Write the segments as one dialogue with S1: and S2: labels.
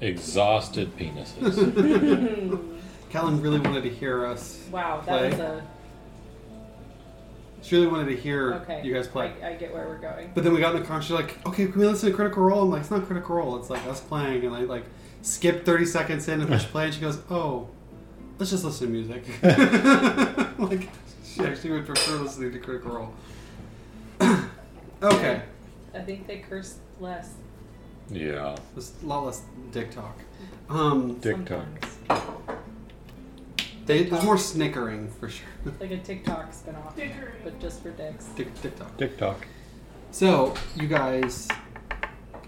S1: Exhausted penises.
S2: Callan really wanted to hear us.
S3: wow, that
S2: Play.
S3: was a
S2: She really wanted to hear
S3: okay.
S2: you guys play.
S3: I, I get where we're going.
S2: But then we got in the car. She's like, "Okay, can we listen to Critical Role?" I'm like, "It's not Critical Role. It's like us playing." And I like skip 30 seconds in and push play. And she goes, "Oh, let's just listen to music." like she actually would prefer listening to Critical Role. okay,
S3: I think they cursed less.
S1: yeah.
S2: there's a lot less dick talk. Um,
S1: Dick talk.
S3: sometimes.
S2: they, there's more snickering for sure.
S3: Like a TikTok spinoff,
S4: Dickering.
S3: but just for dicks.
S2: dick, dick talk.
S1: Dick talk.
S2: So you guys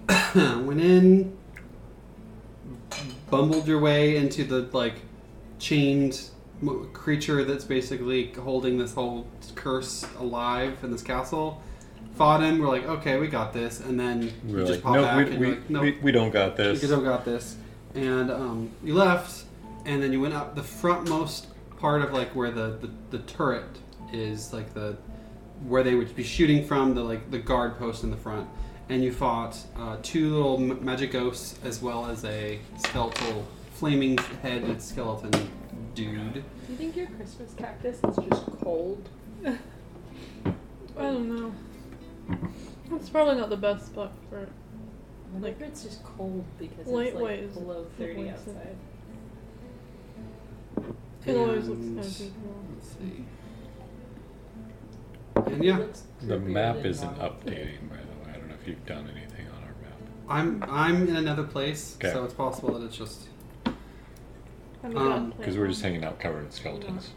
S2: went in, bumbled your way into the like chained m- creature that's basically holding this whole curse alive in this castle. Fought him. We're like, okay, we got this. And then
S1: We
S2: you
S1: were
S2: just
S1: like,
S2: pop
S1: no,
S2: back
S1: we,
S2: and
S1: we,
S2: you're like, no,
S1: we, we don't got
S2: you
S1: this.
S2: guys all got this. And um, you left, and then you went up the frontmost part of like where the, the, the turret is, like the where they would be shooting from, the like the guard post in the front. And you fought uh, two little m- magic ghosts as well as a skeletal flaming headed skeleton dude.
S3: Do you think your Christmas cactus is just cold?
S4: I don't know. That's probably not the best spot for it.
S3: I wonder if it's just cold because it's
S4: Lightweight
S3: like
S4: is-
S3: below 30
S4: lightweight is-
S3: outside.
S4: It always looks
S2: And-
S4: kind of beautiful.
S2: Let's see. And yeah,
S3: It looks
S1: the
S3: creepier
S1: map
S3: than
S1: isn't
S3: normal.
S1: updating, by the way. I don't know if you've done anything on our map.
S2: I'm I'm in another place,
S1: Okay.
S2: so it's possible that it's just
S4: I mean,
S2: Um,
S4: I'd play
S1: Because we're
S4: it.
S1: just hanging out covered in skeletons.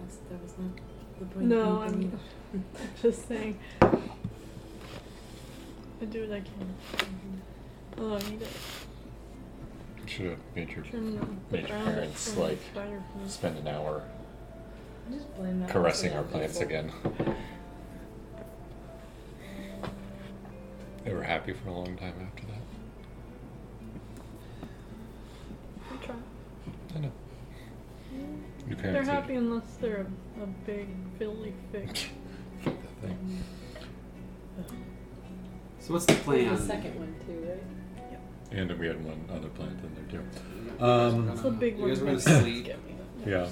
S3: That's, that was not the point.
S4: No,
S3: of the
S4: I'm just saying. I do what I can. Oh, I need to
S1: Should have made your
S4: trim the,
S1: Made
S4: the
S1: your
S4: ground up
S1: parents,
S4: for my
S1: like,
S4: spider. food.
S1: spend an hour
S3: I just blame that
S1: caressing
S3: on
S1: our
S3: the
S1: plants
S3: people.
S1: again. They were happy for a long time after that.
S4: I'll try.
S1: I know. Your
S4: They're
S1: parents did.
S4: happy unless they're a, a big Philly fig.
S1: Fuck that thing.
S2: so what's the plan?
S3: The second one too, right?
S1: And we had one other plant in there too.
S2: You
S1: Um,
S2: guys
S4: It's
S2: were
S4: the
S2: gonna-
S4: big
S2: you guys were
S4: one.
S2: gonna sleep.
S1: yeah.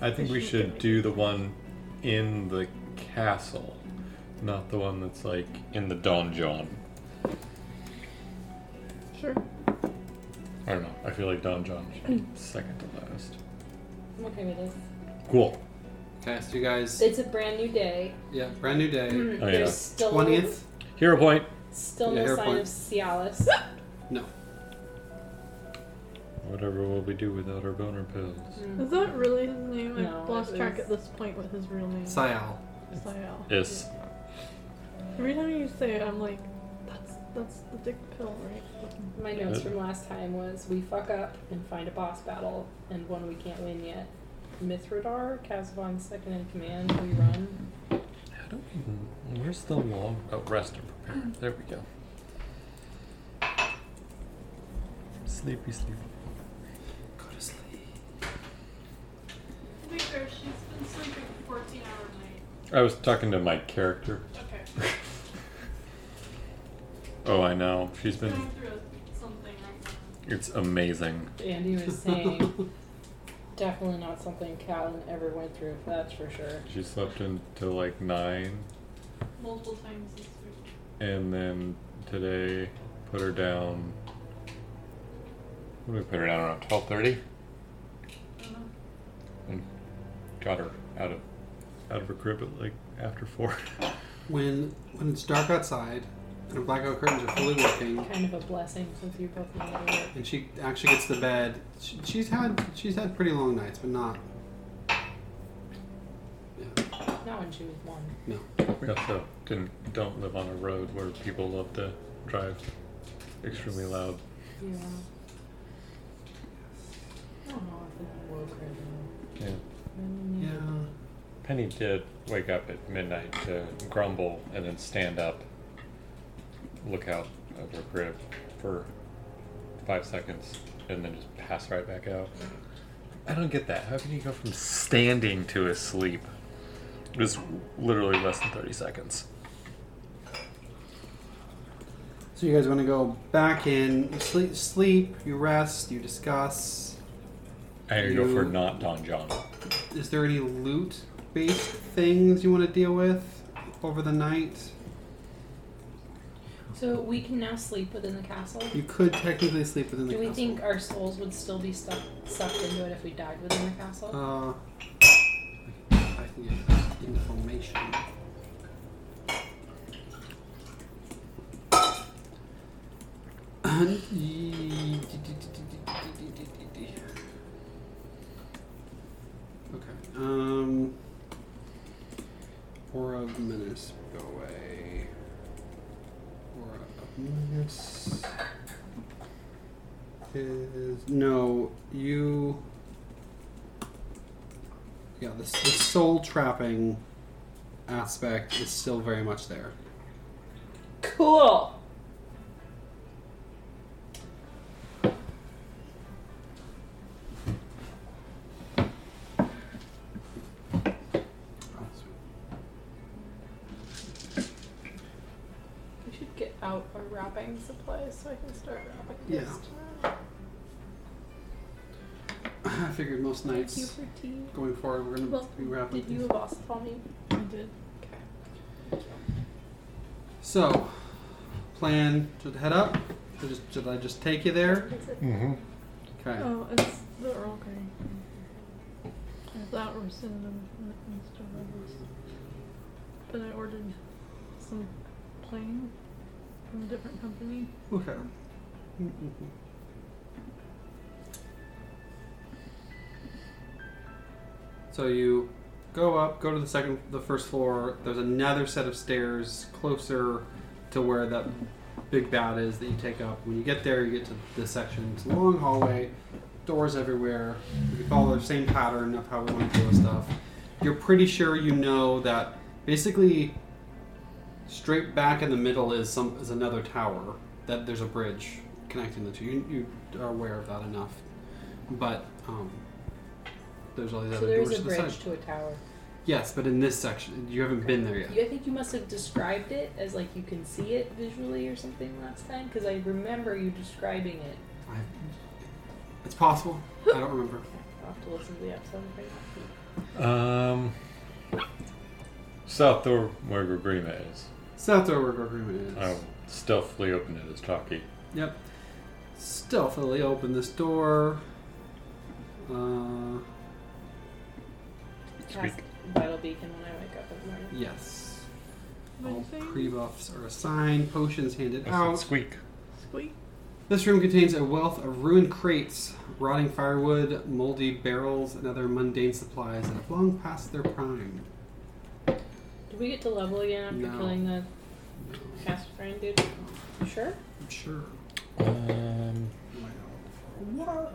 S1: I think we should do the one in the castle, not the one that's like in the donjon.
S4: Sure.
S1: I don't know. I feel like donjon should
S2: Mm.
S1: be second to last.
S3: I'm okay with this.
S1: Cool.
S2: Okay, so you guys,
S3: It's a brand new day.
S2: yeah, brand new day,
S1: yeah.
S3: There's Mm-hmm. still
S2: twentieth.
S1: Hero point.
S3: Still
S2: Yeah,
S3: no
S2: hair
S3: sign
S2: point.
S3: of Cialis.
S2: No,
S1: Whatever will we do without our boner pills?
S3: Mm.
S4: Is that really his name?
S3: No,
S4: I've lost
S3: it
S4: track
S3: is-
S4: at this point what his real name is.
S2: Sayal.
S4: Sayal.
S1: Yes.
S4: Every time you say it, I'm like, that's that's the dick pill, right?
S3: My notes from last time was we fuck up and find a boss battle and one we can't win yet. Mithridar, Casavon's second in command, we run.
S1: How do we? Where's the long? Oh, rest and prepare.
S2: Mm.
S1: There we go. Sleepy, sleepy.
S2: Go to sleep.
S4: To be fair, she's been sleeping 14 hour
S1: I was talking to my character.
S4: night. Okay.
S1: Oh, I know. She's been.
S4: through something right
S1: It's amazing.
S3: Andy was saying definitely not something Callan ever went through, that's for sure.
S1: She slept until like nine,
S4: now. Multiple times this week.
S1: and then today put her down. What did we put her down around twelve thirty?
S4: I don't know.
S1: And got her out of out of her crib at like after four.
S2: When when it's dark outside and the blackout curtains are fully working,
S3: Kind of a blessing since you both know it.
S2: and she actually gets to bed, she, she's had she's had pretty long nights, but not. Yeah,
S3: Not when she was one.
S2: no.
S1: We also didn't don't live on a road where people love to drive extremely loud.
S3: Yeah. I don't know if it woke her though.
S1: Yeah.
S3: Mm,
S2: Yeah.
S1: Penny did wake up at midnight to grumble and then stand up, look out of her crib for five seconds, and then just pass right back out. I don't get that. How can you go from standing to asleep? It was literally less than 30 seconds.
S2: So you guys want to go back in, you sleep, sleep, you rest, you discuss.
S1: I gotta go for
S2: You-
S1: not Don John.
S2: Is there any loot based things you want to deal with over the night?
S3: So we can now sleep within the castle.
S2: You could technically sleep within the
S3: Do we
S2: castle.
S3: think our souls would still be stuck sucked into it if we died within the castle?
S2: Uh, I can get information. Okay. Um. Aura of Menace, go away. Aura of Menace is no you. Yeah, the, the soul trapping aspect is still very much there.
S3: Cool.
S4: We should get out our wrapping supplies so I can start wrapping
S2: Yeah.
S4: this tomorrow.
S2: I figured most
S4: Thank you
S2: nights
S4: for tea.
S2: going forward we're gonna
S4: Well,
S2: be wrapping.
S4: Did you
S2: things.
S4: have for me? I did. Okay.
S2: So, plan to head up. Should, just, should I just take you there?
S4: Is it-
S1: Mm-hmm.
S2: Okay.
S4: Oh, it's the Earl Grey. I thought we were sending them from the East of Others. But I ordered some plain from a different company.
S2: Okay. So you go up, go to the second, the first floor. There's another set of stairs closer to where that big bat is that you take up. When you get there, you get to this section. It's a long hallway, doors everywhere. You follow the same pattern of how we went through with stuff. You're pretty sure you know that basically straight back in the middle is some is another tower that there's a bridge connecting the two. You, you are aware of that enough, but um, there's all these
S3: So
S2: other
S3: there
S2: doors
S3: is a
S2: to the side.
S3: bridge to a tower.
S2: Yes, but in this section, you haven't been there yet.
S3: You, I think you must have described it as like you can see it visually or something last time because I remember you describing it.
S2: I, it's possible. I don't remember.
S3: I'll have to listen to the episode. and write it down.
S1: Um, south door where Grima is.
S2: South door where our room is.
S1: I'll stealthily open it as talkie.
S2: Yep. Stealthily open this door. Uh,
S3: Cast vital beacon when I wake up in the morning.
S2: yes.
S4: What
S2: All
S4: did you say?
S2: pre-buffs are assigned. Potions handed
S1: I said
S2: out.
S1: squeak.
S4: Squeak.
S2: This room contains a wealth of ruined crates, rotting firewood, moldy barrels, and other mundane supplies that have long passed their prime.
S3: Did we get to level again after
S2: No.
S3: killing the cast friend dude? You sure?
S2: I'm sure.
S1: Um,
S2: Wow. Whoa.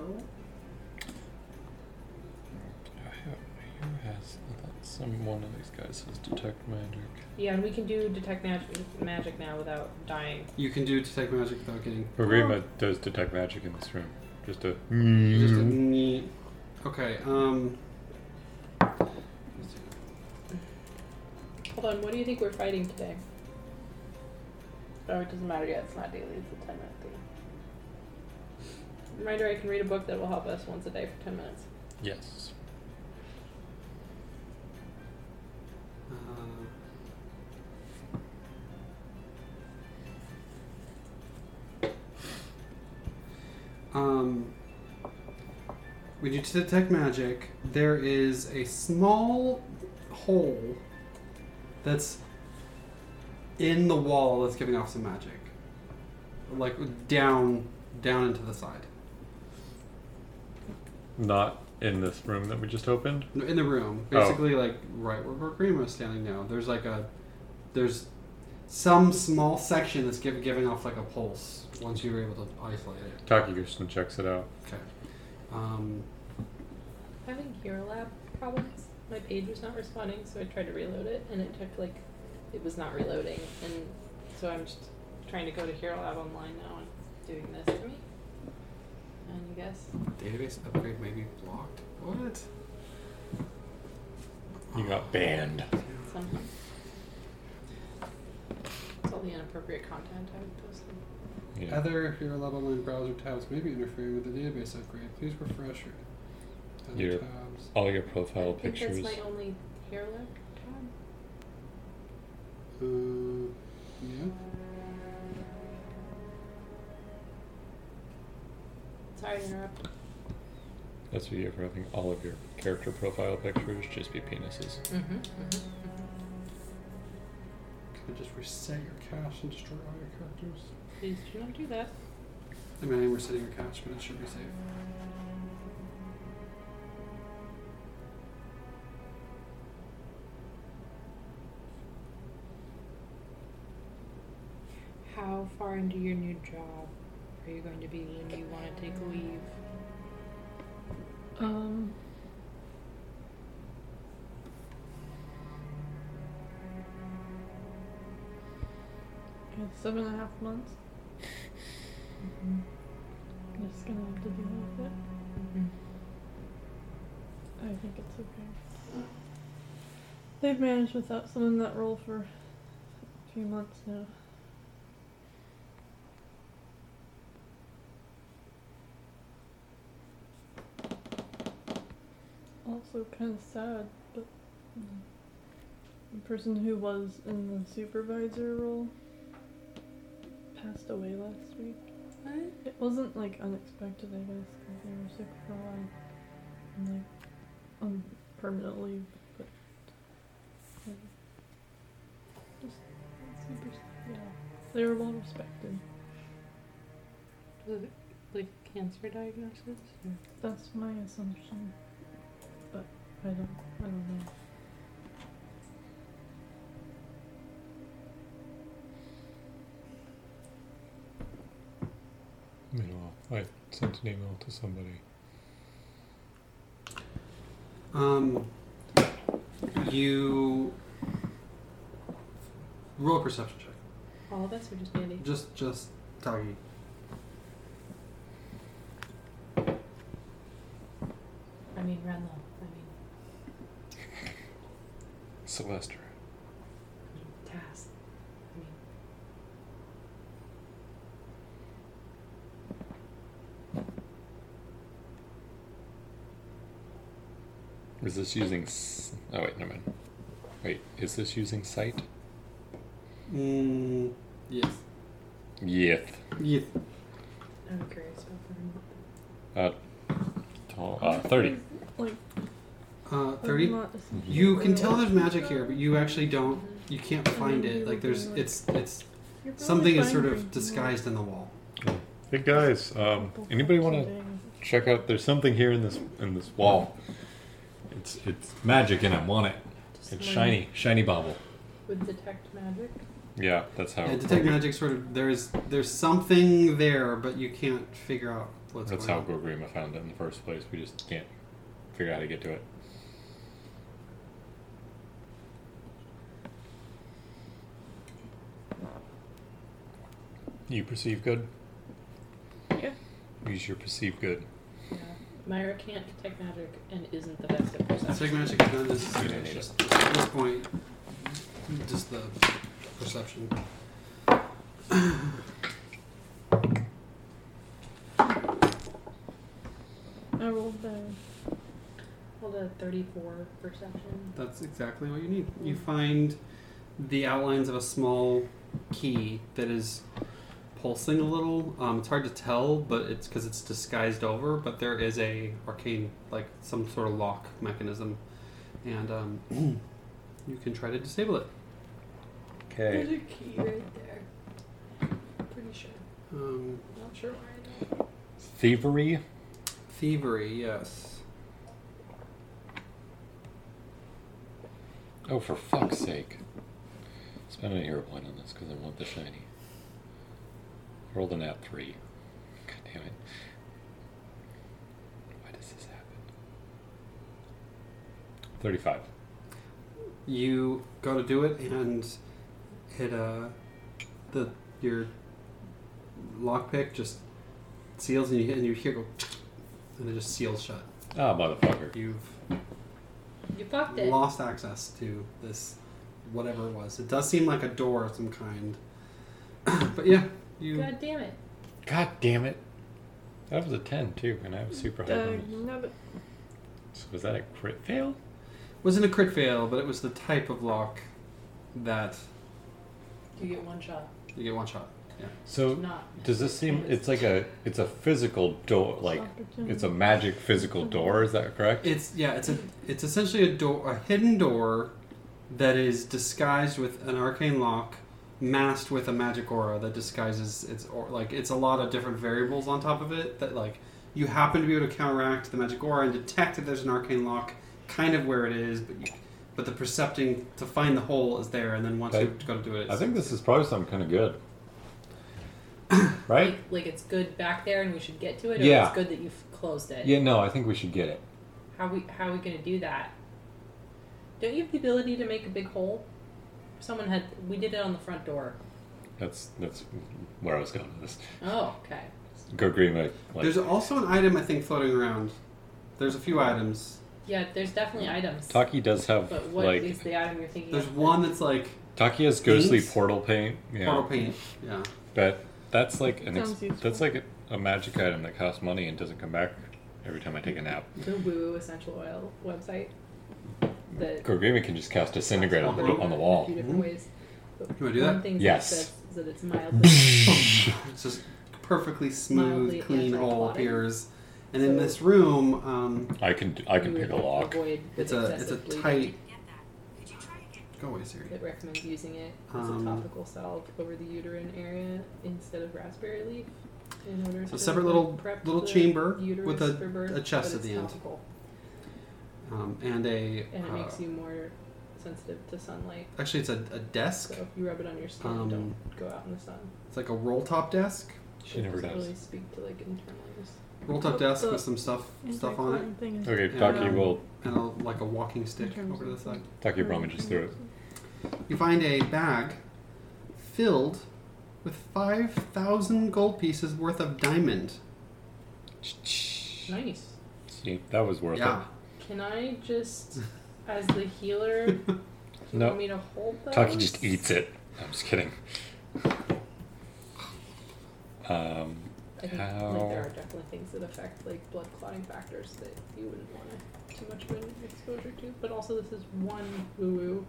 S1: who has I thought some one of these guys has detect magic.
S3: Yeah, and we can do detect magic magic now without dying.
S2: You can do detect magic without getting
S1: Grima does detect magic in this room. Just a. Mm-hmm.
S2: Just
S1: Mm.
S2: a neat. Okay. Um.
S3: Hold on, what do you think we're fighting today? Oh, it doesn't matter yet. It's not daily. It's a ten minute thing. Reminder: I can read a book that will help us once a day for ten minutes.
S1: Yes.
S2: Uh, um. When you detect magic, there is a small hole that's in the wall that's giving off some magic, like down, down into the side.
S1: Not in this room that we just opened.
S2: in the room
S1: Oh.
S2: basically like right where Grima is standing now there's like a there's some small section that's giv giving off like a pulse once you're able to isolate it
S1: Taki Gerson checks it out.
S2: okay um,
S3: I think your lab problems. My page was not responding, so I tried to reload it, and it took like it was not reloading, and so I'm just trying to go to Hero Lab online now and it's doing this to me. And you guess
S2: database upgrade may be blocked what Ah.
S1: You got banned.
S3: something. It's a the inappropriate content, I would post them.
S1: Yeah.
S2: Other Hero Level Online browser tabs may be interfering with the database upgrade. Please refresh your other
S1: Your-
S2: tabs.
S1: All your profile
S3: I think that's
S1: pictures.
S3: my only hair lip tab.
S2: Uh, yeah.
S3: Sorry to interrupt.
S1: That's what you get for having all of your character profile pictures just be penises.
S3: Mm-hmm.
S2: Can I just reset your cache and destroy all your characters?
S3: Please do not do that.
S2: I mean, I am resetting your cache, but it should be safe.
S3: How far into your new job are you going to be when you want to take leave?
S4: Um. yeah, Seven and a half months. I'm just gonna have to deal with it.
S3: Mm-hmm.
S4: I think it's okay. They've managed without someone in that role for a few months now. Also, kind of sad, but mm, the person who was in the supervisor role passed away last week.
S3: What?
S4: It wasn't like unexpected, I guess, because they were sick for a while and like on permanent leave, but like, just super, yeah, they were well respected.
S3: Was it, Like cancer diagnosis? Or-
S4: That's my assumption, but I don't, I don't know.
S1: Meanwhile, I sent an email to somebody.
S2: Um, you roll a perception check.
S3: All of us or just Mandy?
S2: Just, just doggy.
S3: I mean, Renlo. I mean,
S1: Celestra.
S3: Tass. I mean,
S1: Is this using. S- oh, wait, never mind. Wait, is this using sight?
S2: Mm, yes.
S1: Yith.
S2: Yes.
S3: I'm curious about the remote.
S1: Uh, tall, uh, Mm-hmm. 30.
S4: Like
S2: Uh,
S4: I'm
S2: thirty.
S4: not as-
S2: You can tell there's magic here, but you actually
S1: Oh.
S3: Mm-hmm.
S2: don't. You can't
S4: And then
S2: find
S4: you
S2: it. Like there's,
S4: would be
S2: it's, it's
S4: You're probably
S2: something is
S4: Mm. fine
S2: sort
S4: drinking
S2: of
S4: that.
S2: disguised in the wall.
S1: Hey guys, um,
S4: People
S1: anybody
S4: fuck
S1: want to
S4: today.
S1: check out? There's something here in this in this wall. It's it's magic, and I want it.
S3: Just
S1: It's
S3: one
S1: shiny, shiny bobble.
S3: Would detect magic.
S1: Yeah, that's how.
S2: Yeah, detect magic sort of there's there's something there, but you can't figure out what's
S1: That's how
S2: going on.
S1: Gorgrima found it in the first place. We just can't figure out how to get to it. You perceive good.
S4: Yeah.
S1: Use your perceive good.
S3: Yeah. Myra can't detect magic and isn't the best at perception.
S2: Detect magic is not
S1: You
S2: necessary.
S1: don't
S2: It's
S1: need
S2: just
S1: it.
S2: at this point, just the perception.
S4: I uh, rolled bad.
S3: Hold a 34 perception.
S2: That's exactly what you need. You find the outlines of a small key that is pulsing a little. Um, it's hard to tell, but it's because it's disguised over. But there is a arcane, like some sort of lock mechanism, and um, you can try to disable it.
S1: Okay.
S3: There's a key right there. Pretty sure.
S2: Um,
S3: Not sure why I
S1: Thievery.
S2: thievery, yes.
S1: Oh, for fuck's sake. Spend an hero point on this because I want the shiny. I rolled an at three. God damn it. Why does this happen? 35.
S2: You go to do it, and it uh, the your lockpick just seals, and you hit, and you hear go, and it just seals shut.
S1: Ah, motherfucker.
S2: You've
S3: don't. You fucked it.
S2: lost access to this, whatever it was. It does seem like a door of some kind, but yeah, you.
S3: God damn it.
S1: God damn it. That was a 10 too, and I was super high.
S4: Uh,
S1: bonus.
S4: no, but
S1: So was that a crit fail?
S2: Wasn't a crit fail, but it was the type of lock that
S3: You get one shot.
S2: you get one shot. Yeah.
S1: So
S3: Not.
S1: does this seem it's like a it's a physical door like it's a magic physical door, is that correct?
S2: It's yeah. It's a it's essentially a door, a hidden door, that is disguised with an arcane lock, masked with a magic aura that disguises its or like it's a lot of different variables on top of it that like you happen to be able to counteract the magic aura and detect that there's an arcane lock kind of where it is, but you, but the percepting to find the hole is there, and then once
S1: Okay.
S2: you go to do it, it's,
S1: I think this is probably something kinda good. Right?
S3: Like, like it's good back there and we should get to it, or
S1: Yeah.
S3: it's good that you've closed it.
S1: Yeah, no, I think we should get it.
S3: How we how are we gonna do that? Don't you have the ability to make a big hole? Someone had we did it on the front door.
S1: That's that's where I was going with this.
S3: Oh, okay.
S1: Gogrima like
S2: there's also an item I think floating around. There's a few items.
S3: Yeah, there's definitely items.
S1: Taki does have
S3: but what is
S1: like
S3: the item you're thinking
S2: There's
S3: of?
S2: one that's like
S1: Taki has ghostly
S2: Things?
S1: portal paint. Yeah.
S2: portal paint. Yeah.
S1: But that's like an ex-
S4: Sounds useful.
S1: that's like a, a magic item that costs money and doesn't come back every time I take a nap.
S3: The Woo Essential Oil website. That
S1: Gorgrima can just cast disintegrate on the on the wall.
S3: A few different ways. But
S2: You wanna do
S3: one
S2: that?
S3: thing
S1: Yes.
S3: that it says is that it's mildly
S2: It's just perfectly
S3: Mildly
S2: smooth, clean hole
S3: anti-clotting.
S2: appears. And in
S3: So-
S2: this room, um,
S1: I can I can
S3: you
S1: pick a
S3: would
S1: lock.
S3: Avoid with
S2: it's a it's a
S3: excessive bleeding.
S2: tight.
S5: Get that. Could you try again?
S2: Go away, Siri.
S3: It recommends using it as
S2: Um,
S3: a topical salve over the uterine area instead of raspberry leaf. In order
S2: It's a
S3: to
S2: separate little-
S3: prep
S2: little
S3: the
S2: chamber
S3: uterus
S2: with a-
S3: for birth,
S2: a chest
S3: but
S2: at the
S3: it's
S2: end.
S3: topical,
S2: Um, and
S3: and
S2: a
S3: it
S2: uh,
S3: makes you more sensitive to sunlight.
S2: actually it's a, a
S3: So
S2: desk.
S3: if you rub it on your skin,
S2: Um,
S3: don't go out in the sun.
S2: It's like a roll top desk.
S1: She never
S3: It doesn't
S1: does.
S3: Really speak to like internal use.
S2: Roll top
S4: What
S2: desk
S4: the-
S2: with some stuff stuff on it,
S4: anti-clotting Thing is
S1: Okay,
S2: Yeah.
S1: Taki will
S2: and a, like a walking stick
S4: terms
S2: over to the
S4: of-
S2: side.
S1: Taki Brahma just threw it.
S2: You find a bag filled with five thousand gold pieces worth of diamond.
S3: Nice.
S1: See, that was worth
S2: yeah.
S3: Can I just, as the healer, do you
S1: No.
S3: want me to hold
S1: it.
S3: those?
S1: Taki just eats it. I'm just kidding. Um,
S3: I think
S1: How-
S3: like there are definitely things that affect like blood clotting factors that you wouldn't want to too much of an exposure to. But also this is one woo woo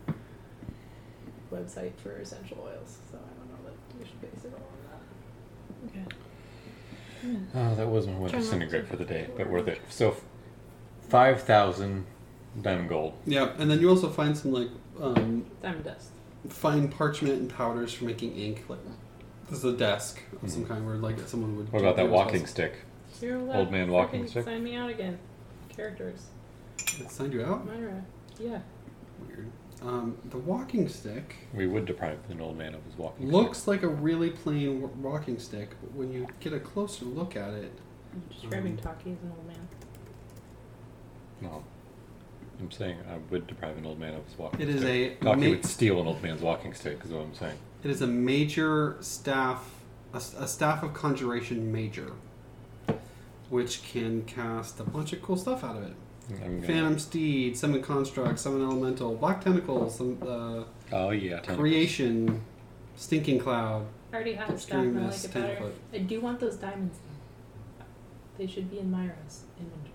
S3: website for essential oils, so I don't know that we should base it all on that.
S4: Okay.
S1: oh, that was my
S4: Try
S1: weather
S4: not
S1: disintegrate
S4: to-
S1: for the day, but worth it. So, five thousand diamond gold.
S2: Yeah, and then you also find some like um,
S3: Diamond dust.
S2: fine parchment and powders for making ink. Like this is a desk of some kind where like someone would.
S1: Mm-hmm. What about that
S2: do themselves.
S1: walking stick?
S3: Zero
S1: Old man walking stick?
S3: Sign me out again. Characters.
S2: It signed you out.
S3: Myra. Yeah.
S2: oh, Weird. Um, the walking stick
S1: We would deprive an old man of his walking. stick.
S2: looks like a really plain w- walking stick, but when you get a closer look at it,
S3: I'm describing Taki as an old man.
S1: No. I'm saying I would deprive an old man of his walking
S2: It is
S1: stick.
S2: a
S1: Donkey
S2: ma-
S1: would steal an old man's walking stick, is what I'm saying.
S2: it is a major staff, a, s- a staff of conjuration major, which can cast a bunch of cool stuff out of it.
S1: I'm gonna-
S2: Phantom steed, summon construct, summon elemental, black tentacles, some uh,
S1: Oh, yeah. tentacles.
S2: creation, stinking cloud.
S3: I already have a staff
S2: Extreme
S3: and I like
S2: is
S3: it
S2: 10
S3: better.
S2: foot.
S3: I do want those diamonds. though. They should be in Myra's inventory.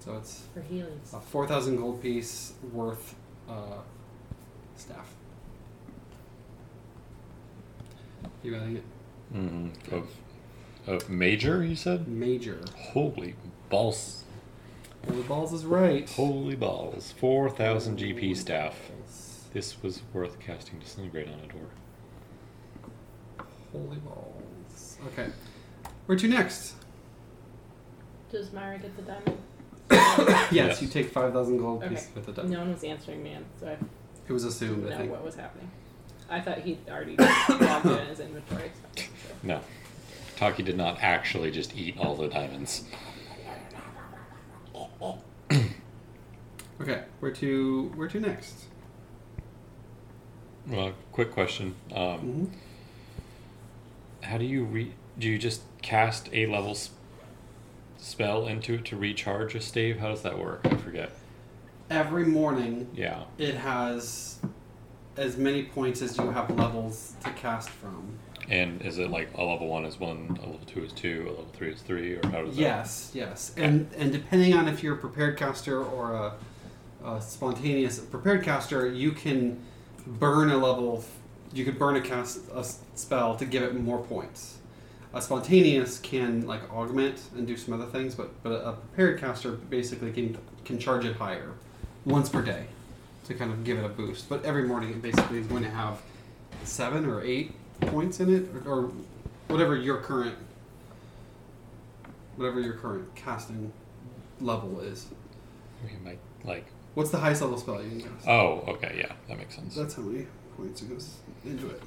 S2: So it's
S3: For Healy's.
S1: Oh.
S2: a four thousand gold piece worth uh, staff. You got it.
S1: Mhm. Of, of major, you said?
S2: Major.
S1: Holy balls.
S2: Holy balls is right.
S1: Holy balls. 4,000 GP staff. This was worth casting Disintegrate on a door.
S2: Holy balls. Okay. Where to next?
S3: Does Myra get the diamond?
S2: yes,
S1: Yes.
S2: you take 5,000 gold
S3: Okay.
S2: piece with the dice.
S3: No one was answering man, so I
S2: It was assumed,
S3: didn't
S2: I
S3: know
S2: think.
S3: what was happening. I thought he'd already logged in his inventory. So.
S1: No. Taki did not actually just eat all the diamonds.
S2: Okay, where to where to next?
S1: Well, Uh, quick question. Um,
S2: hmm
S1: How do you re? Do you just cast a level s- spell into it to recharge a stave? How does that work? I forget.
S2: Every morning,
S1: Yeah.
S2: it has as many points as you have levels to cast from.
S1: And is it like a level one is one, a level two is two, a level three is three, or how does
S2: Yes, yes, and and depending on if you're a prepared caster or a, a spontaneous prepared caster, you can burn a level. You could burn a cast a s- spell to give it more points. A spontaneous can like augment and do some other things, but but a prepared caster basically can can charge it higher, once per day, to kind of give it a boost. But every morning it basically is going to have seven or eight points in it, or, or whatever your current whatever your current casting level is.
S1: that? We might like.
S2: What's the highest level spell you can cast?
S1: Oh, okay, yeah, that makes sense.
S2: That's how many points it goes into it.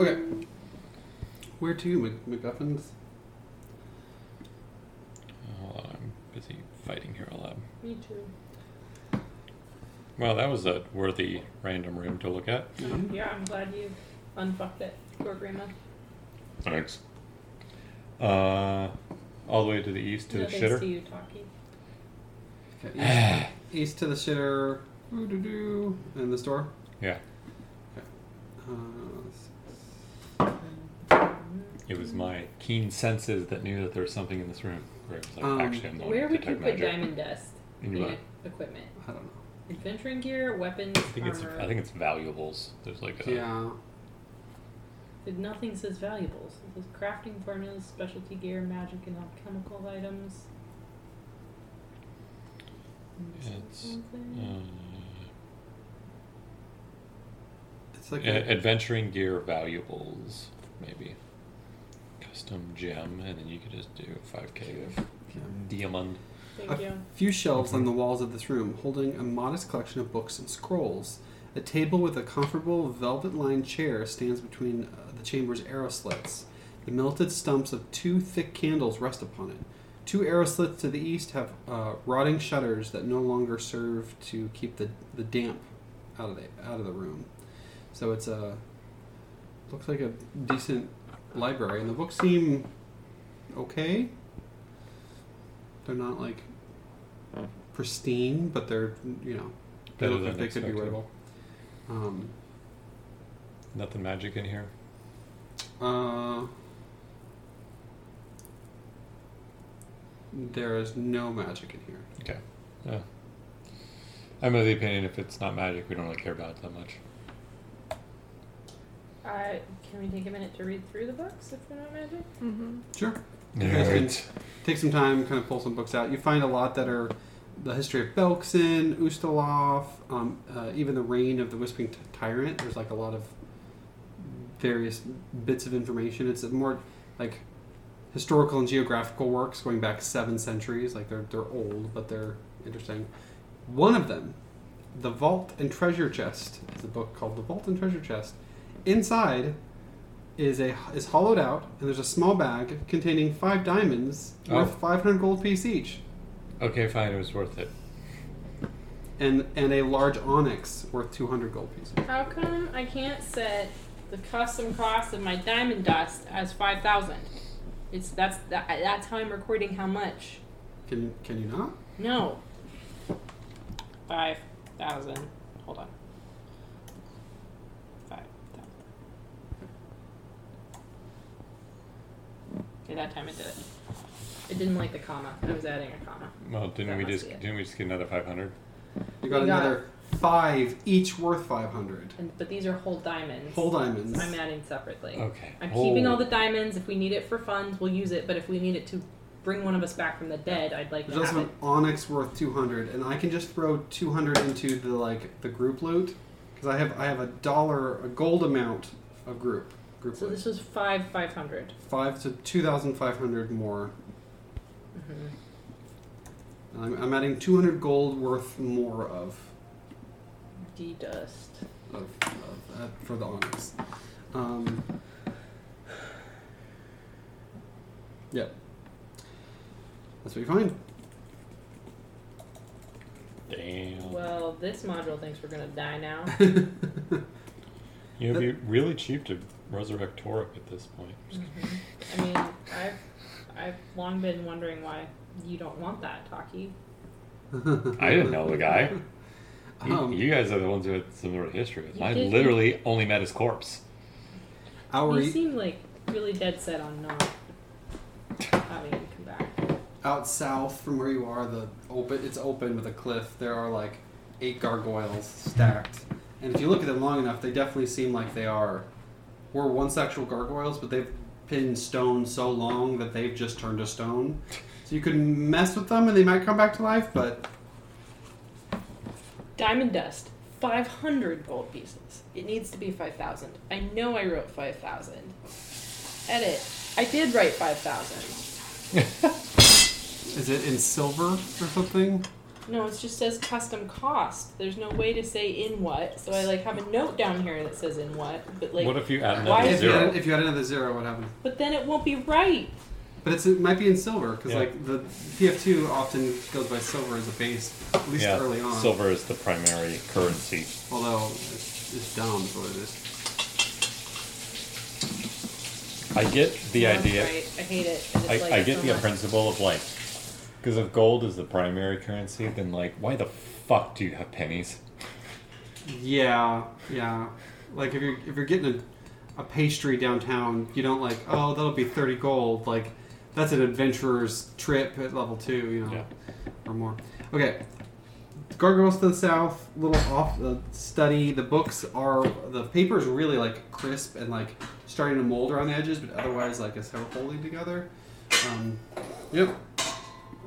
S2: Okay. Where to, Mc- MacGuffins?
S1: Hold on, Uh, I'm busy fighting here aloud.
S3: Me too.
S1: Well, that was a worthy random room to look at.
S3: Yeah, I'm glad you unfucked it, poor grandma.
S1: Thanks. Uh, all the way to the east to
S3: no
S1: the
S3: thanks
S1: shitter.
S3: to you talking.
S2: Okay, east, east to the shitter, ooh-doo-doo, and the store.
S1: Yeah,
S2: Uh, s-
S1: it was my keen senses that knew that there was something in this room. Where it was like,
S2: Um,
S1: actually, I'm the one
S3: Where would
S1: who
S3: you
S1: detect
S3: put
S1: magic.
S3: diamond dust
S1: In your mind.
S3: equipment?
S2: I don't know.
S3: Adventuring gear, weapons,
S1: I think it's
S3: armor.
S1: I think it's valuables. There's like a
S2: Yeah.
S3: It- Nothing says valuables. It says crafting furnace, specialty gear, magic and alchemical items. And this is
S1: It's,
S3: something.
S1: uh,
S2: It's like
S1: a-
S2: a,
S1: adventuring gear valuables maybe custom gem, and then you could just do 5k of diamond.
S3: Thank you.
S2: Few shelves on the walls of this room holding a modest collection of books and scrolls. A table with a comfortable velvet lined chair stands between uh, the chamber's arrow slits. The melted stumps of two thick candles rest upon it. Two arrow slits to the east have uh, rotting shutters that no longer serve to keep the, the damp out of the out of the room. So it's a looks like a decent library, and the books seem okay. They're not like pristine, but they're you know they
S1: Better
S2: look
S1: than
S2: like they could be
S1: expected.
S2: readable. Um,
S1: Nothing magic in here.
S2: uh, there is no magic in here.
S1: Okay. Yeah. I'm of the opinion if it's not magic, we don't really care about it that much.
S3: Uh, can we take a minute to read through the books if they're not magic?
S4: Mm-hmm.
S2: Sure. You guys can take some time, kind of pull some books out. You find a lot that are the history of Belkson, Ustaloff, um, uh, even the reign of the Whispering Ty- Tyrant. There's like a lot of various bits of information. It's more like historical and geographical works going back seven centuries. Like they're they're old, but they're interesting. One of them, the Vault and Treasure Chest, is a book called The Vault and Treasure Chest. Inside is a is hollowed out, and there's a small bag containing five diamonds
S1: Oh.
S2: worth 500 gold piece each,
S1: Okay, fine. It was worth it.
S2: and and a large onyx worth 200 gold pieces.
S3: How come I can't set the custom cost of my diamond dust as five thousand? It's that's that, that's how I'm recording how much.
S2: Can can you not?
S3: No. Five thousand. Hold on. Five thousand. Okay, that time it did it. It didn't like the comma. I was adding a comma.
S1: Well,
S3: That
S1: didn't we
S3: must
S1: just
S3: be it.
S1: didn't we just get another 500?
S2: You got
S3: You got
S2: another five, each worth 500.
S3: And, but these are whole diamonds.
S2: Whole diamonds.
S3: I'm adding separately.
S1: Okay.
S3: I'm keeping all
S1: Whole.
S3: the diamonds. If we need it for funds, we'll use it. But if we need it to bring one of us back from the dead, I'd like
S2: There's
S3: to have
S2: also
S3: it.
S2: an onyx worth 200, and I can just throw 200 into the like the group loot because I have I have a dollar a gold amount of group group
S3: So
S2: loot.
S3: this was five five hundred.
S2: five to 2,500 more.
S3: Mm-hmm.
S2: And I'm, I'm adding 200 gold worth more of
S3: D dust.
S2: of, of uh, for the onyx. Um, yep. That's what you find.
S1: Damn.
S3: Well, this module thinks we're gonna die now.
S1: you know, it'd be really cheap to resurrect Torek at this point.
S3: Mm-hmm. I mean, I've I've long been wondering why you don't want that, Taki.
S1: I didn't know the guy. You-
S2: Um,
S1: you guys are the ones who had similar history with.
S3: You
S1: Mine
S3: did-
S1: literally only met his corpse.
S2: Our
S3: You seem like really dead set on not having him come back.
S2: out south from where you are, the open it's open with a cliff. There are like eight gargoyles stacked, and if you look at them long enough, they definitely seem like they are were once actual gargoyles, but they've been stone so long that they've just turned to stone. So you could mess with them and they might come back to life, but
S3: Diamond dust, 500 gold pieces. It needs to be 5,000. I know I wrote 5,000. Edit. I did write 5,000.
S2: is it in silver or something?
S3: No, it just says custom cost. There's no way to say in what, so I like have a note down here that says in what, but like,
S1: what if you add
S3: why
S1: another
S2: If you,
S1: zero?
S2: had, if you had another zero, what happened?
S3: but then it won't be right.
S2: But it's, it might be in silver because
S1: Yeah.
S2: like the PF2 often goes by silver as a base, at least
S1: yeah,
S2: early on.
S1: silver is the primary currency.
S2: Although it's, it's dumb, is what it is.
S1: I get the
S3: No, it's
S1: idea.
S3: Right. I hate it. and it's,
S1: I,
S3: like,
S1: I get
S3: so
S1: the
S3: much.
S1: principle of like, because if gold is the primary currency, then like, why the fuck do you have pennies?
S2: Yeah, yeah. Like if you're if you're getting a, a pastry downtown, you don't like oh that'll be thirty gold. Like that's an adventurer's trip at level two, you know,
S1: Yeah.
S2: or more. Okay, gargoyles to the south. Little off the study. The books are the paper is really like crisp and like starting to mold around the edges, but otherwise like it's holding together. Um, yep.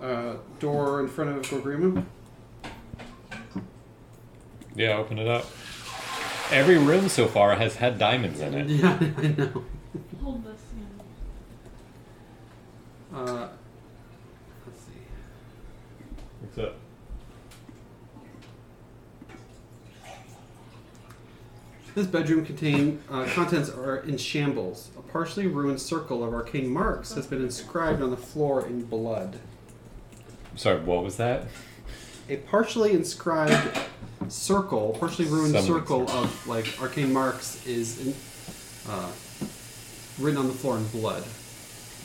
S2: Uh, door in front of Gorgrima.
S1: Yeah, open it up. Every room so far has had diamonds in it.
S2: Yeah, I know.
S4: Hold this. Yeah.
S2: Uh, let's see.
S1: What's up?
S2: This bedroom contain uh, contents are in shambles. A partially ruined circle of arcane marks has been inscribed on the floor in blood.
S1: Sorry, what was that?
S2: A partially inscribed circle, partially ruined
S1: Some-
S2: circle of like arcane marks is in, uh, written on the floor in blood.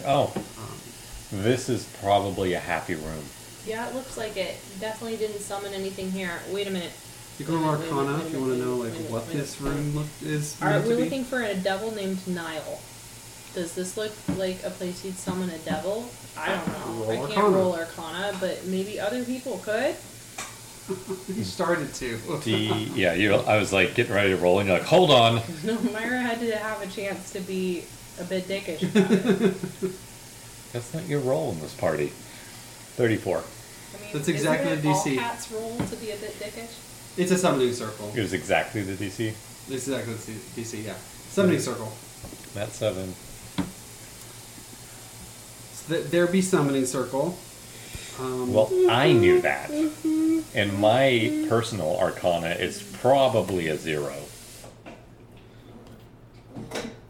S1: Oh,
S2: Um,
S1: this is probably a happy room.
S3: Yeah, it looks like it. Definitely didn't summon anything here. Wait a minute.
S2: you go to Arcana if you want to know like what this room look, is.
S3: All right,
S2: meant to
S3: we're
S2: be.
S3: looking for a devil named Nile. Does this look like a place you'd summon a devil? I don't know.
S2: Roll
S3: I can't
S2: Arcana.
S3: roll Arcana, but maybe other people could.
S2: You started to.
S1: D. Yeah, you. I was like getting ready to roll, and you're like, hold on.
S3: No, Myra had to have a chance to be a bit dickish. About it.
S1: That's not your role in this party. Thirty-four.
S3: I mean,
S2: That's
S3: isn't
S2: exactly
S3: it
S2: the DC.
S3: All cats roll to be a bit dickish.
S2: It's a summoning circle.
S1: It was exactly the DC.
S2: It's exactly the DC. Yeah, summoning circle.
S1: That's seven.
S2: So th- there be summoning circle. Um,
S1: Well, I knew that. And my personal arcana is probably a zero.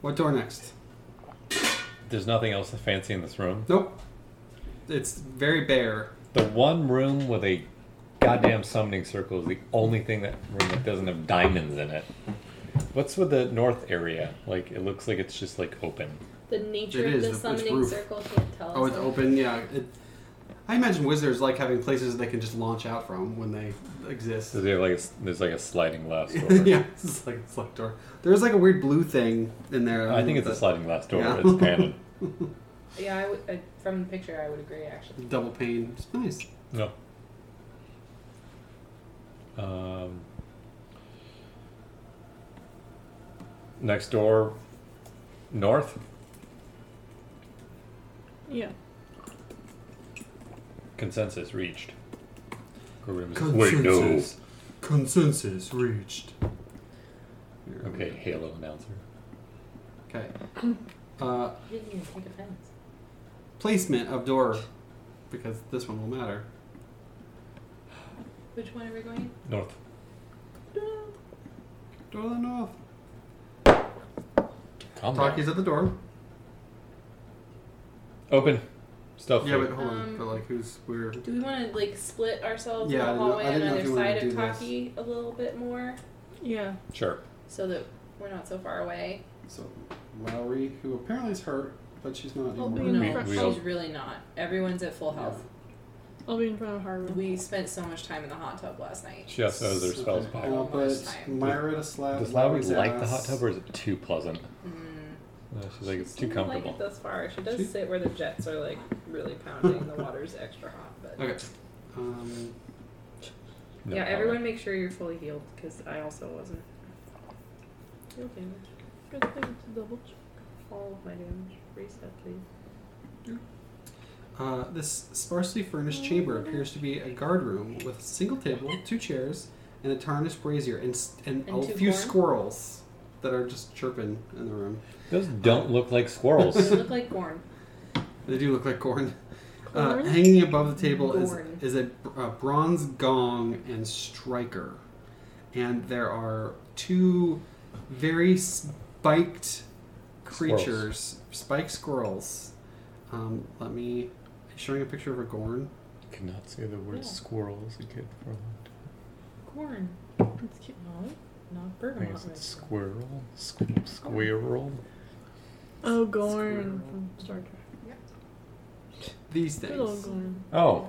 S2: what door next?
S1: There's nothing else fancy in this room.
S2: Nope. It's very bare.
S1: The one room with a goddamn summoning circle is the only thing that room that doesn't have diamonds in it. What's with the north area? Like it looks like it's just like open.
S3: The nature
S2: It
S3: of
S2: is,
S3: the
S2: it's
S3: summoning
S2: roof.
S3: circle can't tell us.
S2: Oh, it's
S3: that.
S2: open. Yeah. It, I imagine wizards like having places they can just launch out from when they exist.
S1: So there's like a, s- there's like a sliding glass door.
S2: yeah, it's just like a slide door. There's like a weird blue thing in there.
S1: I think
S2: don't
S1: it's
S2: know
S1: a
S2: what
S1: sliding glass door.
S2: Yeah.
S1: It's canon.
S3: Yeah, I would, I, from the picture, I would agree. Actually,
S2: that- Double pane. It's nice.
S1: No. Um, next door, north.
S4: Yeah.
S1: Consensus reached. Grim is-
S2: Consensus. Consensus reached.
S1: Okay, Halo announcer.
S2: Okay. Uh,
S3: I didn't even take offense.
S2: placement of door, because this one will matter.
S3: Which one are we going?
S1: North.
S2: Door to the north.
S1: Calm
S2: Talkies
S1: down.
S2: at the door.
S1: Open. Stuff.
S2: Yeah,
S1: you.
S2: but hold on.
S3: Um,
S2: But like, who's we're
S3: Do we want to like split ourselves
S2: Yeah, I
S3: in
S2: didn't
S3: the
S2: know-
S3: hallway
S2: I
S3: on
S2: didn't know if
S3: either
S2: you wanted
S3: side
S2: to
S3: of
S2: do this.
S3: Taki a little bit more
S4: Yeah.
S1: Sure.
S3: so that we're not so far away?
S2: So Lowry, who apparently is hurt, but she's not
S4: I'll
S2: anymore.
S4: be in
S3: No,
S1: We-
S4: front.
S1: we
S3: she's
S1: all-
S3: really not. Everyone's at full health.
S4: I'll be in front of Harvard.
S3: We spent so much time in the hot tub last night.
S1: She also has her uh, spells
S2: Okay. Uh,
S1: pile.
S2: I'll put
S3: Time.
S2: Myra to slap.
S1: Does Lowry
S2: Lowry's
S1: like the hot
S2: ass.
S1: tub, or is it too pleasant?
S3: Mm.
S1: Uh, she's like,
S3: She
S1: it's too
S3: seemed to
S1: comfortable.
S3: Like it thus far, she does
S2: She-
S3: sit where the jets are like really pounding. the water's extra hot, but
S2: Okay. Um,
S1: No
S3: yeah,
S1: comment.
S3: everyone make sure you're fully healed because I also wasn't. Heal damage.
S4: Good thing to double check.
S3: All of my damage. Reset, please.
S2: Uh, this sparsely furnished chamber appears to be a guard room with a single table, two chairs, and a tarnished brazier, and, s- and,
S3: And
S2: a
S3: two
S2: few
S3: corn?
S2: squirrels that are just chirping in the room.
S1: Those don't look like squirrels.
S3: You look like Gorn.
S2: They do look like corn. Uh,
S4: Corn?
S2: hanging above the table is,
S3: Gorn.
S2: is a, br- a bronze gong and striker. And there are two very spiked creatures, spiked squirrels. Um, let me. Showing a picture of a gorn.
S1: Could not say the word
S3: Yeah.
S1: squirrel as a kid for a long time.
S3: Gorn.
S4: That's cute.
S3: No, not
S1: I think
S3: bergamot.
S1: it's squirrel, squ- squirrel.
S4: Oh, Gorn from Star Trek.
S2: These
S4: Good old
S2: things.
S3: Um,
S4: Gorn.
S1: Oh,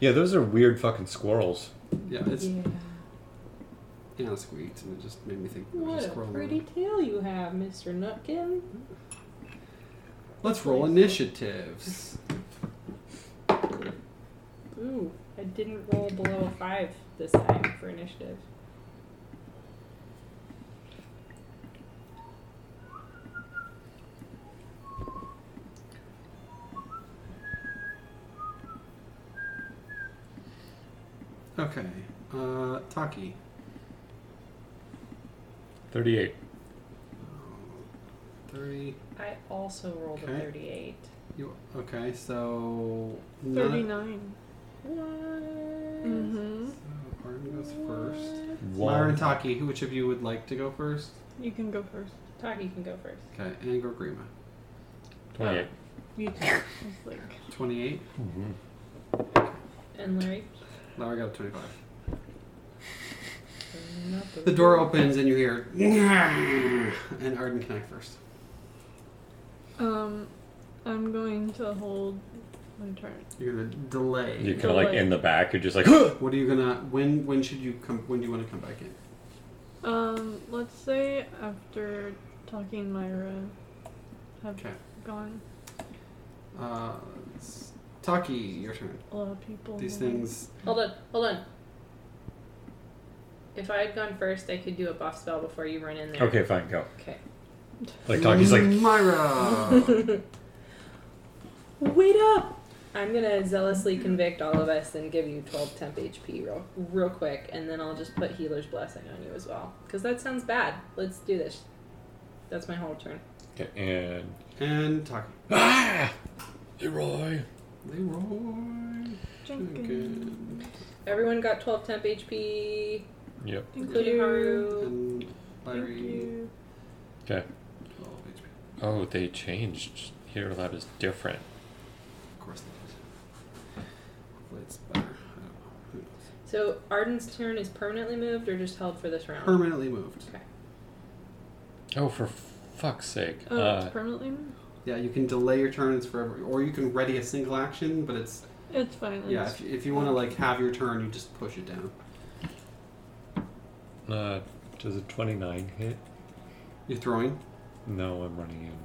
S1: yeah, those are weird fucking squirrels.
S2: Yeah, it's
S3: yeah.
S2: Yeah, it squeaked, and it just made me think. it was
S3: What
S2: a
S3: a
S2: squirrel
S3: pretty
S2: moment.
S3: tail you have, Mr. Nutkin.
S2: Let's roll initiatives.
S3: Ooh, I didn't roll below a five this time for initiative.
S2: Okay, uh, Taki.
S1: Thirty-eight.
S2: Oh, Thirty.
S3: I also rolled
S2: Okay.
S3: a 38.
S2: You okay? So none-
S4: 39.
S3: What?
S4: Mm-hmm.
S2: So Arden goes first. Myra
S1: One.
S2: and Taki. Who, which of you would like to go first?
S4: You can go first.
S3: Taki can go first.
S2: Okay, and Grima.
S1: Twenty-eight.
S4: You too. I was like,
S2: Twenty-eight.
S1: Mhm.
S3: And Larry?
S2: Laura got a twenty-five. The door opens, and you hear. And Arden connect first.
S4: um, I'm going to hold my turn.
S2: You're gonna delay.
S1: You're kind of like
S4: Delay.
S1: in the back. You're just like,
S2: What are you gonna? When? When should you come? When do you want to come back in?
S4: Um, let's say after talking Myra, have
S2: Okay.
S4: gone
S2: Uh, it's- Taki, your turn.
S4: a lot of people.
S2: These
S4: will-
S2: things.
S3: Hold on, hold on. If I had gone first, I could do a buff spell before you run in there.
S1: okay, fine, go.
S3: Okay.
S1: Like Taki's like,
S2: Myra.
S3: Wait up! I'm gonna zealously convict all of us and give you 12 temp HP real, real quick, and then I'll just put Healer's Blessing on you as well. Because that sounds bad. Let's do this. That's my whole turn.
S1: okay, and
S2: and Taki.
S1: ah, Leroy.
S2: Leroy.
S4: Jenkins.
S3: Everyone got 12 temp HP,
S1: Yep.
S4: Thank
S3: including
S4: you.
S3: Haru.
S2: And
S4: Thank
S2: Larry.
S4: you.
S1: Okay.
S2: 12 HP.
S1: Oh, they changed. Hero Lab is different.
S2: Of course they did. Hopefully it's better. I don't know. Who knows?
S3: So Arden's turn is permanently moved or just held for this round?
S2: Permanently moved.
S3: Okay.
S1: Oh, for fuck's sake.
S4: Oh,
S1: uh,
S4: it's permanently. moved?
S2: Yeah, you can delay your turn. It's forever, or you can ready a single action. But it's
S4: It's fine.
S2: yeah.
S4: it's-
S2: If, if you want to like have your turn, you just push it down.
S1: uh, does a twenty-nine hit?
S2: You're throwing
S1: No, I'm running in.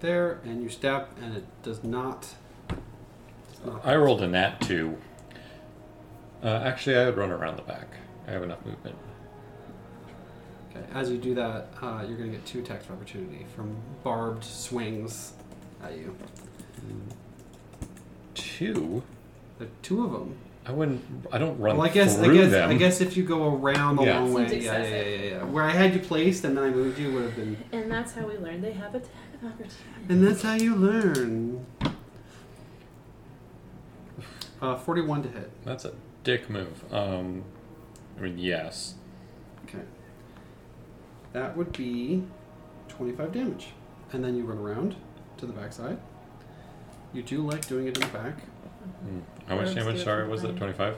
S2: there, and you step, and it does not. Does not
S1: I rolled a nat two. Uh, actually, I would run around the back. I have enough movement.
S2: Okay, as you do that, uh, you're going to get two attacks of opportunity from barbed swings at you.
S1: Two.
S2: There are two of them.
S1: I wouldn't. I don't run
S2: well, I guess,
S1: through
S2: I guess,
S1: them.
S2: I guess if you go around the
S1: Yeah.
S2: long way,
S3: Seems
S2: yeah, yeah, yeah,
S3: excessive.
S2: yeah, yeah. Where I had you placed and then I moved you would have been.
S3: And that's how we learned they have attack of opportunity.
S2: And that's how you learn. Uh, 41 to hit.
S1: That's a dick move. Um, I mean, yes.
S2: Okay. That would be 25 damage. And then you run around to the backside. You do like doing it in the back.
S1: Mm. How much
S3: Let's do
S1: damage?
S3: it
S1: Sorry,
S3: from
S1: was it
S3: behind.
S1: twenty-five?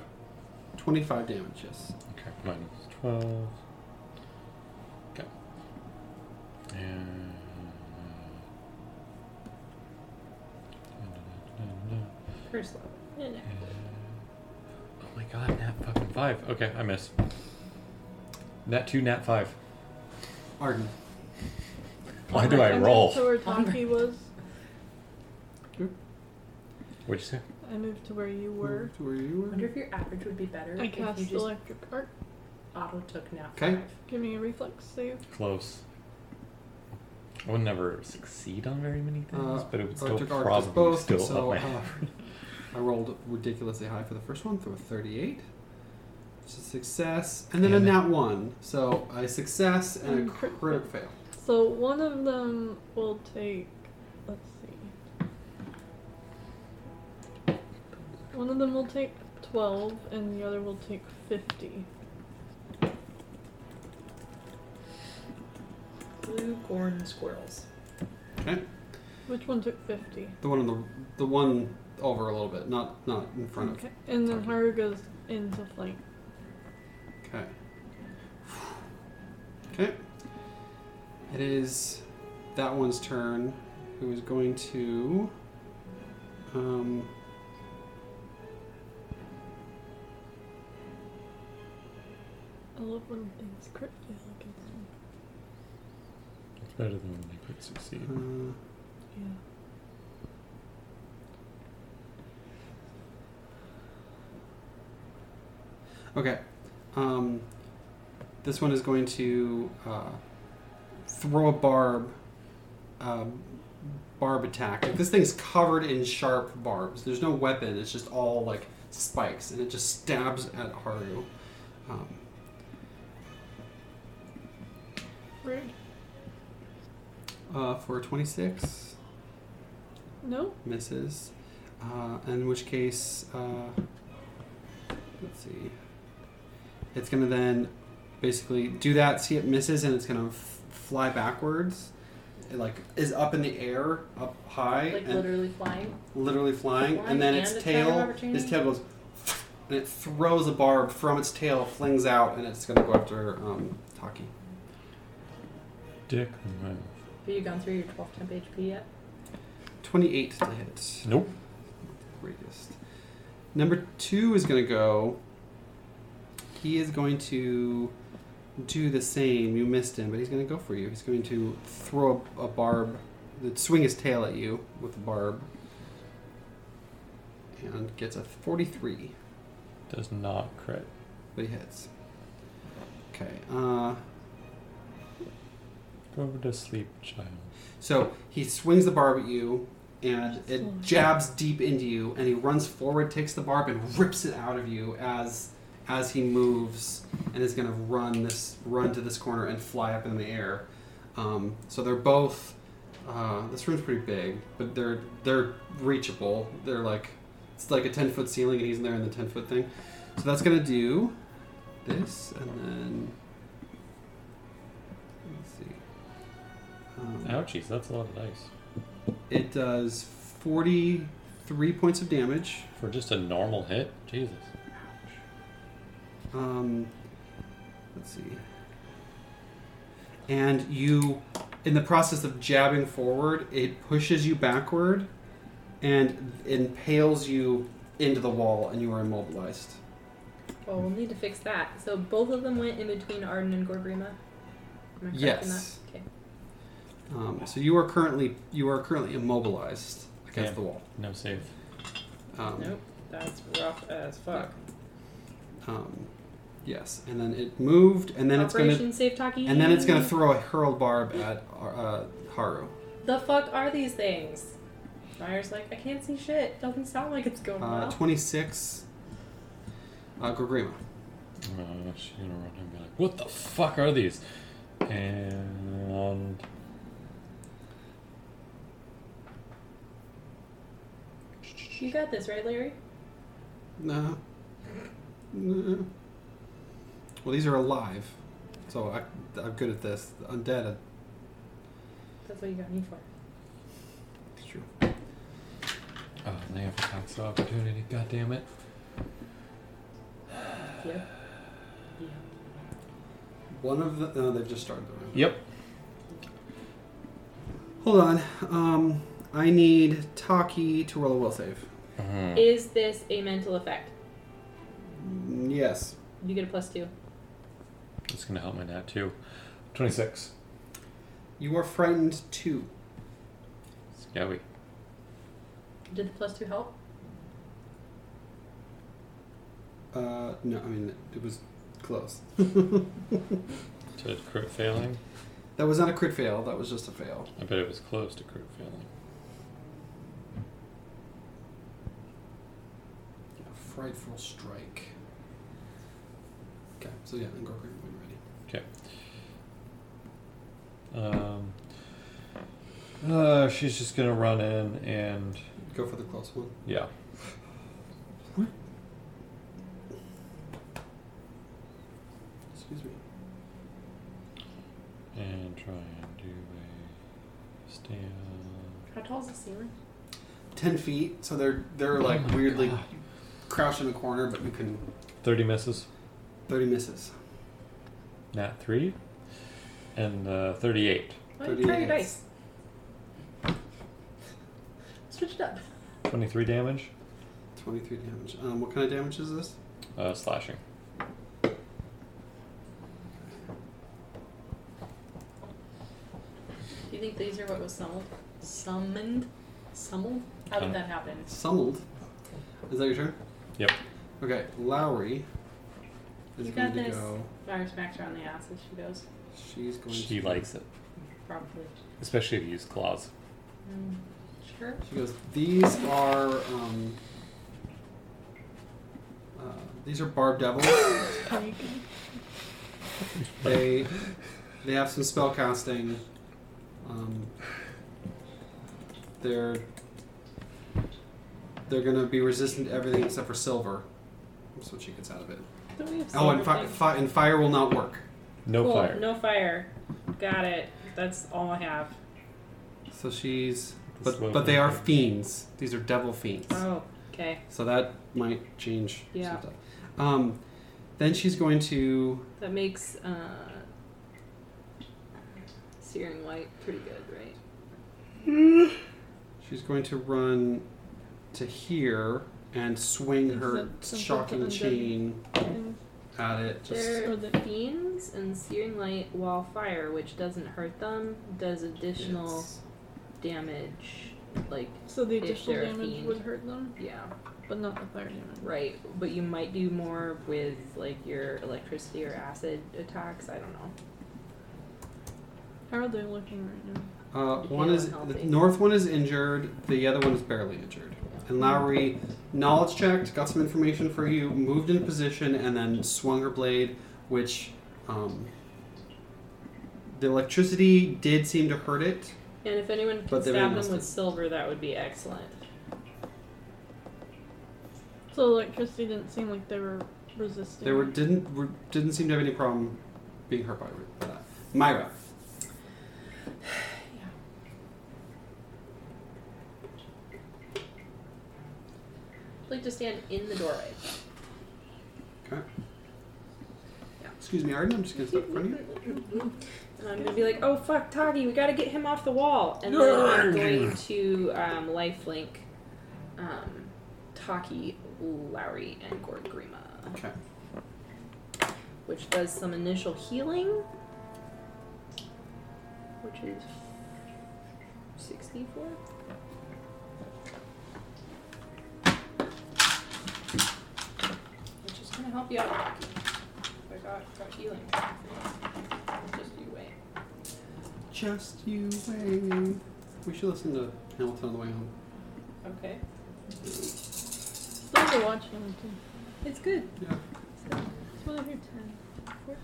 S2: 25 damage, yes.
S1: Okay, minus twelve. Okay. And...
S3: First level. Inactive.
S1: Oh my god, nat fucking five. Okay, I miss. Nat two, nat five.
S2: Arden.
S4: Oh
S1: Why do I roll?
S4: moved to where Taki was.
S1: What'd you say?
S4: I moved to where you were.
S2: To where you
S3: I
S2: were?
S3: wonder if your average would be better
S4: I
S3: if you
S4: cast
S3: just
S4: electric arc.
S3: auto took nap
S2: Okay.
S3: five.
S4: Give me a reflex save.
S1: Close. I would never succeed on very many things,
S2: Uh,
S1: but it would still
S2: Electric Arc does
S1: probably
S2: both,
S1: still
S2: so,
S1: up my
S2: uh, I rolled ridiculously high for the first one, through a 38. It's a success. And then
S1: Damn
S2: a
S1: it.
S2: nat 1. So a success and
S4: And
S2: a
S4: crit
S2: critical fail.
S4: So one of them will take. Let's see. One of them will take 12, and the other will take 50.
S3: Blue corn squirrels.
S2: Okay.
S4: Which one took 50?
S2: The one on the the one over a little bit, not not in front
S4: Okay. And then
S2: Okay.
S4: Haru goes into flank.
S2: of. Okay. Okay. It is that one's turn. Who is going to? Um.
S4: I love when things crit fail against me.
S1: It's better than when they could succeed.
S2: uh,
S4: Yeah.
S2: Okay. Um, this one is going to uh, throw a barb. Um, barb attack. Like, this thing's covered in sharp barbs. There's no weapon. It's just all like spikes, and it just stabs at Haru. Um,
S4: Rude.
S2: uh, for 26
S4: No?
S2: misses. Uh, in which case, uh, let's see. It's gonna then basically do that. See, it misses, and it's gonna f- fly backwards. It like is up in the air, up high,
S3: Like
S2: and
S3: literally flying.
S2: literally flying,
S3: Flying
S2: and then
S3: and
S2: its
S3: attack of
S2: tail,
S3: opportunity?
S2: its tail goes, and it throws a barb from its tail, flings out, and it's gonna go after um, Taki.
S1: Dick. move.
S3: Have you gone through your 12 temp HP yet?
S2: Twenty-eight to hit.
S1: Nope.
S2: Greatest. Number two is gonna go. He is going to do the same. You missed him, but he's gonna go for you. He's going to throw a, a barb, swing his tail at you with a barb, and gets a forty-three.
S1: Does not crit.
S2: But he hits. Okay. Uh,
S1: Go to sleep, child.
S2: so he swings the barb at you, and it jabs deep into you. And he runs forward, takes the barb, and rips it out of you as as he moves, and is going to run this run to this corner and fly up in the air. Um, so they're both. Uh, this room's pretty big, but they're they're reachable. They're like it's like a ten foot ceiling, and he's in there in the ten foot thing. So that's gonna do this, and then let's see. Um,
S1: Ouchies, that's a lot of dice.
S2: It does forty-three points of damage.
S1: For just a normal hit? Jesus.
S2: Um, let's see. And you, in the process of jabbing forward, it pushes you backward and impales you into the wall, and you are immobilized.
S3: Well, we'll need to fix that. So both of them went in between Arden and Gorgrima. Am I correct in
S2: Yes.
S3: that? Okay.
S2: Um, so you are currently you are currently immobilized against
S1: Yeah.
S2: the wall.
S1: No save.
S2: Um,
S3: Nope. That's rough as fuck.
S2: um, yes, and then it moved, and then
S3: Operation
S2: it's gonna
S3: Save Taki.
S2: and then it's gonna throw a hurl barb at uh, Haru.
S3: The fuck are these things? Meyer's like, I can't see shit. Doesn't sound like it's going
S2: Uh,
S3: well.
S2: Twenty six. Uh, Gorgrima.
S1: Uh, she's gonna run and be like, what the fuck are these? And.
S3: you got this, right, Larry?
S2: No. No. Well, these are alive, so I, I'm good at this. The Undead. uh,
S3: That's what you got me for.
S2: It's true.
S1: Oh, they have attacks of opportunity, god damn it.
S3: Yep. Yeah.
S2: One of the. No, they've just started the round.
S1: Yep.
S2: Hold on. Um, I need Taki to roll a will save.
S1: Mhm.
S3: Is this a mental effect?
S2: Yes.
S3: You get a plus two.
S1: It's gonna help my nat too. Twenty six.
S2: You are frightened too.
S1: Scary.
S3: Did the plus two help?
S2: Uh, no, I mean, it was close.
S1: To crit failing.
S2: that was not a crit fail, that was just a fail.
S1: I bet it was close to crit failing.
S2: Yeah, frightful strike. Okay, so yeah, and Gorgon when ready.
S1: Um, uh, she's just gonna run in and
S2: Go for the close one.
S1: yeah.
S2: Excuse me.
S1: And try and do a stand.
S4: How tall is the ceiling?
S2: Ten feet, so they're they're like
S1: Oh my
S2: weirdly
S1: God.
S2: crouched in a corner, but you can
S1: Thirty misses.
S2: thirty misses.
S1: Nat three. And uh, thirty eight.
S3: Why don't
S2: Thirty
S3: you try your
S2: minutes.
S3: dice? Switch it up.
S1: 23 damage.
S2: Twenty three damage. Um, what kind of damage is this?
S1: Uh, slashing.
S3: Do you think these are what was summoned? Summoned? Summoned? How
S1: Um,
S3: did that happen?
S2: Summoned. Is that your turn?
S1: Yep.
S2: Okay, Lowry is
S3: You
S2: going
S3: got
S2: to
S3: this.
S2: go.
S3: Fire smacks her on the ass as she goes.
S2: She's going.
S1: She
S2: to,
S1: likes it,
S3: Probably.
S1: especially if you use claws.
S3: Mm, sure.
S2: She goes. These are um. Uh, these are barb devils. they they have some spell casting. Um, they're they're gonna be resistant to everything except for silver. That's what she gets out of it.
S3: Don't we have
S2: Oh,
S3: silver
S2: and, fi-
S3: things?
S2: fi- and fire will not work.
S1: No
S3: Cool,
S1: fire.
S3: No fire. Got it. That's all I have.
S2: So she's
S1: This
S2: but
S1: will
S2: but they are
S1: not work.
S2: fiends. These are devil fiends.
S3: Oh, okay.
S2: So that might change.
S3: Yeah.
S2: some stuff. Um, then she's going to
S3: That makes uh, searing light pretty good, right?
S2: she's going to run to here and swing
S4: Is
S2: her
S4: that some
S2: shocking
S4: sort of
S2: chain
S4: And
S2: at it. Just
S3: They're
S4: or the-
S3: fiends and searing light while fire, which doesn't hurt them, does additional
S2: It's-
S3: damage. Like,
S4: so the
S3: If
S4: additional
S3: they're a
S4: damage
S3: fiend.
S4: would hurt them,
S3: yeah,
S4: but not the fire damage.
S3: right. But you might do more with like your electricity or acid attacks. I don't know.
S4: How are they looking right now?
S2: Uh,
S3: You
S2: one
S3: feel
S2: is the
S3: unhealthy.
S2: north one is injured. The other one is barely injured.
S3: Hmm.
S2: And Lowry knowledge checked, got some information for you, moved in position, and then swung her blade, which um, the electricity did seem to hurt it.
S3: And if anyone can
S2: But they really
S3: stab
S2: must
S3: them with
S2: have-
S3: silver, that would be excellent.
S4: So electricity didn't seem like they were resisting.
S2: They were didn't were, didn't seem to have any problem being hurt by that. Myra,
S3: I'd like to stand in the doorway.
S2: excuse me, Arden. I'm just gonna step in front of you.
S3: And I'm gonna be like, oh fuck, Toggy, we gotta get him off the wall. And then I'm going to um, lifelink um, Taki, Lowry, and Gord Grima,
S2: Okay.
S3: which does some initial healing, which is 64. Which is gonna help you out, Taki. I got, got healing. Just you wait.
S2: Just you wait. We should listen to Hamilton on the way home.
S3: Okay.
S4: Still were watching them too.
S3: It's good.
S2: Yeah.
S4: It's one of your 10, 14,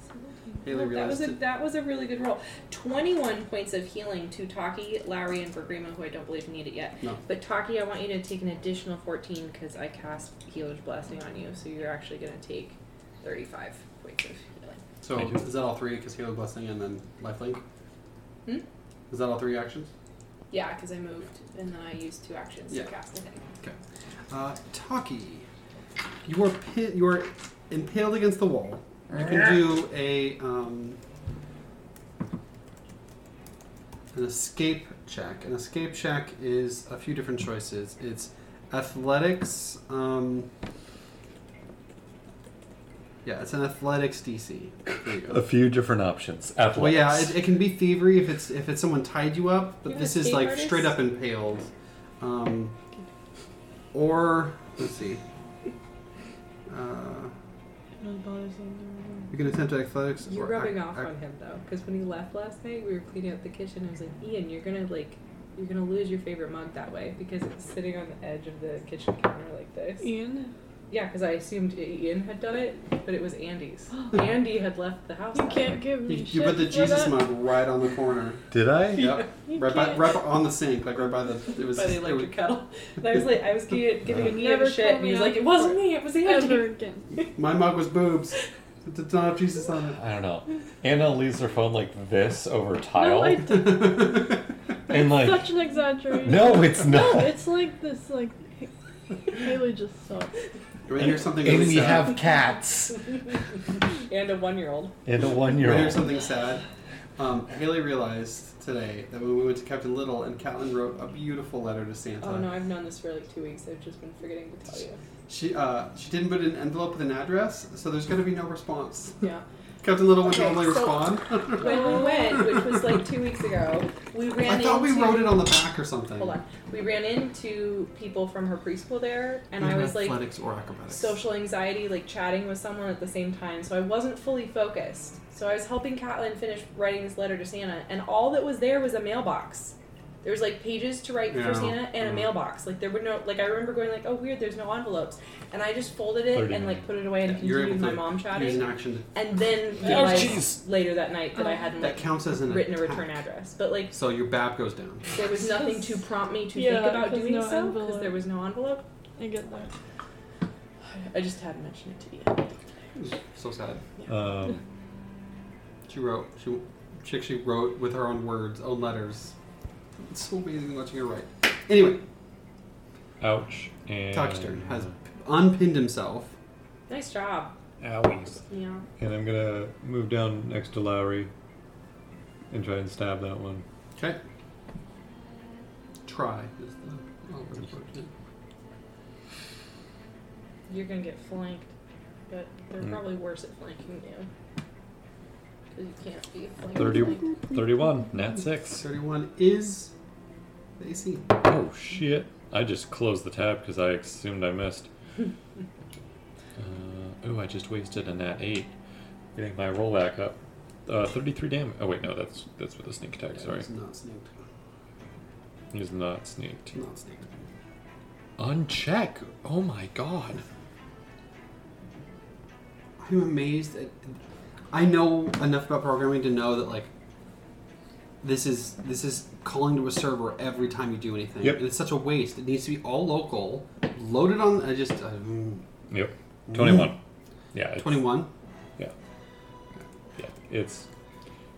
S4: 17.
S2: Haley
S3: that was
S2: realized
S3: a
S2: it.
S3: that was a really good roll. Twenty one points of healing to Taki, Lowry, and Vergrima, who I don't believe need it yet.
S2: No.
S3: But Taki, I want you to take an additional fourteen because I cast Healer's Blessing on you, so you're actually going to take thirty five points of healing.
S2: So
S1: Thank you.
S2: is that all three? Because Halo Blessing and then Lifelink.
S3: Hmm?
S2: Is that all three actions?
S3: Yeah, because I moved and then I used two actions
S2: Yeah.
S3: to cast a thing.
S2: Uh, Taki, you are pit, you are impaled against the wall. You can do a um, an escape check. An escape check is a few different choices. It's Athletics. Um, yeah, it's an athletics DC. There you
S1: A
S2: go.
S1: few different options. Athletics.
S2: Well, yeah, it, it can be thievery if it's if it's someone tied you up, but
S3: You're
S2: this
S3: an
S2: is
S3: escape
S2: like
S3: artist?
S2: straight up impaled. Um, or let's see. Uh,
S4: It really bothers them.
S2: you can attempt athletics.
S3: You're
S2: or ac-
S3: rubbing off
S2: ac-
S3: on him though, because when he left last night, we were cleaning up the kitchen. I was like, Ian, you're gonna like, you're gonna lose your favorite mug that way because it's sitting on the edge of the kitchen counter like this.
S4: Ian,
S3: Yeah, because I assumed Ian had done it, but it was Andy's. Andy had left the house.
S4: you
S3: that
S4: can't
S3: night.
S4: give me
S2: You,
S4: shit
S2: you put the
S4: for
S2: Jesus
S4: that.
S2: mug right on the corner.
S1: Did I?
S2: Yep.
S4: You
S2: Right by,
S4: can't.
S2: right on the sink, like right by the. It was.
S3: by the
S2: it
S3: electric
S2: was-
S3: kettle. And I was like, I was giving, giving him
S4: Never
S3: Ian shit,
S4: call
S3: and
S4: me
S3: he was
S4: out
S3: like, it
S4: for
S3: wasn't
S4: it.
S3: me, it was Andy.
S4: Ever again.
S2: my mug was boobs. It did not have Jesus on it.
S1: I don't know. Anna leaves her phone like this over
S4: No,
S1: tile,
S4: I d-
S1: and like,
S4: such an exaggeration.
S1: no, it's not.
S4: It's like this, like, Haley just sucks.
S2: You wanna hear something
S1: and
S2: really
S1: we
S2: sad?
S1: have cats
S3: and a one-year-old.
S1: and a
S2: You wanna
S1: one-year-old.
S2: hear something sad? Um, Haley realized today that when we went to Captain Little and Catelyn wrote a beautiful letter to Santa.
S3: Oh no, I've known this for like two weeks. I've just been forgetting to tell you.
S2: She uh, she didn't put an envelope with an address, so there's gonna be no response.
S3: Yeah.
S2: Captain Little would
S3: Okay,
S2: normally
S3: so-
S2: respond.
S3: When we went, which was like two weeks ago, we ran
S2: I thought we
S3: into-
S2: wrote it on the back or something.
S3: Hold on. We ran into people from her preschool there, and
S2: Either
S3: I was like
S2: athletics or acrobatics.
S3: social anxiety, like chatting with someone at the same time, so I wasn't fully focused. So I was helping Catelyn finish writing this letter to Santa, and all that was there was a mailbox. There was like pages to write
S2: Yeah,
S3: for Santa and
S2: yeah.
S3: a
S1: Mm-hmm.
S3: mailbox. Like there were no like I remember going like, oh weird, there's no envelopes, and I just folded it
S1: Thirty
S3: and like
S1: minutes.
S3: put it away and
S2: You're
S3: continued
S2: able
S3: my
S2: to
S3: mom
S2: Use an
S3: chatting,
S2: action.
S3: and then
S1: Oh,
S3: realized
S1: jeez.
S3: later that night that I hadn't
S2: Oh, That
S3: like
S2: counts as an
S3: written a
S2: attack.
S3: return address, but like
S2: So your bab goes down.
S3: there was nothing to prompt me to
S4: Yeah,
S3: think about
S4: 'cause
S3: doing
S4: no
S3: so because
S4: envelope.
S3: there was no envelope.
S4: I get that.
S3: I just hadn't mentioned it to you.
S2: So sad.
S1: Um,
S2: She wrote. She she actually wrote with her own words, own letters. It's so amazing watching her write. Anyway,
S1: ouch. And
S2: Toxtern has unpinned himself.
S3: Nice job.
S1: owies.
S3: Yeah.
S1: And I'm gonna move down next to Lowry and try and stab that one.
S2: Okay. Try is the oh, we're unfortunate.
S3: You're gonna get flanked, but they're
S1: Mm.
S3: probably worse at flanking you. Because you can't be flanked.
S1: 30, 31, nat six.
S2: Thirty-one is the AC.
S1: Oh shit! I just closed the tab because I assumed I missed. uh, oh, I just wasted a nat eight. Getting my roll back up. Uh, 33 damage. Oh wait, no, that's that's with a sneak attack. Sorry,
S2: It's not sneaked.
S1: he's not sneaked.
S2: Not sneaked.
S1: Uncheck. Oh my god.
S2: I'm amazed. At, I know enough about programming to know that like this is this is calling to a server every time you do anything,
S1: Yep.
S2: and it's such a waste. It needs to be all local, loaded on. I just uh,
S1: Yep. 21. Yeah. it's-
S2: twenty one.
S1: Yeah. Yeah. It's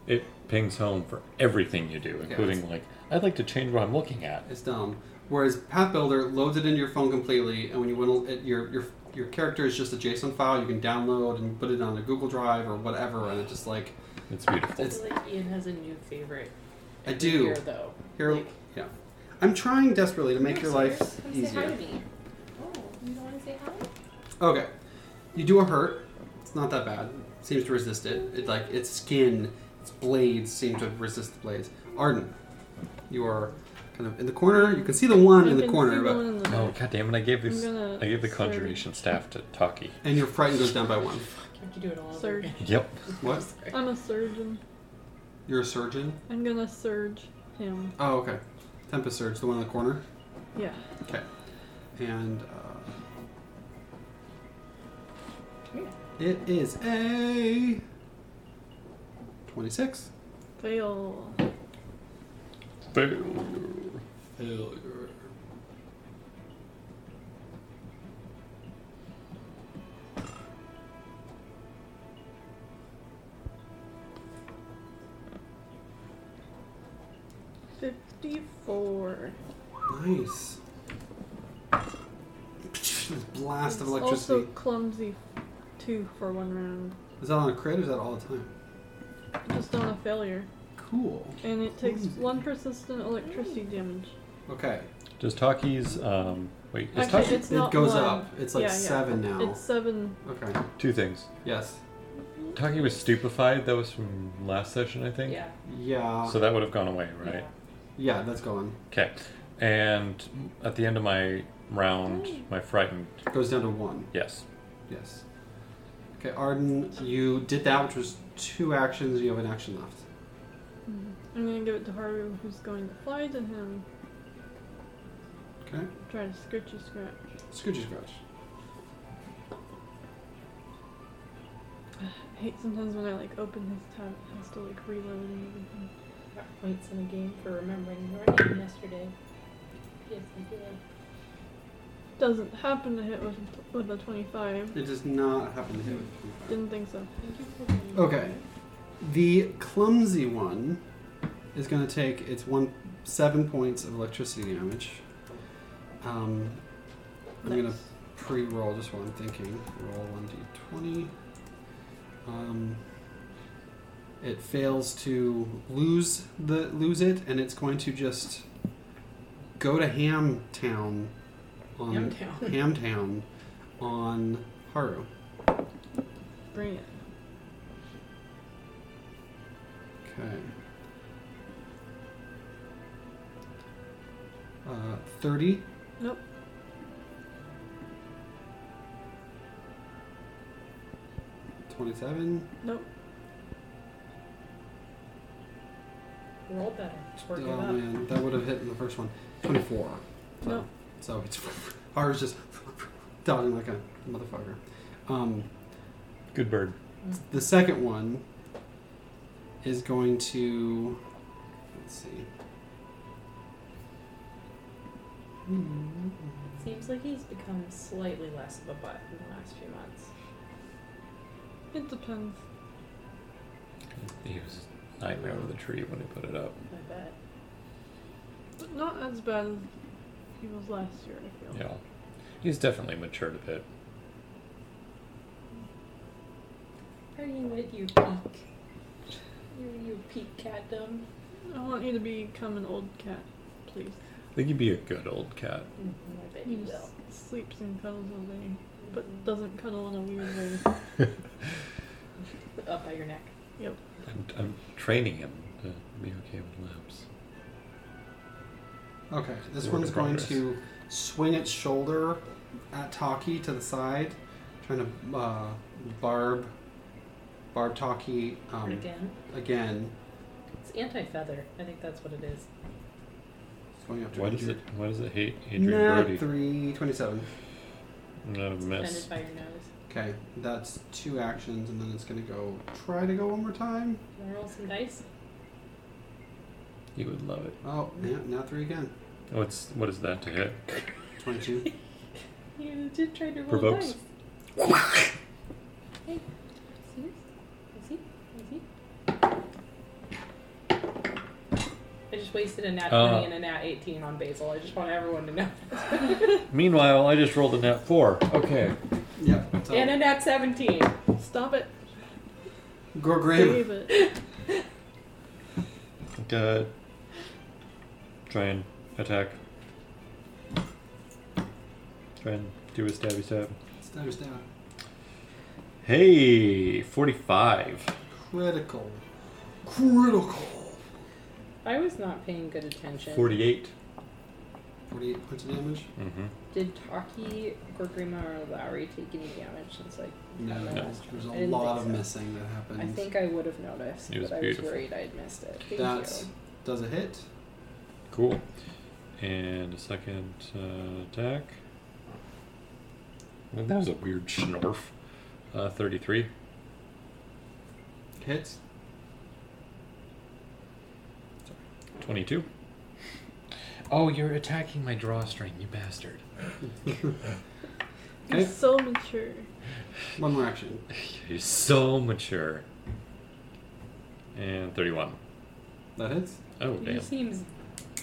S1: it pings home for everything you do, including like I'd like to change what I'm looking at.
S2: It's dumb. Whereas Path Builder loads it into your phone completely, and when you want to, it, your your your character is just a JSON file you can download and put it on a Google Drive or whatever, and it just like
S1: It's beautiful.
S3: I feel like Ian has a new favorite.
S2: I
S3: every
S2: do.
S3: Year, though.
S2: here.
S3: Like-
S2: Yeah, I'm trying desperately to make your life
S3: Come say hi
S2: easier.
S3: to me. Oh, you don't want to say hi?
S2: Okay. You do a hurt. It's not that bad. Seems to resist it. It like its skin, its blades seem to resist the blades. Arden, you are kind of in the corner. You can see the one
S4: I
S2: in the
S4: can
S2: corner,
S4: see
S2: but
S4: one in the
S1: Oh god damn it! I gave this
S4: I'm gonna
S1: I gave the
S4: serve-
S1: conjuration staff to Taki.
S2: and your frightened goes down by one.
S3: You have to do it all over
S4: Surge.
S3: again.
S1: Yep.
S2: What?
S4: I'm a surgeon.
S2: You're a surgeon.
S4: I'm gonna surge him.
S2: Oh, okay. Tempest surge, the one in the corner.
S4: Yeah.
S2: Okay. And uh,
S3: Yeah.
S2: it is a twenty-six.
S4: Fail.
S1: Boom.
S2: Failure.
S4: Fifty-four.
S2: Nice. This blast of
S4: It's
S2: electricity.
S4: Also clumsy, two for one round.
S2: Is that on a crit or is that all the time?
S4: Just on a failure,
S2: Cool.
S4: and it takes
S2: Clumsy.
S4: one persistent electricity damage.
S2: Okay.
S1: Does Taki's um, Wait, is
S4: Actually,
S1: touch-
S4: it's
S2: It
S4: not
S2: goes
S4: one.
S2: up. It's like
S4: Yeah, yeah.
S2: seven now.
S4: It's seven.
S2: Okay.
S1: two things.
S2: Yes.
S1: Taki was stupefied. That was from last session, I think.
S3: Yeah.
S2: Yeah.
S1: So that would have gone away, right?
S2: yeah, that's going.
S1: Okay. And at the end of my round, my frightened,
S2: Goes down to one.
S1: yes.
S2: Yes. Okay, Arden, you did that, which was two actions. You have an action left.
S4: Mm. I'm gonna give it to Haru, who's going to fly to him.
S2: Okay.
S4: Try to scritchy scratch.
S2: Scoochy scratch.
S4: I hate sometimes when I like open his tab, it has to like reload and everything.
S3: Got points in the game for remembering your name yesterday. Yes, I did.
S4: Doesn't happen to hit with with a 25.
S2: It does not happen to hit with twenty-five.
S4: Didn't think so.
S3: Thank you for being
S2: Okay. The clumsy one is going to take its one seven points of electricity damage. Um, I'm going to
S4: Nice.
S2: pre-roll just while I'm thinking. Roll one d20. Um, it fails to lose the lose it, and it's going to just go to Ham Town on
S3: Ham Town.
S2: Ham Town on Haru.
S4: Bring it.
S2: Okay. Uh, 30.
S4: Nope.
S2: Twenty-seven.
S4: Nope.
S3: Roll better. Work it
S2: oh
S3: up.
S2: man, that would have hit in the first one. Twenty-four. So,
S4: Nope.
S2: so it's ours just dodging like a motherfucker. Um,
S1: Good bird.
S2: the second one is going to let's see.
S3: Seems like he's become slightly less of a butt in the last few months.
S4: It depends.
S1: He was a nightmare with a tree when he put it up.
S3: I bet.
S4: But not as bad as he was last year, I feel.
S1: Yeah. He's definitely matured a bit.
S3: Are you with you peak? You you peak catdom.
S4: I want you to become an old cat, please.
S1: I think he'd be a good old cat.
S3: Mm-hmm, I bet
S4: He
S3: you
S4: just
S3: will. Mm-hmm.
S4: sleeps and cuddles all day, but doesn't cuddle in a weird way.
S3: Up by your neck.
S4: Yep.
S1: I'm, I'm training him to be okay with laps.
S2: Okay, this
S1: Work in
S2: one's going
S1: progress.
S2: to swing its shoulder at Taki to the side, trying to uh, barb barb Taki um,
S1: Oh,
S3: And again,
S2: again.
S3: it's anti feather. I think that's what it is.
S2: It's going up to
S1: Why does it?
S2: 100.
S1: Why does it hate Adrian
S2: Nah,
S1: Brody?
S2: three twenty-seven.
S1: Not a
S3: Offended
S1: miss.
S3: by your nose.
S2: Okay, that's two actions, and then it's going to go try to go one more time.
S3: You wanna roll some dice?
S1: He would love it.
S2: Oh, yeah, now three again.
S1: What's what is that to hit?
S2: Twenty-two.
S3: You did try to roll
S1: Provokes.
S3: dice. hey, see this? I see. I see. I just wasted a nat
S1: Uh.
S3: 20 and a nat 18 on Basil. I just want everyone to know.
S1: Meanwhile, I just rolled a net four. Okay.
S2: yep. So,
S3: And a nat 17.
S4: Stop it.
S2: Gorgrim.
S4: Save it.
S1: Uh, try and attack. Try and do a stabby stab.
S2: Stab, stab.
S1: Hey, 45.
S2: Critical. Critical.
S3: I was not paying good attention.
S1: 48.
S2: Forty-eight points of damage.
S1: Mm-hmm.
S3: Did Taki, Gorgrima, or Lowry take any damage since I
S2: No,
S3: No.
S2: there's a
S3: I didn't
S2: lot of
S3: think so.
S2: missing that happens.
S3: I think I would have noticed,
S1: It was
S3: but I was
S1: beautiful.
S3: worried I'd missed it. Thank
S2: That's-
S3: you.
S2: Does it hit?
S1: Cool. And a second uh, attack. Well, That was a weird schnorf. Uh, 33.
S2: Hits.
S1: 22. Oh, you're attacking my drawstring, you bastard.
S2: Okay.
S4: He's so mature.
S2: One more action.
S1: You're so mature. And 31.
S2: That hits.
S1: Oh,
S3: He
S1: damn.
S3: seems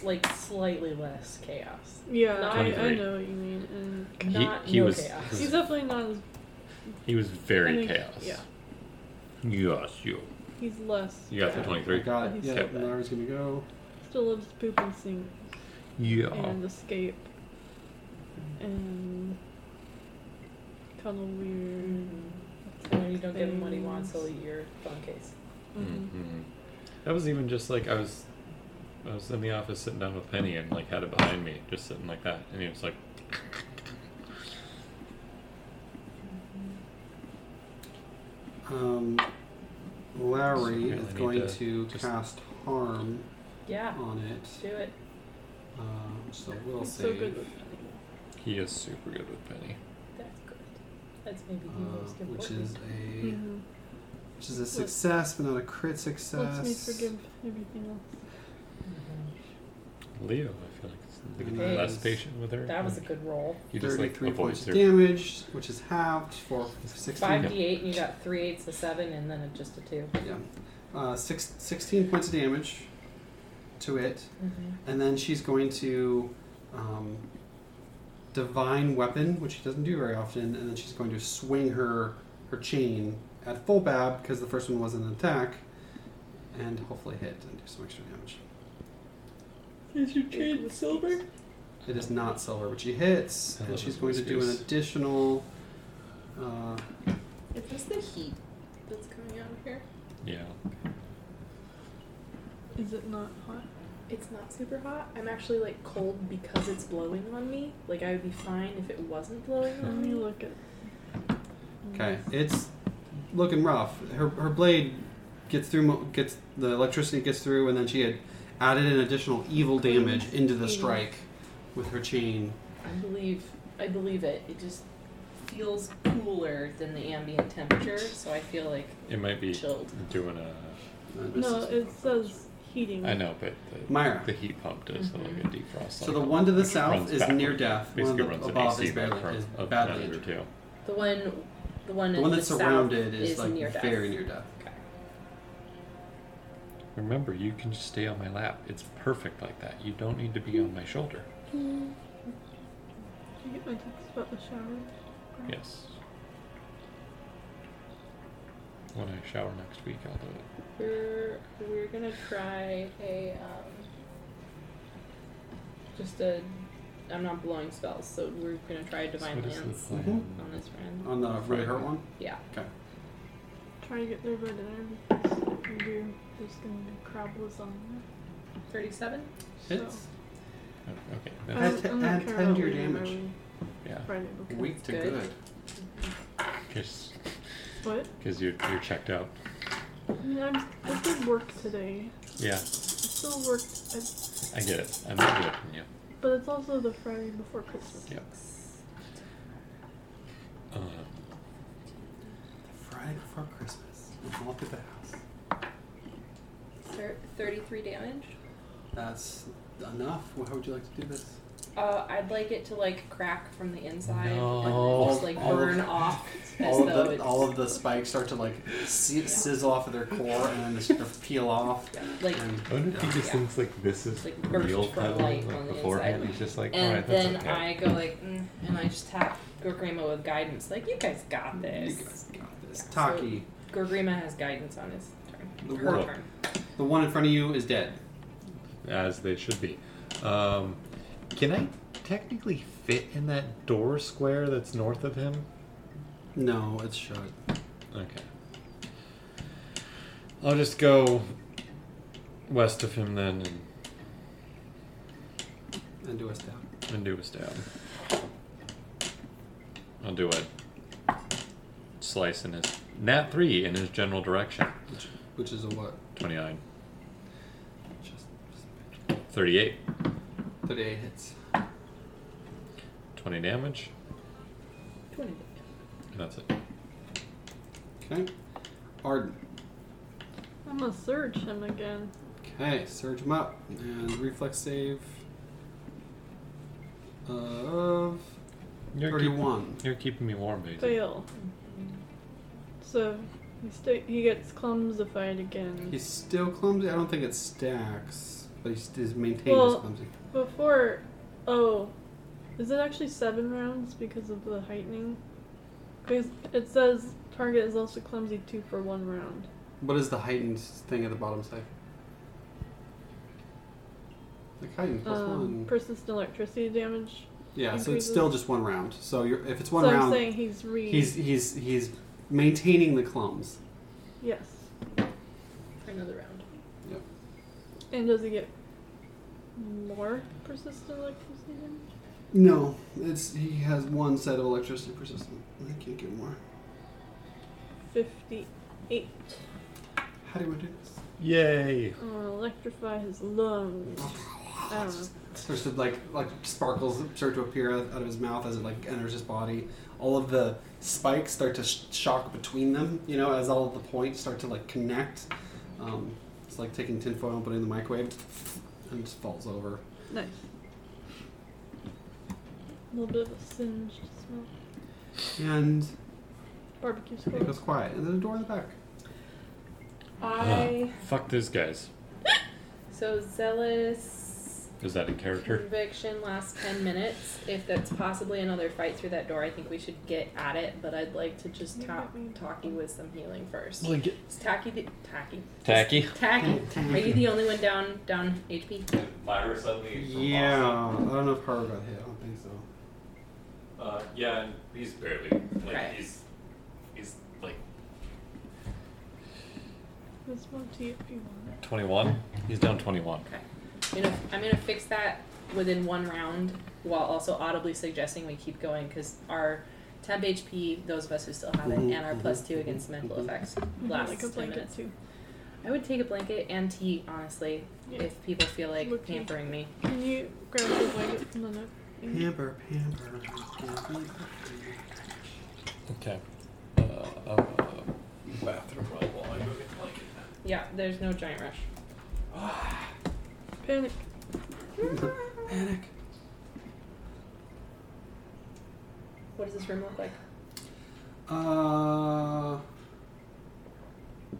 S3: like slightly less chaos.
S4: Yeah, I, I
S1: 23.
S4: know what you mean. And
S3: Not
S1: he
S3: no
S1: was-
S3: chaos.
S4: he's definitely not as.
S1: He was very
S4: I think-
S1: chaos.
S4: Yeah.
S1: Yes, you.
S4: He's less.
S1: You got the
S4: bad.
S1: 23.
S2: I got it.
S4: He's
S2: Yeah,
S4: so
S2: and
S4: bad.
S2: Lara's gonna go.
S4: Still loves poop and sing
S1: Yeah.
S4: and escape. and tunnel weird.
S1: Mm-hmm.
S3: And you don't give him what he wants, he'll eat your phone case.
S1: Mm-hmm.
S4: Mhm.
S2: mm-hmm.
S1: That was even just like I was, I was in the office sitting down with Penny and like had it behind me, just sitting like that, and he was like,
S2: Um,
S1: Apparently
S2: Larry is
S1: need
S2: going
S1: to
S2: to,
S1: just-
S2: cast harm
S3: Yeah,
S2: on it.
S3: do it.
S2: Uh, so we'll
S4: He's
S2: see.
S4: so good with that.
S1: he is super good with Penny.
S3: That's good. That's maybe
S2: uh,
S3: the most important.
S2: which is a
S4: Mhm.
S2: which is a success, but not a crit success.
S4: Lets me forgive everything else.
S1: Mm-hmm. Leo, I feel like is the
S2: Hey.
S1: less patient with her.
S3: That was a good roll.
S1: He just like
S2: Thirty-three
S1: avoids
S2: points
S1: her.
S2: of damage, which is halved for sixteen.
S3: Five D eight and you got three eights, a seven, and then a, just a 2
S2: Yeah, uh, six, 16 points of damage to it, and then she's going to um, divine weapon, which she doesn't do very often, and then she's going to swing her her chain at full bab because the first one was an attack, and hopefully hit and do some extra damage.
S4: Is your chain silver?
S2: It is not silver, but she hits,
S1: I
S2: and
S1: love
S2: she's
S1: those
S2: going to do an
S1: whiskers.
S2: additional. Uh,
S3: Is this the heat that's coming out of here?
S1: Yeah.
S4: Is it not hot?
S3: It's not super hot. I'm actually like cold because it's blowing on me. Like I would be fine if it wasn't blowing
S4: Let
S3: on
S4: me
S3: me.
S4: look at.
S2: Okay, it's looking rough. Her, her blade gets through, mo- gets the electricity gets through, and then she had added an additional evil damage into the strike with her chain.
S3: I believe I believe it. It just feels cooler than the ambient temperature, so I feel like
S1: It might be
S3: chilled.
S1: doing a.
S2: Uh,
S4: No, it says heating.
S1: I know, but the,
S2: Myra.
S1: the heat pump does
S3: Mhm.
S1: like a defrost.
S2: Mm-hmm. So
S1: like,
S2: the one to the south
S1: runs
S2: is
S1: backward.
S2: near death. One
S1: Basically
S2: of
S1: runs
S2: the
S1: an
S2: above
S1: AC
S2: is barely
S1: backwards
S2: is
S1: up
S2: badly
S1: another
S2: injured.
S1: two.
S3: The one the one
S2: The
S3: in
S2: one that's
S3: south
S2: surrounded is, like
S3: near death.
S2: very near death.
S3: Okay.
S1: Remember, you can just stay on my lap. It's perfect like that. You don't need to be on my shoulder.
S4: Did you get my text about the shower?
S1: Yes. When I shower next week, I'll do it.
S3: We're we're gonna try a um, just a. I'm not blowing spells, so we're gonna try divine Mm-hmm.
S1: What is the
S3: lands
S1: plan?
S2: Mhm.
S3: on this friend.
S2: On the really hurt one.
S3: Yeah.
S2: Okay.
S4: Try to get there by dinner because we do. There's gonna be crab lasagna.
S3: Thirty-seven.
S2: Hits.
S1: Oh, Okay.
S4: So,
S1: That's,
S2: Add te-
S4: I'm not
S2: add
S4: care
S2: 10 to
S4: about
S2: your
S4: leaving
S2: damage.
S4: early
S1: yeah.
S4: Friday because
S2: Weak to
S3: Good.
S2: good.
S1: Just
S4: what?
S1: because you're you're checked out.
S4: I mean, I'm, I did work today.
S1: Yeah,
S4: I still worked, I,
S1: I get it. I'm not judging you.
S4: but it's also the Friday before Christmas.
S1: Yeah. Um,
S2: Friday before Christmas. I'm all through the house.
S3: Thir- Thirty-three damage.
S2: That's enough. Well, How would you like to do this?
S3: Uh, I'd like it to like crack from the inside
S1: No.
S3: and just like
S2: All of-
S3: burn off as
S2: all
S3: though
S2: of the
S3: it's
S2: all of the spikes start to like si- sizzle off of their core and then they sort of peel off.
S3: like.
S2: And,
S1: I wonder if he just
S3: Yeah.
S1: thinks like this is
S3: Like, burst
S1: real
S3: for
S1: time.
S3: light
S1: Like
S3: on the
S1: beforehand,
S3: inside.
S1: he's just like, all
S3: And
S1: right, that's
S3: then
S1: okay.
S3: I go like, mm, and I just tap Gorgrima with guidance. Like you guys got
S2: You
S3: this.
S2: guys got this.
S3: Yeah, so-
S2: Taki,
S3: Gorgrima has guidance on his
S2: The
S3: turn. Her
S2: what?
S3: turn.
S2: the one in front of you is dead.
S1: as they should be. Um, can I technically fit in that door square that's north of him?
S2: No, it's shut.
S1: Okay. I'll just go west of him then and,
S2: And do a stab.
S1: and do a stab. I'll do it. Slice in his nat three in his general direction.
S2: Which, which is a what?
S1: 29,
S2: Just, just
S1: 38,
S2: 38 hits.
S1: 20 damage,
S3: Twenty.
S1: and that's it.
S2: Okay. Arden.
S4: I'm gonna surge him again.
S2: Okay, surge him up. And reflex save of
S1: You're, keep,
S2: 31.
S1: you're keeping me warm, basically.
S4: Fail. So he stay, he gets clumsified again.
S2: He's still clumsy. I don't think it stacks, but he's, he's maintained
S4: Well-
S2: as clumsy.
S4: Before, oh, is it actually seven rounds because of the heightening? Because it says target is also clumsy two for one round.
S2: What does the heightened thing at the bottom say? Like heightened plus
S4: Um,
S2: one.
S4: persistent electricity damage
S2: Yeah, so it's
S4: Um, Increases-
S2: still just one round. So you're, if it's one
S4: so I'm
S2: round,
S4: saying he's re.
S2: he's he's he's maintaining the clums.
S4: yes.
S3: for another round.
S2: Yep.
S4: And does he get more persistent electricity damage?
S2: No, it's he has one set of electricity persistent. I can't get more.
S4: Fifty-eight.
S2: How do I do this?
S1: Yay!
S4: I'm gonna electrify his lungs. I don't know.
S2: Starts to like like sparkles start to appear out out of his mouth as it like enters his body. All of the spikes start to sh- shock between them. You know, as all of the points start to like connect. Um, it's like taking tinfoil and putting it in the microwave, and it just falls over.
S4: Nice. A little bit of a singed smell.
S2: And
S4: Barbecue
S2: it
S4: squirrel.
S2: goes quiet. And then a door in the back.
S3: I
S1: Fuck those guys.
S3: so zealous
S1: Is that in character?
S3: conviction lasts ten minutes. If that's possibly another fight through that door, I think we should get at it. But I'd like to just
S4: You
S3: top
S4: got me.
S3: Taki with some healing first.
S1: Like,
S3: Is Taki the, Taki
S1: tacky.
S3: Taki? Are you the only one down down HP?
S6: Myra suddenly. from
S2: Yeah, I don't know if Harvard got hit. I don't think so.
S6: Boston. Uh, yeah, and he's barely. Like,
S3: Right.
S6: he's. He's like.
S4: This one to you if you want
S1: 21? He's down 21.
S3: Okay. I'm gonna, I'm gonna fix that within one round while also audibly suggesting we keep going because our temp HP, those of us who still have it, and our plus two against mental effects
S4: it.
S3: lasts
S4: Mhm. like a
S3: 10
S4: blanket
S3: minutes.
S4: too.
S3: I would take a blanket and tea, honestly,
S4: Yeah.
S3: if people feel like
S4: Look cute.
S3: pampering me.
S4: Can you grab the blanket from the nook?
S2: Pamper, pamper. pamper.
S1: Okay. Uh, uh,
S6: Bathroom while while I go get the blanket.
S3: Yeah, there's no giant rush.
S4: Panic.
S2: Panic.
S3: What does this room look like?
S2: Uh,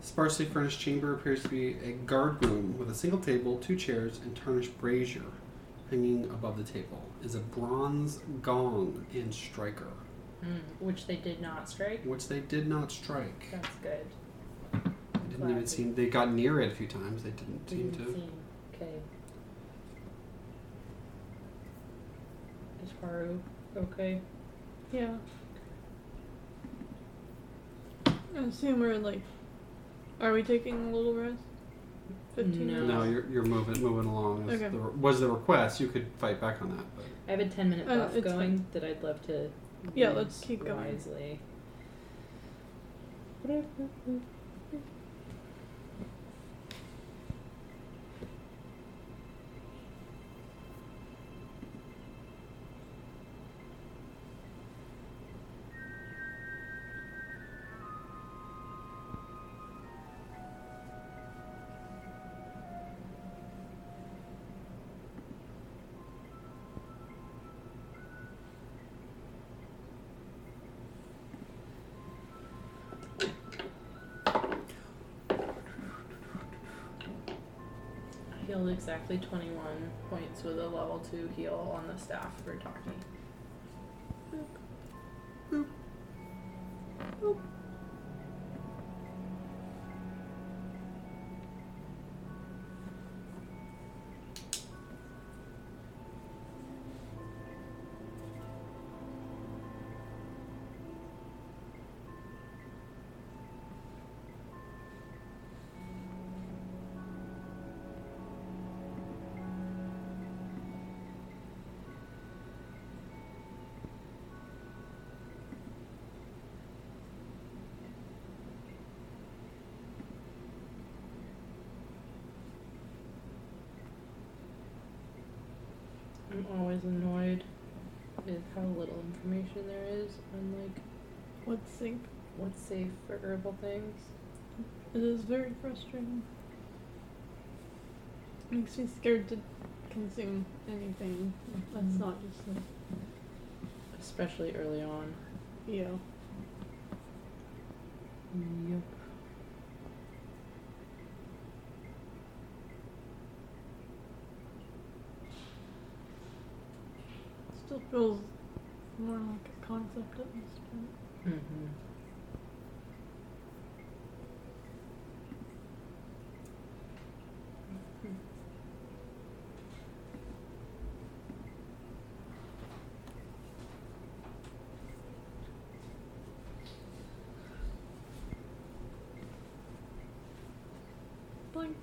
S2: sparsely furnished chamber appears to be a guard room with a single table, two chairs, and tarnished brazier hanging above the table. Is a bronze gong and striker,
S3: Hmm, Which they did not strike.
S2: which they did not strike.
S3: That's good.
S2: They didn't even seem. They got near it a few times. They didn't seem
S3: Didn't
S2: to.
S3: seem- Okay. Is Haru okay?
S4: Yeah. I assume we're in like. Are we taking a little rest? Fifteen
S3: No.
S4: minutes.
S2: No, you're, you're moving moving along. Is
S4: Okay.
S2: the- was the request you could fight back on that, but
S3: I have a 10 minute
S4: Oh,
S3: buff
S4: it's
S3: going
S4: fine.
S3: that I'd love to.
S4: Yeah,
S3: use
S4: let's keep going.
S3: Wisely. I healed exactly 21 points with a level 2 heal on the staff for Taki. I'm always annoyed with how little information there is on like
S4: Let's think.
S3: what's safe for herbal things.
S4: It is very frustrating. Makes me scared to consume anything that's
S3: Mhm.
S4: not just like
S3: Especially early on.
S4: yeah.
S3: Yep.
S4: Still feels more like a concept at this point.
S3: Mm-hmm. going?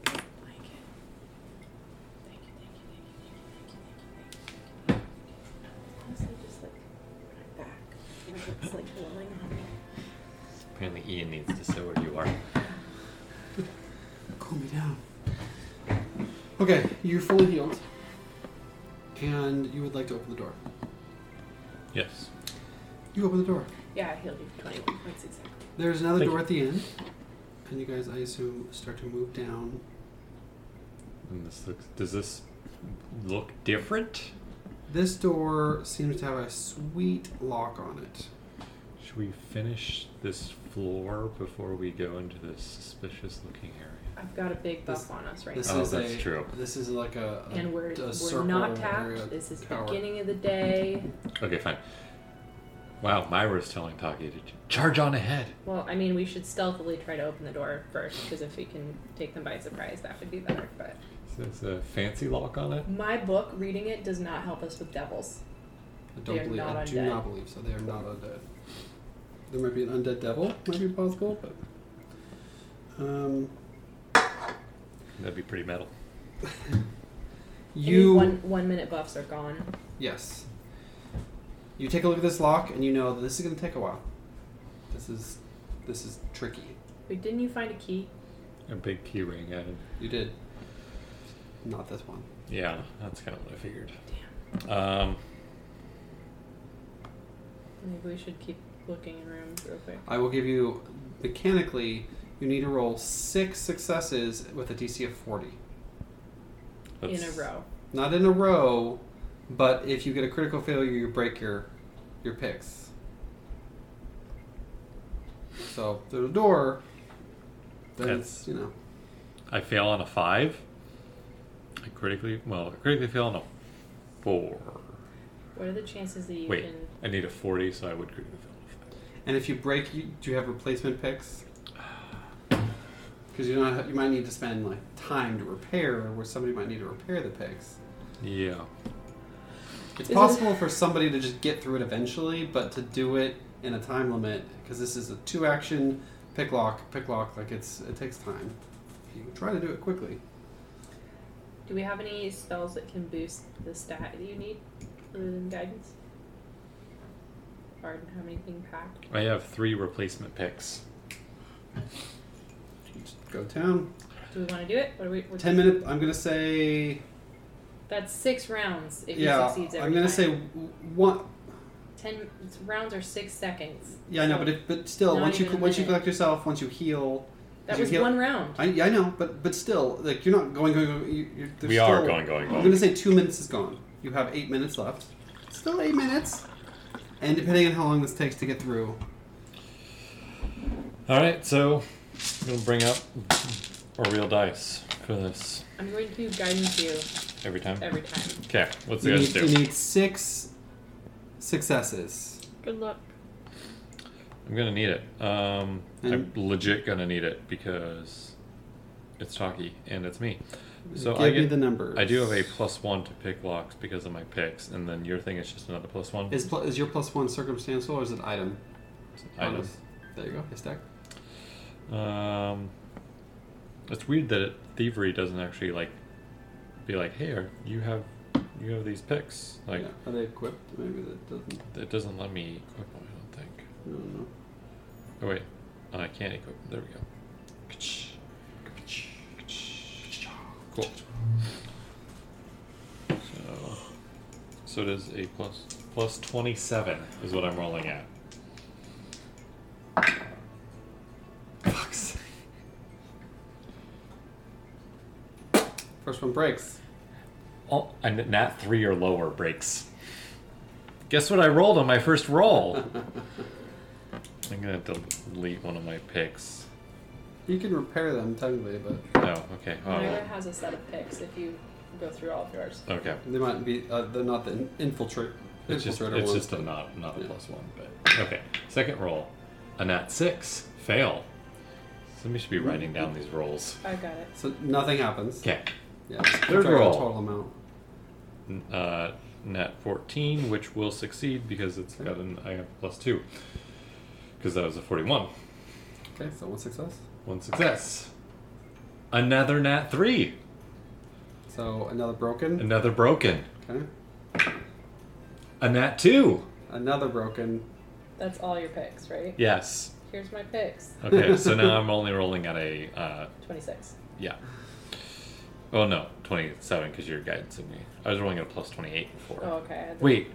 S3: Honestly, just like my back. It's like blowing on me.
S7: Apparently, Ian needs to sit where you are.
S2: Cool me down. Okay, you're fully healed. And you would like to open the door.
S1: Yes.
S2: You open the door.
S3: Yeah, I healed you for 21 points exactly.
S2: There's another
S1: Thank
S2: door
S1: you.
S2: at the end. And you guys, I assume, start to move down.
S1: And this looks. Does this look different?
S2: This door seems to have a sweet lock on it.
S1: Should we finish this floor before we go into this suspicious-looking area?
S3: I've got a big buff
S2: This-
S3: on us right
S2: This
S3: now.
S1: Oh,
S2: is
S1: that's
S2: a,
S1: true.
S2: This is like a, a
S3: and we're,
S2: a
S3: we're
S2: circle
S3: not
S2: area
S3: tapped. This is the
S2: tower.
S3: beginning of the day.
S1: Okay, fine. Wow, Myra's telling Taki to ch- charge on ahead.
S3: Well, I mean, we should stealthily try to open the door first because if we can take them by surprise, that would be better. But
S1: So there's a fancy lock on it.
S3: my book, reading it, does not help us with devils.
S2: I don't
S3: They are
S2: believe.
S3: not
S2: I do
S3: undead.
S2: not believe so. They are not undead. There might be an undead devil. Might be possible, but um,
S1: That'd be pretty metal.
S3: Any
S2: you
S3: one one minute buffs are gone.
S2: yes. You take a look at this lock, and you know that this is going to take a while. This is this is tricky.
S3: Wait, didn't you find a key?
S1: A big key ring added.
S2: You did. Not this one.
S1: Yeah, that's kind of what I figured.
S3: Damn.
S1: Um,
S3: Maybe we should keep looking in rooms real quick.
S2: I will give you mechanically. You need to roll six successes with a DC of forty.
S3: In a
S1: let's-
S3: row.
S2: Not in a row, but if you get a critical failure, you break your your picks. So through the door, then it's,
S1: That's-
S2: you know
S1: I fail on a five. I critically, well, I critically fail on a four.
S3: What are the chances that you
S1: Wait,
S3: can?
S1: I need a 40, so I would critically fail
S2: And if you break, you, do you have replacement picks? Because you don't. Have, you might need to spend like time to repair, where somebody might need to repair the picks.
S1: on a five. Yeah.
S2: It's
S3: Is it-
S2: possible for somebody to just get through it eventually, but to do it in a time limit, because this is a two-action pick lock, pick lock. Like it's it takes time. You can try to do it quickly.
S3: Do we have any spells that can boost the stat that you need, other than guidance? Arden, have anything packed?
S1: I have three replacement picks.
S2: Just go down.
S3: Do we want to do it? What are we? what-
S2: Ten minute. I'm gonna say.
S3: That's six rounds. If he
S2: yeah.
S3: succeeds every
S2: I'm gonna
S3: time.
S2: say w- one.
S3: ten it's- rounds are six seconds.
S2: Yeah, I know,
S3: So
S2: but if, but still,
S3: Not
S2: once you
S3: even a
S2: once you
S3: minute.
S2: collect yourself, once you heal.
S3: that
S2: you
S3: was
S2: heal-
S3: one round.
S2: I, yeah, I know, but but still, like you're not going going. going you, you're, there's
S1: we are
S2: still-
S1: going, going,
S2: I'm
S1: going.
S2: gonna say two minutes is gone. You have eight minutes left. Still eight minutes. And depending on how long this takes to get through,
S1: All right, so we'll bring up a real dice for this
S3: I'm going to guidance you
S1: every time.
S3: every time.
S1: Okay, what's the
S2: you,
S1: guys
S2: need, you
S1: do?
S2: need six successes.
S4: Good luck.
S1: I'm gonna need it. Um, I'm
S2: And-
S1: legit gonna need it because it's talkie and it's me. So
S2: Give
S1: I
S2: me
S1: get
S2: the numbers.
S1: I do have a plus one to pick locks because of my picks, and then your thing is just another plus one.
S2: Is, pl- is your plus one circumstantial or is it item?
S1: item.
S2: Bonus. There you go. I stack.
S1: Um, it's weird that it, thievery doesn't actually like be like, hey, are, you have you have these picks. Like
S2: Yeah. are they equipped? Maybe that doesn't.
S1: it doesn't let me equip them. I don't think.
S2: I don't know.
S1: Oh wait, uh, I can't equip. There we go. Cool. So, so does a plus plus twenty seven is what I'm rolling at.
S2: Fuck's sake. First one breaks.
S1: Oh, and nat three or lower breaks. Guess what I rolled on my first roll? I'm gonna have to delete one of my picks.
S2: You can repair them technically, but
S1: No, okay. Oh,
S3: Myra
S1: well,
S3: has a set of picks if you go through all of yours.
S1: okay.
S2: they might be. Uh, they're not the infiltrate.
S1: It's just
S2: infiltrator
S1: it's
S2: ones,
S1: just a
S2: but-
S1: not not a
S2: Yeah.
S1: plus one, but okay. Second roll, a nat six, fail. Somebody should be writing down these rolls.
S3: I got it.
S2: So nothing happens.
S1: Okay,
S2: Yeah. just
S1: Third
S2: subtract the
S1: roll.
S2: Total amount.
S1: N- uh, nat fourteen, which will succeed because it's got an I have plus two, because that was a forty-one.
S2: Okay, so one success.
S1: One success.
S7: Another nat three.
S2: So another broken.
S7: Another broken.
S2: Okay.
S7: A nat two.
S2: Another broken.
S3: That's all your picks, right?
S7: Yes.
S3: Here's my picks.
S7: Okay, so now I'm only rolling at a uh,
S3: Twenty-six.
S7: yeah. Oh no, twenty-seven because you're guiding me. I was rolling at a plus twenty-eight before.
S3: Oh, okay. I had to-
S7: Wait.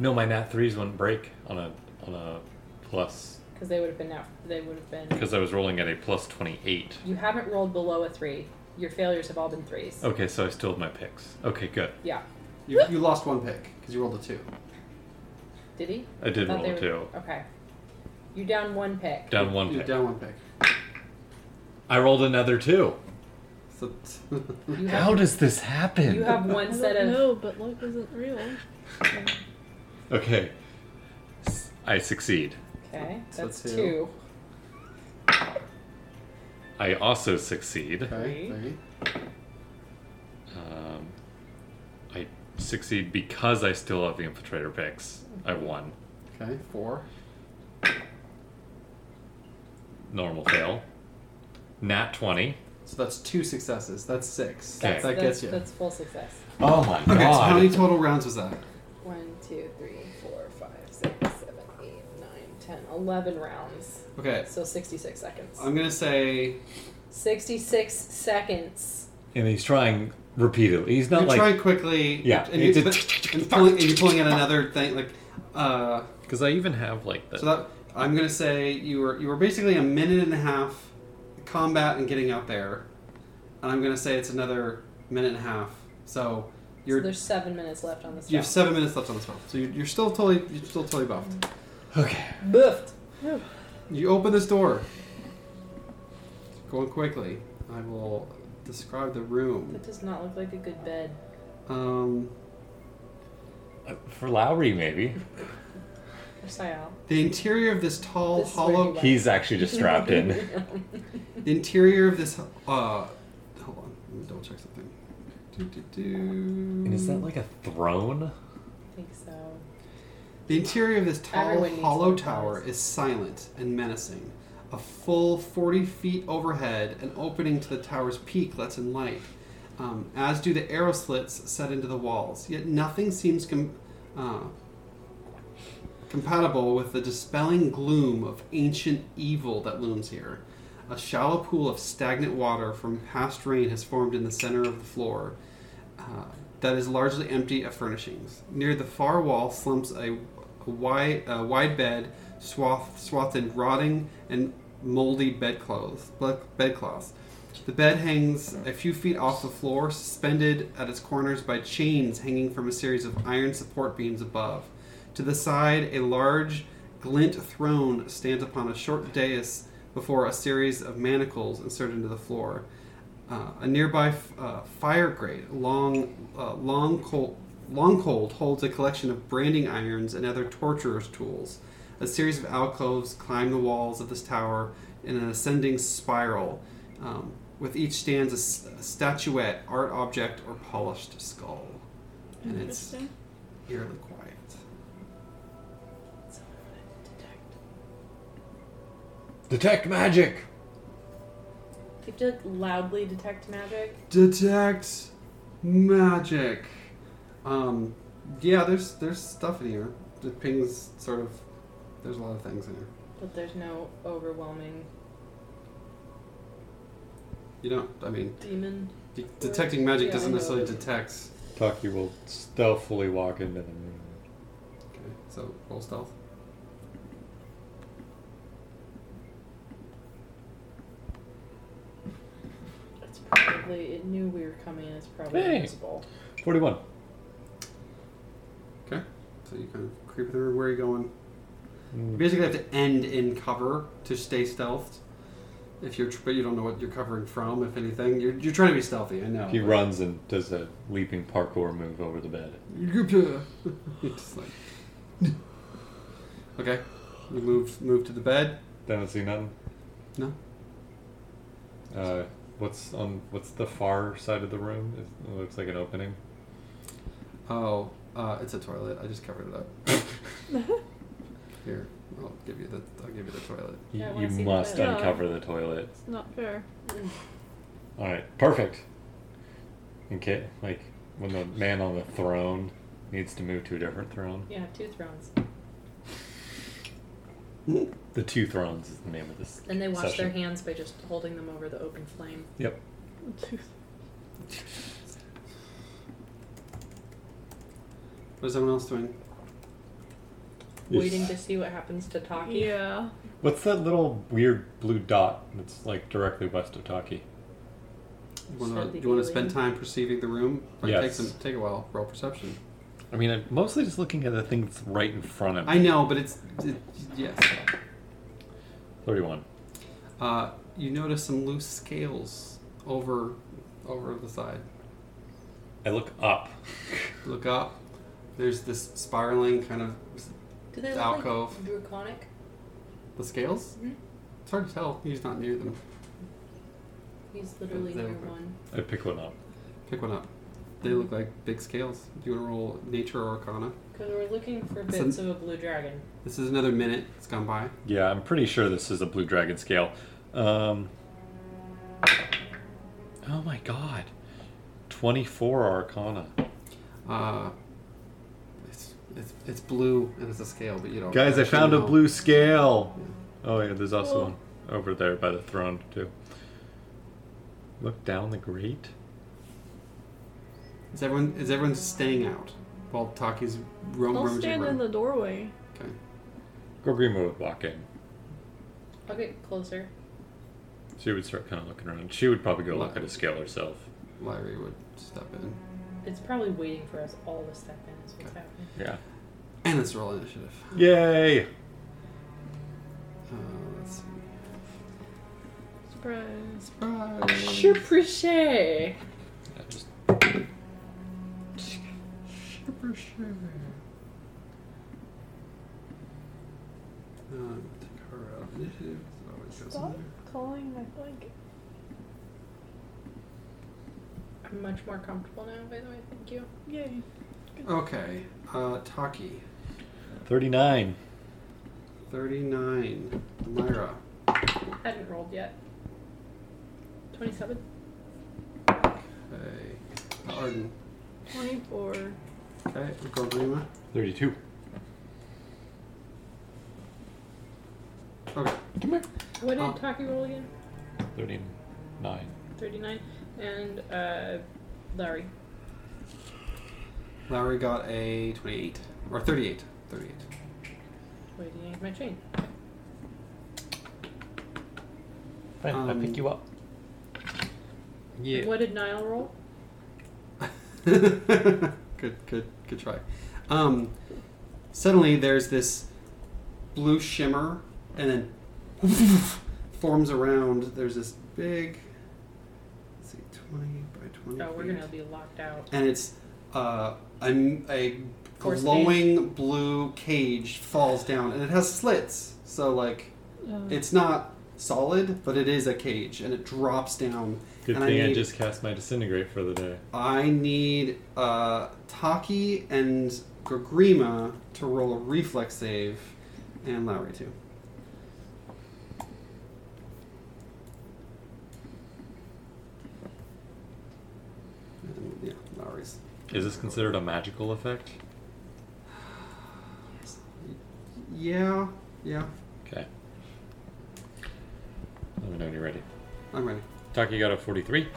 S7: No, my nat threes wouldn't break on a on a plus
S3: Because they would have been out. They would have been.
S7: because I was rolling at a plus twenty-eight.
S3: You haven't rolled below a three. Your failures have all been threes.
S7: Okay, so I still have my picks. Okay, good.
S3: Yeah.
S2: You, you lost one pick because you rolled a two.
S3: Did he?
S7: I did
S3: Thought
S7: roll
S3: they
S7: a
S3: were-
S7: two.
S3: Okay. You're down one pick.
S7: Down one
S2: You're
S7: pick.
S2: down one pick.
S7: I rolled another two.
S2: So
S3: You have,
S7: How does this happen?
S3: you have one
S4: I
S3: set
S4: don't
S3: of.
S4: know, but luck isn't real.
S7: okay. S- I succeed.
S3: Okay,
S2: So
S3: that's
S2: two.
S3: two.
S7: I also succeed.
S2: okay, three.
S7: Um, I succeed because I still have the infiltrator picks. I won.
S2: Okay, four.
S7: Normal fail. Nat 20.
S2: So that's two successes. That's six.
S7: Okay.
S2: That
S3: that's,
S2: gets you.
S3: That's full success.
S7: Oh my
S2: okay, so how many total rounds was that?
S3: One, two, three, four, five, six, seven, eight, nine, ten, eleven rounds.
S2: Okay,
S3: So 66 seconds.
S2: I'm gonna say
S3: 66 seconds.
S7: and he's trying repeatedly. He's not
S2: you
S7: like.
S2: try quickly.
S7: Yeah,
S2: and,
S7: you
S2: you,
S7: did-
S2: but- and pulling, and you're pulling in another thing. Like, uh,
S7: Because I even have like the.
S2: so that I'm gonna say you were you were basically a minute and a half combat and getting out there, and I'm gonna say it's another minute and a half. So
S3: So
S2: you're
S3: there's seven minutes left on this.
S2: you have seven minutes left on this one. So you're, you're still totally you're still totally buffed.
S7: okay.
S3: Boofed. Mm-hmm.
S2: You open this door. Going quickly. I will describe the room.
S3: That does not look like a good bed.
S2: Um,
S7: Uh, For Lowry, maybe.
S3: Or Sayal.
S2: the interior of this tall,
S3: This is where
S2: hollow
S3: he
S7: He's actually just strapped in.
S2: The interior of this. Uh, hold on. Let me double check something. Do, do, do.
S7: And is that like a throne?
S3: I think so.
S2: The interior of this tall,
S3: Everyone needs
S2: hollow
S3: those
S2: tower
S3: powers.
S2: is silent and menacing. A full 40 feet overhead, an opening to the tower's peak lets in light, um, as do the arrow slits set into the walls. Yet nothing seems com- uh, compatible with the dispelling gloom of ancient evil that looms here. A shallow pool of stagnant water from past rain has formed in the center of the floor uh, that is largely empty of furnishings. Near the far wall slumps a, a, wide, a wide bed swathed, swathed in rotting and moldy bedclothes. bed- bedcloths. The bed hangs a few feet off the floor, suspended at its corners by chains hanging from a series of iron support beams above. To the side, a large glint throne stands upon a short dais before a series of manacles inserted into the floor. Uh, a nearby f- uh, fire grate, long, uh, long, cold, long cold, holds a collection of branding irons and other torturer's tools. A series of alcoves climb the walls of this tower in an ascending spiral. Um, with each stands a, s- a statuette, art object, or polished skull, and it's
S4: Interesting.
S2: eerily quiet.
S3: Someone would detect.
S7: Detect magic!
S3: You have to like, loudly detect magic.
S2: Detect magic. Um, yeah, there's there's stuff in here. The pings sort of. There's a lot of things in here.
S3: But there's no overwhelming
S2: You don't. I mean,
S3: demon.
S2: de- detecting magic
S3: Yeah, I
S2: doesn't
S3: know.
S2: necessarily detect.
S1: Taki will stealthily walk into the room.
S2: Okay, so roll stealth.
S3: It's probably it knew we were coming and it's probably
S7: Hey.
S3: invincible.
S1: 41.
S2: Okay. So you kind of creep through. Where are you going? You
S1: Mm,
S2: basically have to end in cover to stay stealthed. If you're, tr- but you don't know what you're covering from. If anything, you're, you're trying to be stealthy. I know.
S1: He runs and does a leaping parkour move over the bed.
S2: Just like- okay, you move move to the bed.
S1: Don't see nothing.
S2: No.
S1: Uh, what's on? What's the far side of the room? It looks like an opening.
S2: Oh, uh, it's a toilet. I just covered it up. Here, I'll give you the I'll give you the toilet.
S3: Yeah, I
S1: You,
S3: wanna see the
S1: must
S4: bed.
S1: uncover the toilet.
S4: It's not fair.
S3: Mm.
S1: All right, perfect. Okay, like when the man on the throne needs to move to a different throne.
S3: Yeah, two thrones.
S1: The Two Thrones is the name of this.
S3: And they wash
S1: session.
S3: their hands by just holding them over the open flame.
S1: Yep.
S2: What is everyone else doing?
S3: Waiting to see what happens to Taki.
S4: yeah.
S1: What's that little weird blue dot that's like directly west of Taki?
S2: You wanna-
S3: Slightly
S2: you want to spend
S3: alien.
S2: time perceiving the room? Or
S1: Yes.
S2: take some take a while. Roll perception.
S1: I mean, I'm mostly just looking at the thing that's right in front of me.
S2: I know, but it's it, yes.
S1: Thirty-one.
S2: Uh, you notice some loose scales over over the side.
S1: I look up.
S2: Look up. There's this spiraling kind of
S3: Do they look
S2: Alcove.
S3: like draconic?
S2: the scales.
S4: Mm-hmm.
S3: Mhm.
S2: It's hard to tell. He's not near them.
S3: He's literally
S2: They
S3: near
S2: look like-
S3: one.
S1: I pick one up.
S2: Pick one up. They look
S4: Mm-hmm.
S2: like big scales. Do you want to roll nature or arcana?
S3: Because we're looking for
S2: So-
S3: bits of a blue dragon.
S2: This is another minute. It's gone by.
S1: Yeah, I'm pretty sure this is a blue dragon scale. Um, oh my god. 24 Arcana.
S2: Uh, it's, it's it's blue and it's a scale, but you don't.
S1: Guys, I
S2: actually
S1: found a
S2: know.
S1: blue scale. Oh yeah, there's
S3: Cool.
S1: also one over there by the throne too. Look down the grate.
S2: Is everyone is everyone staying out while Taki's roam
S4: I'll
S2: rummaging
S4: stand in
S2: around?
S4: the doorway.
S2: okay.
S1: Gorgrima would walk in.
S3: I'll get closer.
S1: She would start kind of looking around. She would probably go look at a scale herself.
S2: Lyra would step in.
S3: It's probably waiting for us all to step in, is what's
S2: Okay.
S3: happening.
S1: Yeah.
S2: And let's roll initiative.
S1: Yay!
S2: Uh, let's see.
S4: Surprise. Oh,
S2: Surprise.
S3: Surprise!
S1: I just
S2: Um, take her out of initiative. It always goes in
S4: Stop
S2: there.
S4: calling my blanket.
S3: I'm much more comfortable now, by the way. Thank you.
S4: Yay.
S2: Okay. Uh, Taki,
S1: 39.
S2: thirty-nine. Lyra,
S3: Hadn't rolled yet. 27?
S2: okay. Arden,
S4: 24.
S2: okay. Gorgrima,
S1: 32.
S2: okay.
S1: Come here.
S3: What did
S2: Uh,
S3: Taki roll again?
S1: 39.
S3: 39. And, uh, Larry.
S2: Lowry got a 28. Or 38. 38.
S3: Wait, do you need my chain?
S7: Fine, I'll
S2: Um,
S7: pick you up. Yeah.
S3: What did Niall roll?
S2: good, good, good try. Um, suddenly there's this blue shimmer and then forms around. There's this big, let's see, 20 by 20.
S3: Oh, we're
S2: feet.
S3: gonna be locked out.
S2: And it's uh, a, a
S3: Force
S2: glowing blue cage falls down and it has slits. So, like,
S4: Uh,
S2: It's not solid, but it is a cage, and it drops down.
S1: Good
S2: and
S1: thing
S2: I,
S7: I
S2: need,
S7: just cast my disintegrate for the day.
S2: I need uh, Taki and Gagrima to roll a reflex save, and Lowry too. And, yeah, Lowry's.
S1: Is this considered a magical effect?
S2: Yeah, yeah.
S1: Okay. Let me know when you're ready.
S2: I'm ready.
S1: Taki got a 43.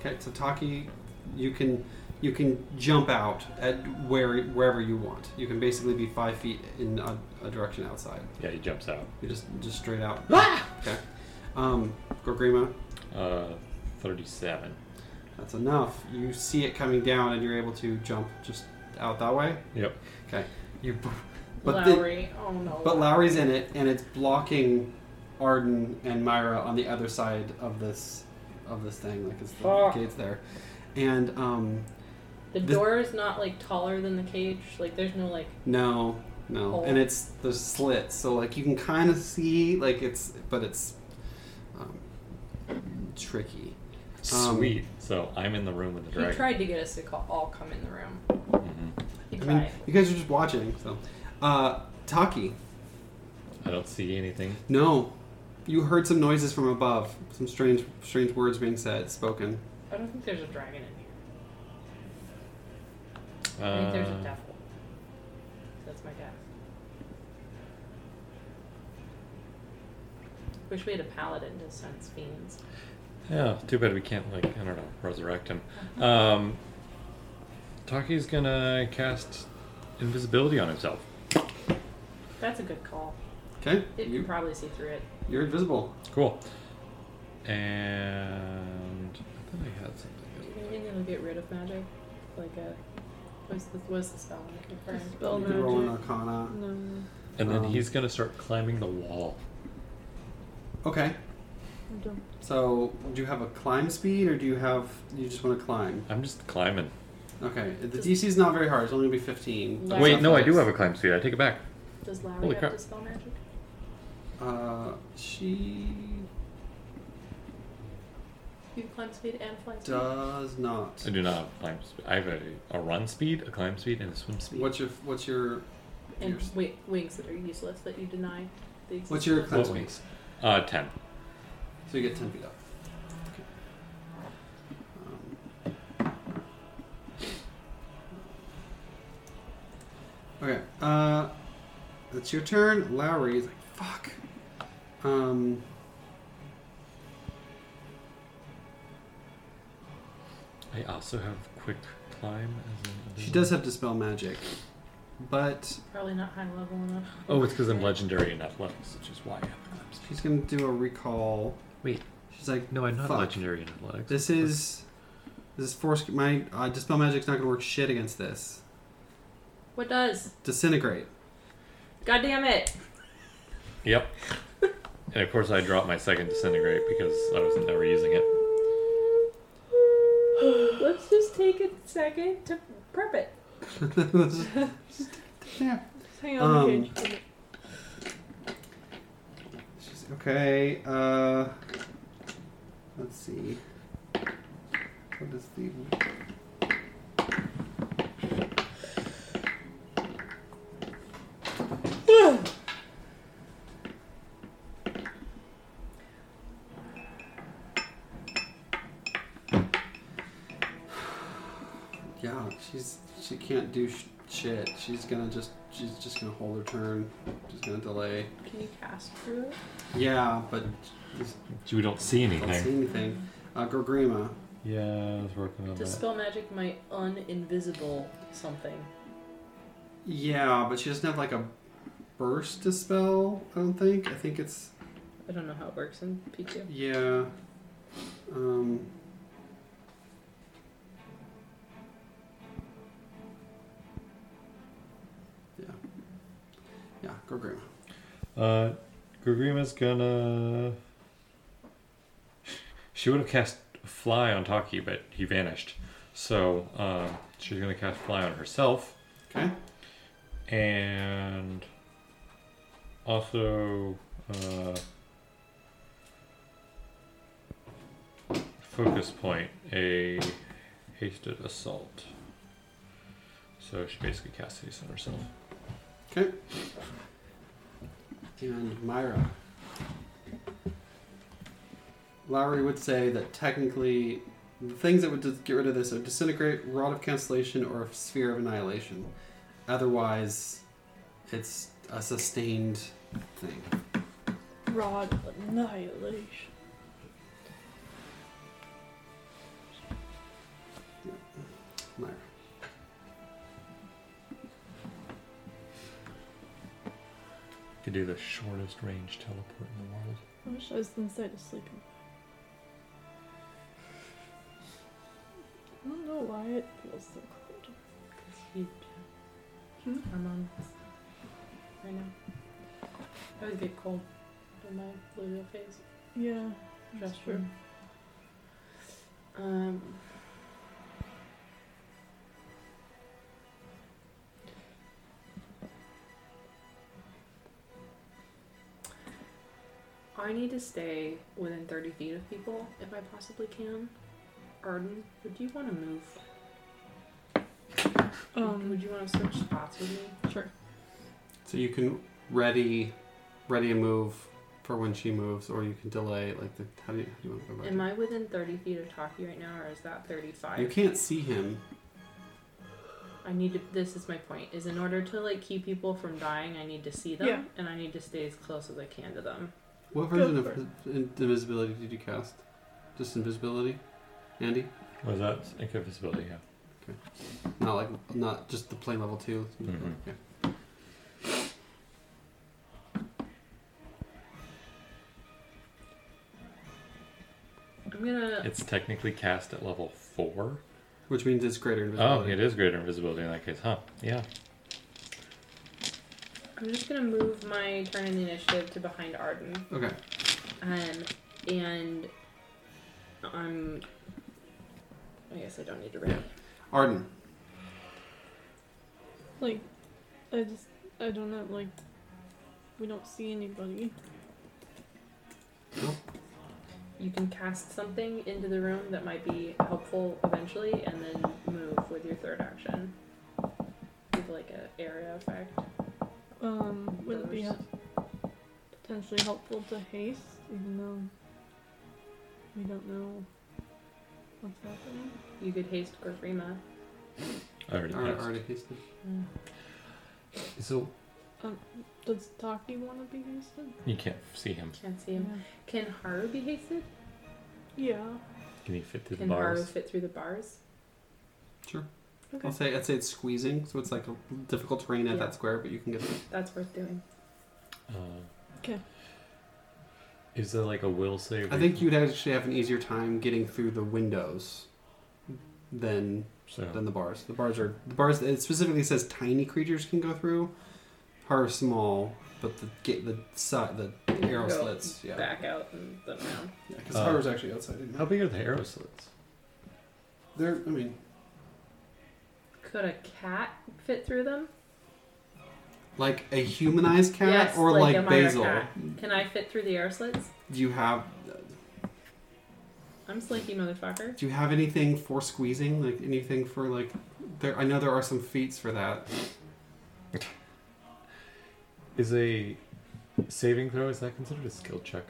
S2: Okay, so Taki, you can you can jump out at where wherever you want. You can basically be five feet in a, a direction outside.
S1: Yeah, he jumps out.
S2: You just just straight out.
S1: Ah!
S2: Okay. Um, Gorgrima,
S1: Uh, 37.
S2: that's enough. You see it coming down, and you're able to jump just out that way.
S1: Yep.
S2: Okay. You. But the-
S3: Lowry. oh no.
S2: but Lowry's in it, and it's blocking Arden and Myra on the other side of this of this thing. Like it's the
S3: Fuck.
S2: gates there, and um,
S3: the
S2: this-
S3: door is not like taller than the cage. Like there's no like
S2: No, no,
S3: Oh.
S2: and it's the slits, so like you can kind of see, like it's, but it's um, tricky. Um,
S1: Sweet. So I'm in the room with the
S3: he
S1: dragon.
S3: tried to get us to call, all come in the room.
S1: Mhm.
S3: He
S2: I
S3: tried.
S2: mean, you guys are just watching, so uh, Taki.
S1: I don't see anything.
S2: No, You heard some noises from above, some strange, strange words being said, spoken.
S3: I don't think there's a dragon in here. I think there's a
S1: Uh,
S3: devil. That's my guess. Wish we had a paladin to sense fiends.
S1: yeah, too bad we can't like I don't know resurrect him.
S3: Mm-hmm.
S1: Um, Taki's gonna cast invisibility on himself.
S3: That's a good call.
S2: Okay,
S3: It
S2: you,
S3: can probably see through it.
S2: you're invisible.
S1: Cool. And I thought I had
S3: Do
S1: something.
S3: you think it'll get rid of magic? Like a what's the what's the spell? I'm looking for?
S4: The spell
S2: You can roll an
S4: magic.
S2: arcana.
S4: No,
S1: And then
S2: Um,
S1: he's gonna start climbing the wall.
S2: Okay,
S4: I don't.
S2: so do you have a climb speed, or do you have you just want to climb?
S1: I'm just climbing.
S2: Okay, the DC is not very hard. It's only gonna be fifteen.
S3: That's
S1: Wait,
S3: not
S1: no, I
S3: nice.
S1: do have a climb speed. I take it back.
S3: Does Lowry
S1: Holy
S3: have
S1: crap.
S3: to spell magic?
S2: Uh, she
S3: You climb speed and fly speed.
S2: does not.
S1: I do not have a climb speed. I have a, a run speed, a climb speed, and a swim speed.
S2: What's your what's your
S3: And
S2: yours?
S3: wi- wings that are useless that you deny the existence.
S2: What's your
S3: of.
S2: climb
S1: what
S2: speed?
S1: wings? Uh, ten.
S2: So you get 10 feet up. Okay. Um, Okay, uh, it's your turn. Lowry is like, fuck. Um,
S1: I also have quick climb. As an
S2: she
S1: ability.
S2: does have Dispel Magic, but
S3: Probably not high level enough.
S1: Oh, it's because I'm legendary in athletics, which is why I have a climb speed.
S2: she's going to do a recall.
S1: Wait,
S2: She's like,
S1: no, I'm not
S2: Fuck.
S1: legendary in athletics.
S2: This is. This is force. My uh, Dispel Magic's not going to work shit against this.
S3: What does?
S2: Disintegrate.
S3: God damn it!
S1: Yep. and of course, I dropped my second disintegrate because I was never using it.
S3: Let's just take a second to prep it.
S2: yeah.
S4: Just hang on
S2: Um,
S4: the cage.
S2: She's okay. Uh, let's see. What is the? Yeah, she's she can't do sh- shit. She's gonna just she's just gonna hold her turn. She's gonna delay.
S3: Can you cast through it?
S2: Yeah, but just
S1: You don't see
S2: don't see
S1: anything.
S2: anything. Uh, Gorgrima.
S1: Yeah, I was working on that.
S3: Dispel magic might uninvisible something.
S2: Yeah, but she doesn't have like a burst dispel. I don't think. I think it's
S3: I don't know how it works in P2.
S2: yeah. Um. Yeah. Yeah, Gorgrima.
S1: Uh, Gugrima's gonna. She would have cast Fly on Taki, but he vanished. So uh, she's gonna cast Fly on herself
S2: Okay.
S1: and also uh, focus point a hasted assault. So she basically casts these on herself.
S2: Okay. And Myra. Lowry would say that technically the things that would dis- get rid of this are disintegrate, rod of cancellation, or a sphere of annihilation. Otherwise, it's a sustained thing.
S4: Rod of annihilation.
S2: Myra.
S1: Could do the shortest range teleport in the world.
S4: I wish I was inside a sleeping. I don't know why it feels so cold.
S3: You-
S4: Hmm?
S3: I'm on this right now. I always get cold in my luteal phase.
S4: Yeah, that's
S3: Just
S4: true.
S3: Um. I need to stay within 30 feet of people if I possibly can. Arden, would you want to move?
S4: Um,
S3: would you want to switch spots with me?
S4: sure.
S2: So you can ready, ready a move for when she moves, or you can delay. Like, the, how do you, how do you want to go about
S3: Am
S2: it?
S3: I within 30 feet of Taki right now, or is that 35?
S2: You can't see him.
S3: I need to. This is my point. Is in order to like keep people from dying, I need to see them,
S4: Yeah.
S3: and I need to stay as close as I can to them.
S2: What
S4: Go
S2: version of
S4: for it.
S2: in- invisibility did you cast? Just invisibility, Andy?
S7: Was that?
S1: Like invisibility, yeah.
S2: Not like not just the plane level two.
S7: Mm-hmm.
S1: Mhm.
S2: Okay.
S3: I'm gonna.
S7: It's technically cast at level four.
S2: Which means it's
S7: Oh,
S2: greater invisibility.
S7: it is greater invisibility in that case, huh? Yeah.
S3: I'm just gonna move my turn in the initiative to behind Arden,
S2: Okay.
S3: um, and I'm. I guess I don't need to ready.
S2: Arden.
S4: Like, I just, I don't know, like, we don't see anybody.
S3: You can cast something into the room that might be helpful eventually, and then move with your third action. Give like a area effect.
S4: Um, would it be
S3: First.
S4: hel- potentially helpful to haste, even though we don't know what's happening?
S3: You could haste Gorfrima.
S7: I already
S2: Ar-
S7: passed.
S2: already hasted.
S7: So
S4: Does Taki want to be hasted?
S7: you can't see him.
S3: Can't see him. Can Haru be hasted?
S4: Yeah.
S7: Can he fit through the
S3: Can Haru
S7: bars?
S3: fit through the bars?
S2: Sure.
S3: Okay.
S2: I'll say I'd say it's squeezing, so it's like a difficult terrain at
S3: Yeah.
S2: that square, but you can get there.
S3: That's worth doing.
S7: Uh,
S4: 'Kay.
S7: Is there like a will save?
S2: I
S7: or-
S2: think you'd actually have an easier time getting through the windows than
S7: So,
S2: than the bars. The bars are the bars. It specifically says tiny creatures can go through. Har is small, but the get the side the arrow
S3: Go
S2: slits. Yeah,
S3: Back out and then round.
S2: because
S7: Uh,
S2: Har is actually outside. Didn't
S7: how big are the arrow slits?
S2: There, I mean,
S3: Could a cat fit through them?
S2: like a humanized cat
S3: Yes,
S2: or
S3: like
S2: like,
S3: a minor
S2: Basil.
S3: cat. Can I fit through the air slits?
S2: Do you have
S3: I'm slinky motherfucker.
S2: do you have anything for squeezing? Like anything for like there? I know there are some feats for that.
S7: Is a saving throw is that considered a skill check?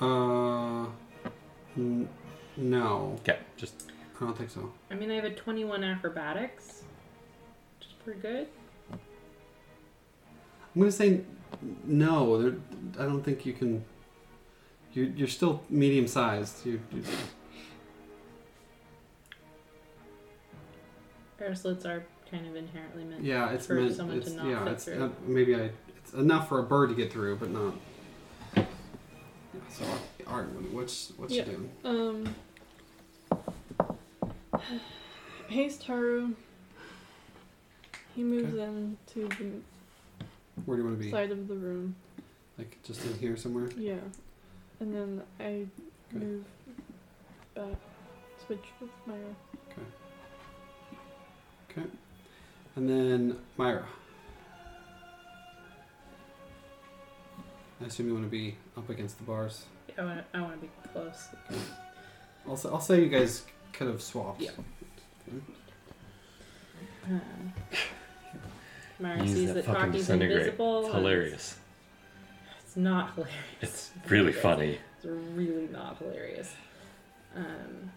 S2: Uh, n- no,
S7: Okay, just
S2: I don't think so.
S3: I mean, I have a 21 acrobatics, which is pretty good.
S2: I'm gonna say n- no. There, I don't think you can. You're, you're still medium sized. You, you,
S3: Air slits are kind of inherently meant.
S2: yeah, it's
S3: For
S2: meant.
S3: someone to
S2: it's,
S3: not
S2: yeah,
S3: fit
S2: it's
S3: through.
S2: uh, maybe I. It's enough for a bird to get through, but not. Yeah, so, Art, what's what's
S4: Yeah.
S2: you doing?
S4: Um. Haste Haru. He moves in to the
S2: Where do you want to be?
S4: side of the room.
S2: Like just in here somewhere.
S4: Yeah. And then I
S2: Okay.
S4: move back. Switch with my.
S2: And then Myra. I assume you want to be up against the bars.
S3: I want to I wanna be close.
S2: I'll, s- I'll say you guys could have swapped.
S3: Yeah. Uh, Mara
S7: Use
S3: sees
S7: that
S3: that
S7: fucking
S3: Taki's
S7: disintegrate.
S3: invisible.
S7: it's
S3: and
S7: hilarious.
S3: It's not hilarious.
S7: It's really
S3: hilarious.
S7: funny.
S3: It's really not hilarious. Um,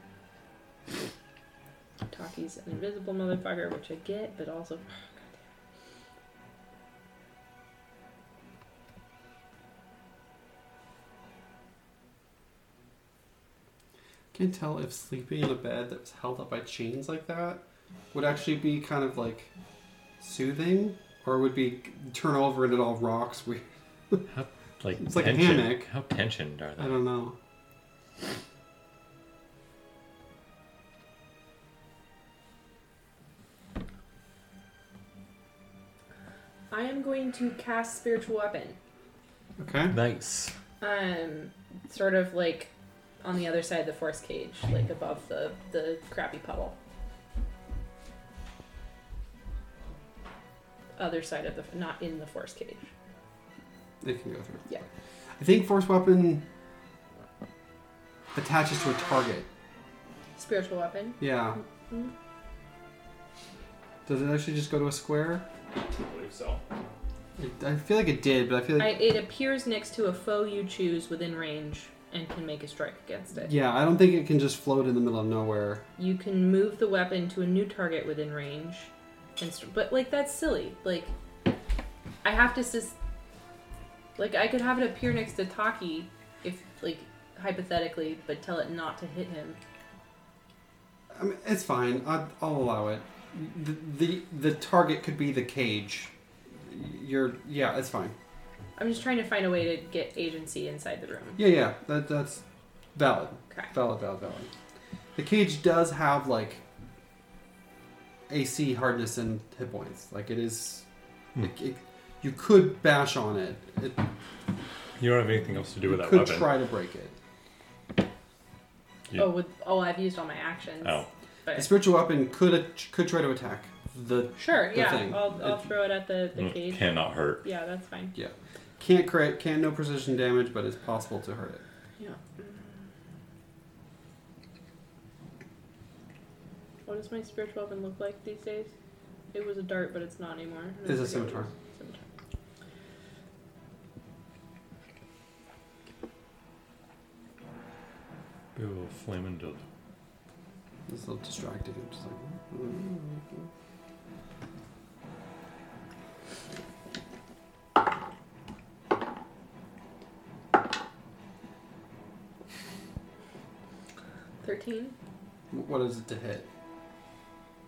S3: Taki's an invisible motherfucker, which I get, but also.
S2: Can't tell if sleeping in a bed that was held up by chains like that would actually be kind of like soothing, or would be turn over and it all rocks. We
S7: Like
S2: It's like a
S7: tension.
S2: hammock.
S7: How tensioned are
S2: I
S7: they?
S2: don't know.
S3: I am going to cast spiritual weapon.
S2: Okay.
S7: Nice.
S3: Um, sort of like on the other side of the force cage, like above the the crappy puddle. Other side of the not in the force cage.
S2: They can go through.
S3: Yeah.
S2: I think force weapon attaches to a target.
S3: Spiritual weapon.
S2: Yeah.
S3: Mhm.
S2: Does it actually just go to a square?
S6: I believe so.
S2: It, I feel like it did, but I feel
S3: I,
S2: like
S3: it appears next to a foe you choose within range and can make a strike against it.
S2: yeah, I don't think it can just float in the middle of nowhere.
S3: You can move the weapon to a new target within range, and st- but like that's silly. Like I have to sus- like I could have it appear next to Taki if like hypothetically, but tell it not to hit him.
S2: I mean, it's fine. I, I'll allow it. The, the the target could be the cage. You're yeah, it's fine.
S3: I'm just trying to find a way to get agency inside the room.
S2: Yeah, yeah, that that's valid,
S3: Okay.
S2: valid, valid, valid. The cage does have like AC hardness and hit points. Like it is,
S7: Hmm.
S2: it, it- you could bash on it. It
S7: You don't have anything else to do
S2: you
S7: with that
S2: could
S7: weapon.
S2: try to break it.
S7: Yeah.
S3: Oh, with oh, I've used all my actions.
S7: Oh.
S2: The
S3: But,
S2: spiritual weapon could uh, could try to attack the
S3: sure,
S2: the
S3: yeah.
S2: thing.
S3: I'll, I'll
S2: It-
S3: throw it at the, the
S7: Mm,
S3: cage.
S7: Cannot hurt.
S3: Yeah, that's fine.
S2: yeah. Can't crit, can't no precision damage, but it's possible to hurt it.
S3: Yeah. What does my spiritual weapon look like these days? It was a dart, but it's not anymore. I
S2: It's a
S3: forget what
S2: scimitar.
S3: it was. Scimitar.
S7: Ooh, flaming dildo.
S2: It's a little distracting. I'm just like, mm,
S3: Thirteen.
S2: okay. what is it to hit?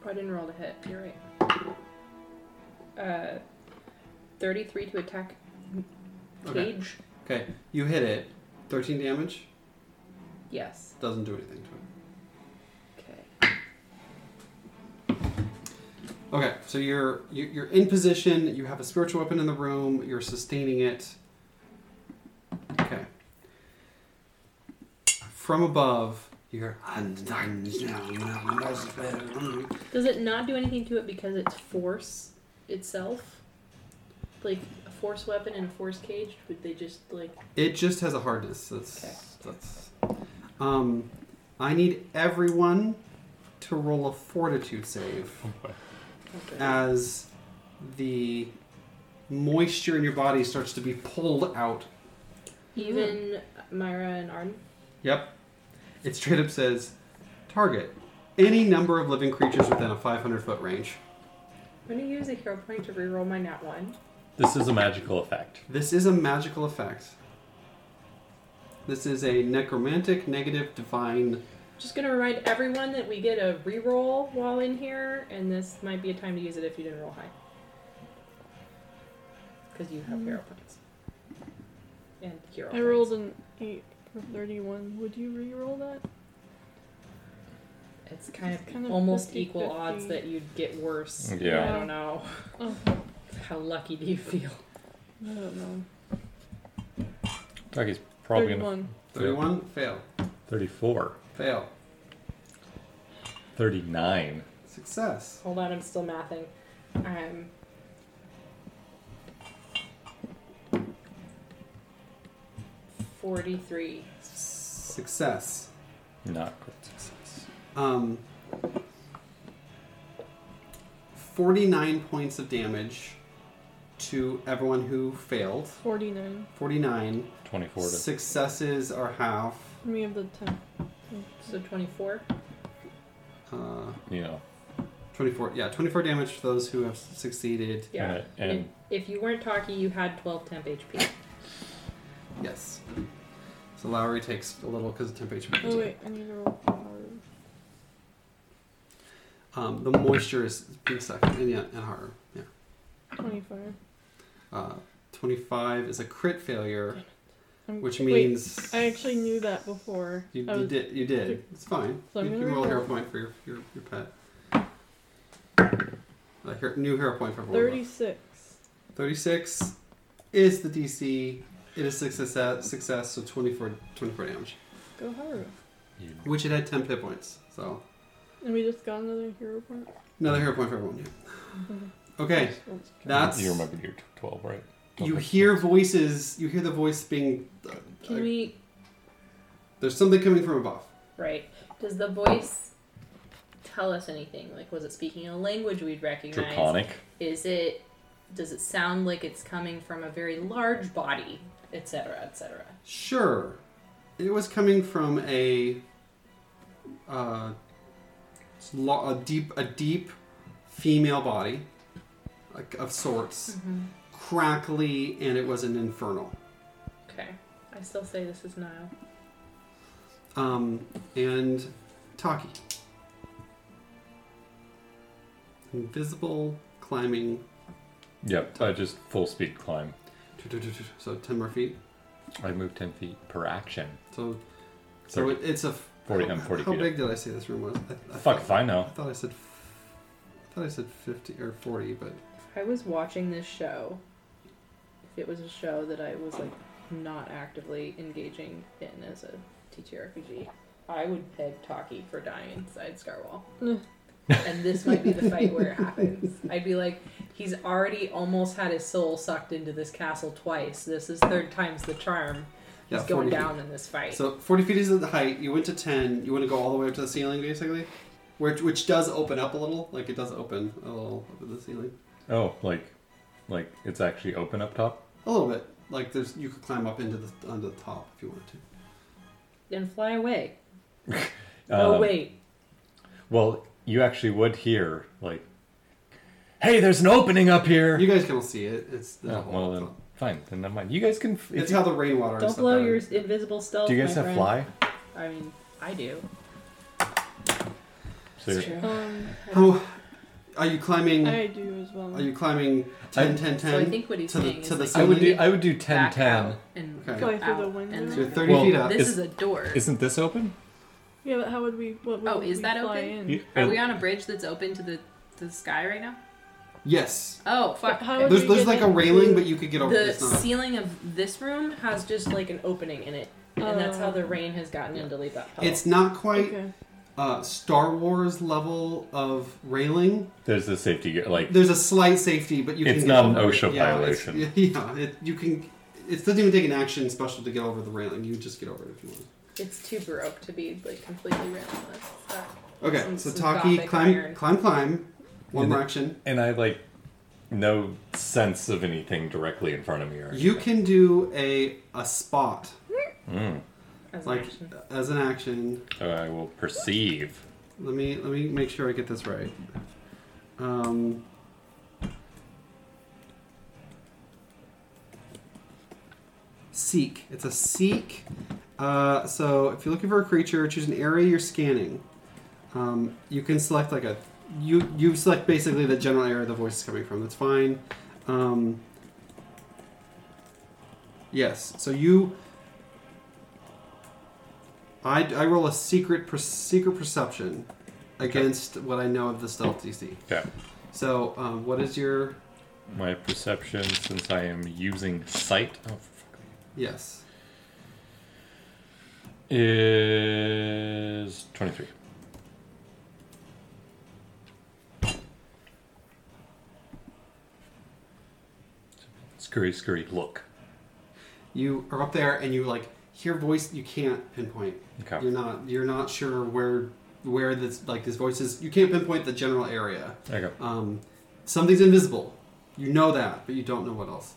S3: Oh, I didn't roll to hit. You're right. Uh, thirty-three to attack.
S2: Okay.
S3: Cage.
S2: Okay, you hit it. 13 damage
S3: Yes.
S2: doesn't do anything to it.
S3: Okay.
S2: Okay, so you're you- you're in position. You have a spiritual weapon in the room. You're sustaining it. Okay. From above, "Ah, you're.
S3: Does it not do anything to it because it's force itself? Like a force weapon and a force cage, would they just like
S2: It just has a hardness. That's that's. Um, I need everyone to roll a fortitude save. as the moisture in your body starts to be pulled out.
S3: even Myra and Arden?
S2: Yep. It straight up says target any number of living creatures within a 500 foot range.
S3: I'm gonna use a hero point to reroll my nat one.
S7: This is a magical effect.
S2: This is a magical effect. This is a necromantic, negative, divine.
S3: Just gonna remind everyone that we get a reroll while in here, and this might be a time to use it if you didn't roll high. Because you have hero points. And hero
S4: I rolled an 8 for 31. Would you re-roll that?
S3: It's kind of,
S4: It's kind of
S3: almost
S4: 50-50.
S3: equal odds that you'd get worse.
S1: Yeah.
S3: I don't know.
S4: Oh,
S3: How lucky do you feel?
S4: I don't know.
S7: Taki's probably gonna.
S4: 31.
S2: 31, fail.
S7: 34.
S2: Fail.
S7: 39.
S2: Success.
S3: Hold on, I'm still mathing. Um, forty-three.
S2: Success.
S7: Not great success.
S2: Um, 49 points of damage to everyone who failed.
S4: 49.
S2: 49.
S7: 24 to.
S2: Successes are half.
S4: And we have the 10.
S3: So twenty-four.
S2: Uh,
S7: You know.
S2: 24. Yeah, 24 damage to those who have succeeded.
S3: Yeah.
S7: And, and
S3: if, if you weren't talking, you had twelve temp HP.
S2: Yes. So Lowry takes a little because of temp HP.
S4: Oh, wait. I need to roll for hard.
S2: Um, the moisture is being sucked in, yeah, and harder. Yeah.
S4: 25.
S2: Uh, 25 is a crit failure,
S4: I'm-
S2: which
S4: wait,
S2: means.
S4: I actually knew that before.
S2: You,
S4: I
S2: you
S4: was-
S2: did. You did. It's fine.
S4: So I'm
S2: you
S4: gonna
S2: you roll a hero
S4: roll.
S2: point for your, your, your pet. A her- new hero point for Volvo.
S4: 36.
S2: 36 is the DC. It is success, success so 24, 24 damage.
S4: Go hard.
S7: you
S2: Which it had 10 hit points. So
S4: And we just got another hero point.
S2: another hero point for everyone. Yeah. Okay,
S4: Just wants to-
S2: that's.
S7: You remember your 12, right?
S2: You hear voices. You hear the voice being. uh,
S3: Can
S2: uh,
S3: we?
S2: There's something coming from above.
S3: Right. Does the voice tell us anything? Like, was it speaking a language we'd recognize?
S7: Draconic.
S3: Is it does it sound like it's coming from a very large body, etc., etc.
S2: Sure. It was coming from a uh, lo- a deep a deep female body like, of sorts,
S3: Mm-hmm.
S2: crackly, and it was an infernal.
S3: Okay, I still say this is Nile.
S2: Um, and Taki. Invisible climbing.
S1: Yep. I just full speed climb.
S2: So 10 more feet.
S1: I move ten feet per action.
S2: So, so it, it's a. f-
S1: 40,
S2: how,
S1: I'm 40
S2: How
S1: feet
S2: big did I say this room was? I, I
S1: Fuck if
S2: thought,
S1: I know.
S2: I thought I said. f- I thought I said 50 or 40, but.
S3: I was watching this show. It was a show that I was like not actively engaging in as a TTRPG. I would peg Taki for dying inside Starwall. and this might be the fight where it happens. I'd be like, he's already almost had his soul sucked into this castle twice. This is third time's the charm. He's
S2: Yeah,
S3: going
S2: 40 feet.
S3: down in this fight.
S2: So 40 feet is the height. You went to 10. You want to go all the way up to the ceiling, basically? Which, which does open up a little. Like, it does open a little up to the ceiling.
S1: Oh, like, like it's actually open up top.
S2: A little bit. Like, there's you could climb up into the, onto the top if you wanted to.
S3: then fly away. oh,
S1: Um,
S3: wait.
S1: Well, you actually would hear like, "Hey, there's an opening up here."
S2: You guys can all see it. It's the
S1: Oh, well then, fine. Then never mind. You guys can. if
S2: It's
S1: you-
S2: how the rainwater. and
S3: Don't
S2: stuff
S3: blow
S2: are.
S3: your invisible stealth.
S1: do you guys
S3: my
S1: have
S3: friend.
S1: fly?
S3: I mean, I do.
S1: So
S3: It's
S1: you're-
S3: true.
S4: Um,
S2: Oh, are you climbing?
S4: I do as well.
S2: Mm. Are you climbing 10,
S1: I-
S2: 10, 10?
S3: So I think what he's
S2: to the-
S3: saying
S2: to
S3: is like,
S2: the
S1: I would do.
S2: ceiling?
S1: I would do 10,
S3: back
S1: 10.
S3: out and
S2: Okay.
S3: go
S4: Fly through the
S3: out
S4: window?
S3: and-
S2: So you're 30
S1: Well,
S2: feet up.
S3: This
S1: It's-
S3: is a door.
S1: Isn't this open?
S4: yeah, but how would we? What would
S3: Oh, is
S4: we
S3: that
S4: fly
S3: open?
S4: in?
S1: You-
S3: Are we on a bridge that's open to the to the sky right now?
S2: Yes.
S3: Oh fuck!
S4: But how
S3: okay.
S4: would
S2: There's,
S4: you
S2: there's
S4: get
S2: like a
S4: in
S2: railing,
S4: through
S2: but you could get over
S3: the
S2: it's not.
S3: ceiling of this room has just like an opening in it, and that's how
S4: Oh.
S3: the rain has gotten into Leap Up.
S2: It's not quite
S4: Okay.
S2: uh, Star Wars level of railing.
S1: There's a safety gear. Like
S2: There's a slight safety, but you can.
S1: It's
S2: get
S1: not an
S2: over it.
S1: OSHA
S2: yeah, it's-
S1: violation.
S2: Yeah, it, you can. It doesn't even take an action special to get over the railing. You just get over it if you want.
S3: it's too baroque to be like completely randomized. So,
S2: Okay,
S3: Some-
S2: so
S3: some
S2: Taki,
S3: gothic
S2: climb,
S3: iron.
S2: climb, climb. One
S1: And
S2: more
S1: it-
S2: action.
S1: and I like no sense of anything directly in front of me. Or
S2: You
S1: anything.
S2: can do a a spot
S1: Mm.
S3: as an
S2: like
S3: action.
S2: as an action.
S1: Oh, I will perceive.
S2: Let me let me make sure I get this right. Um, seek. It's a seek. Uh, so if you're looking for a creature, choose an area you're scanning. Um, you can select like a you you select basically the general area the voice is coming from. That's fine. Um, yes. So you. I, I roll a secret per, secret perception against what I know of the stealth DC.
S1: Okay.
S2: So um, what is your
S1: My perception, since I am using sight, oh, fuck me,
S2: yes?
S1: is 23. Scurry, scurry, look.
S2: You are up there and you like hear voice you can't pinpoint.
S1: Okay.
S2: You're not you're not sure where where this like this voice is. You can't pinpoint the general area.
S1: Okay.
S2: Um, something's invisible. You know that, but you don't know what else.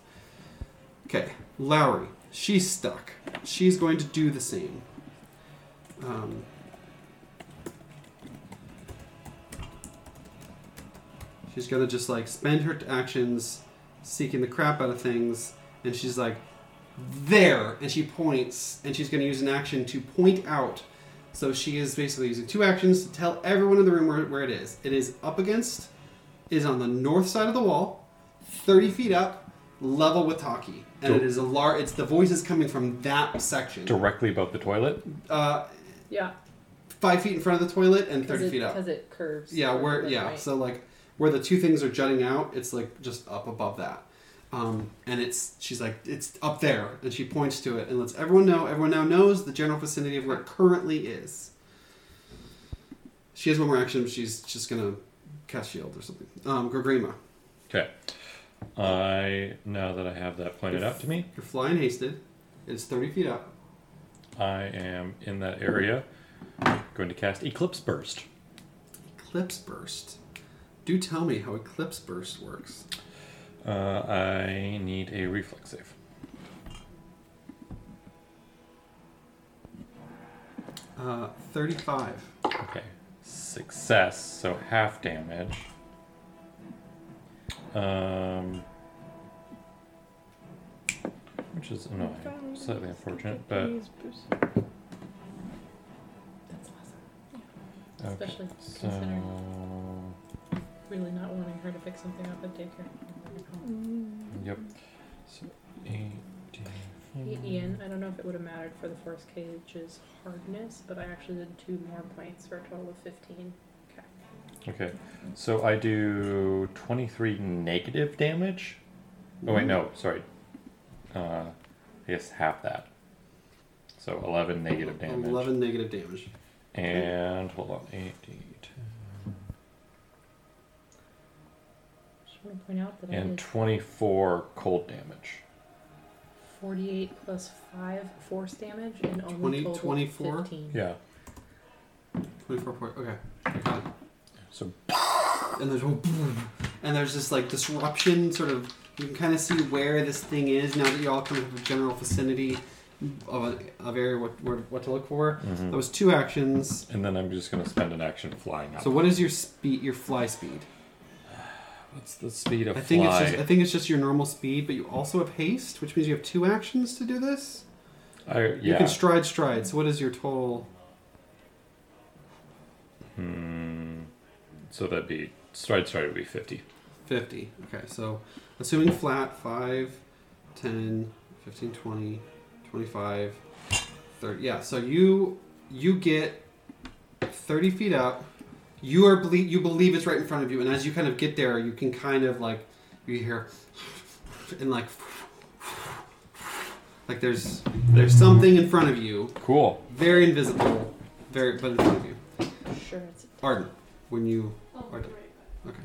S2: Okay, Lowry. She's stuck. She's going to do the same. Um, she's gonna just like spend her actions seeking the crap out of things, and she's like, there! And she points, and she's gonna use an action to point out so she is basically using two actions to tell everyone in the room where, where it is. It is up against, is on the north side of the wall, 30 feet up, level with Taki. And
S1: Cool.
S2: it is a large, it's the voice is coming from that section.
S1: Directly above the toilet?
S2: Uh,
S3: yeah,
S2: five feet in front of the toilet and
S3: 'cause
S2: 30
S3: it-
S2: feet up.
S3: it curves.
S2: Yeah,
S3: toward
S2: where,
S3: the
S2: yeah,
S3: right.
S2: so like where the two things are jutting out, it's like just up above that. Um, and it's, she's like, it's up there. And she points to it and lets everyone know. Everyone now knows the general vicinity of where it currently is. She has one more action. She's just gonna cast shield or something. Um, Gorgrima,
S1: Okay. I, now that I have that pointed out to me,
S2: you're flying hasted. It's thirty feet up.
S1: I am in that area going to cast Eclipse Burst.
S2: Eclipse burst. Do tell me how eclipse burst works.
S1: Uh, I need a reflex save.
S2: Uh, 35.
S1: Okay. Success, so half damage. Um, which is annoying. Slightly unfortunate, but
S4: Please boost.
S3: That's awesome.
S1: okay.
S3: Especially considering
S1: So
S3: really not wanting her to pick something up at daycare.
S4: Mm.
S1: yep. So eight
S3: Hey,
S1: d
S3: Ian, I don't know if it would have mattered for the force cage's hardness, but I actually did two more points for a total of 15. Okay.
S1: Okay. So I do twenty-three negative damage. Oh
S3: Mm-hmm.
S1: wait, no, sorry. Uh, I guess half that. So eleven negative damage.
S2: 11 negative damage.
S1: And hold on, eight d
S3: Just want to point out that I
S1: and
S3: did
S1: twenty-four cold damage.
S3: 48 plus 5 force damage and only
S2: 20
S3: totaled
S2: 24?
S3: 15.
S1: Yeah.
S2: 24 point. Okay. I got it.
S1: So
S2: and there's one boom, and there's this like disruption sort of you can kind of see where this thing is now that you all kind of have a general vicinity of, a, of area what, where, what to look for that was two actions
S1: and then I'm just gonna spend an action flying up.
S2: so what is your speed your fly speed
S1: what's the speed of
S2: i think
S1: fly?
S2: it's just i think it's just your normal speed but you also have haste which means you have two actions to do this
S1: I, yeah.
S2: you can stride stride so what is your total
S1: Hmm. So that'd be stride stride would be fifty.
S2: 50 okay so assuming flat 5 10 15 20 25 30 yeah so you you get 30 feet up you are ble- you believe it's right in front of you and as you kind of get there you can kind of like you hear and like like there's there's something in front of you
S1: Cool.
S2: very invisible very but in front of you
S3: Sure, it's
S2: Arden when you
S4: Oh,
S2: Or-
S4: right.
S2: okay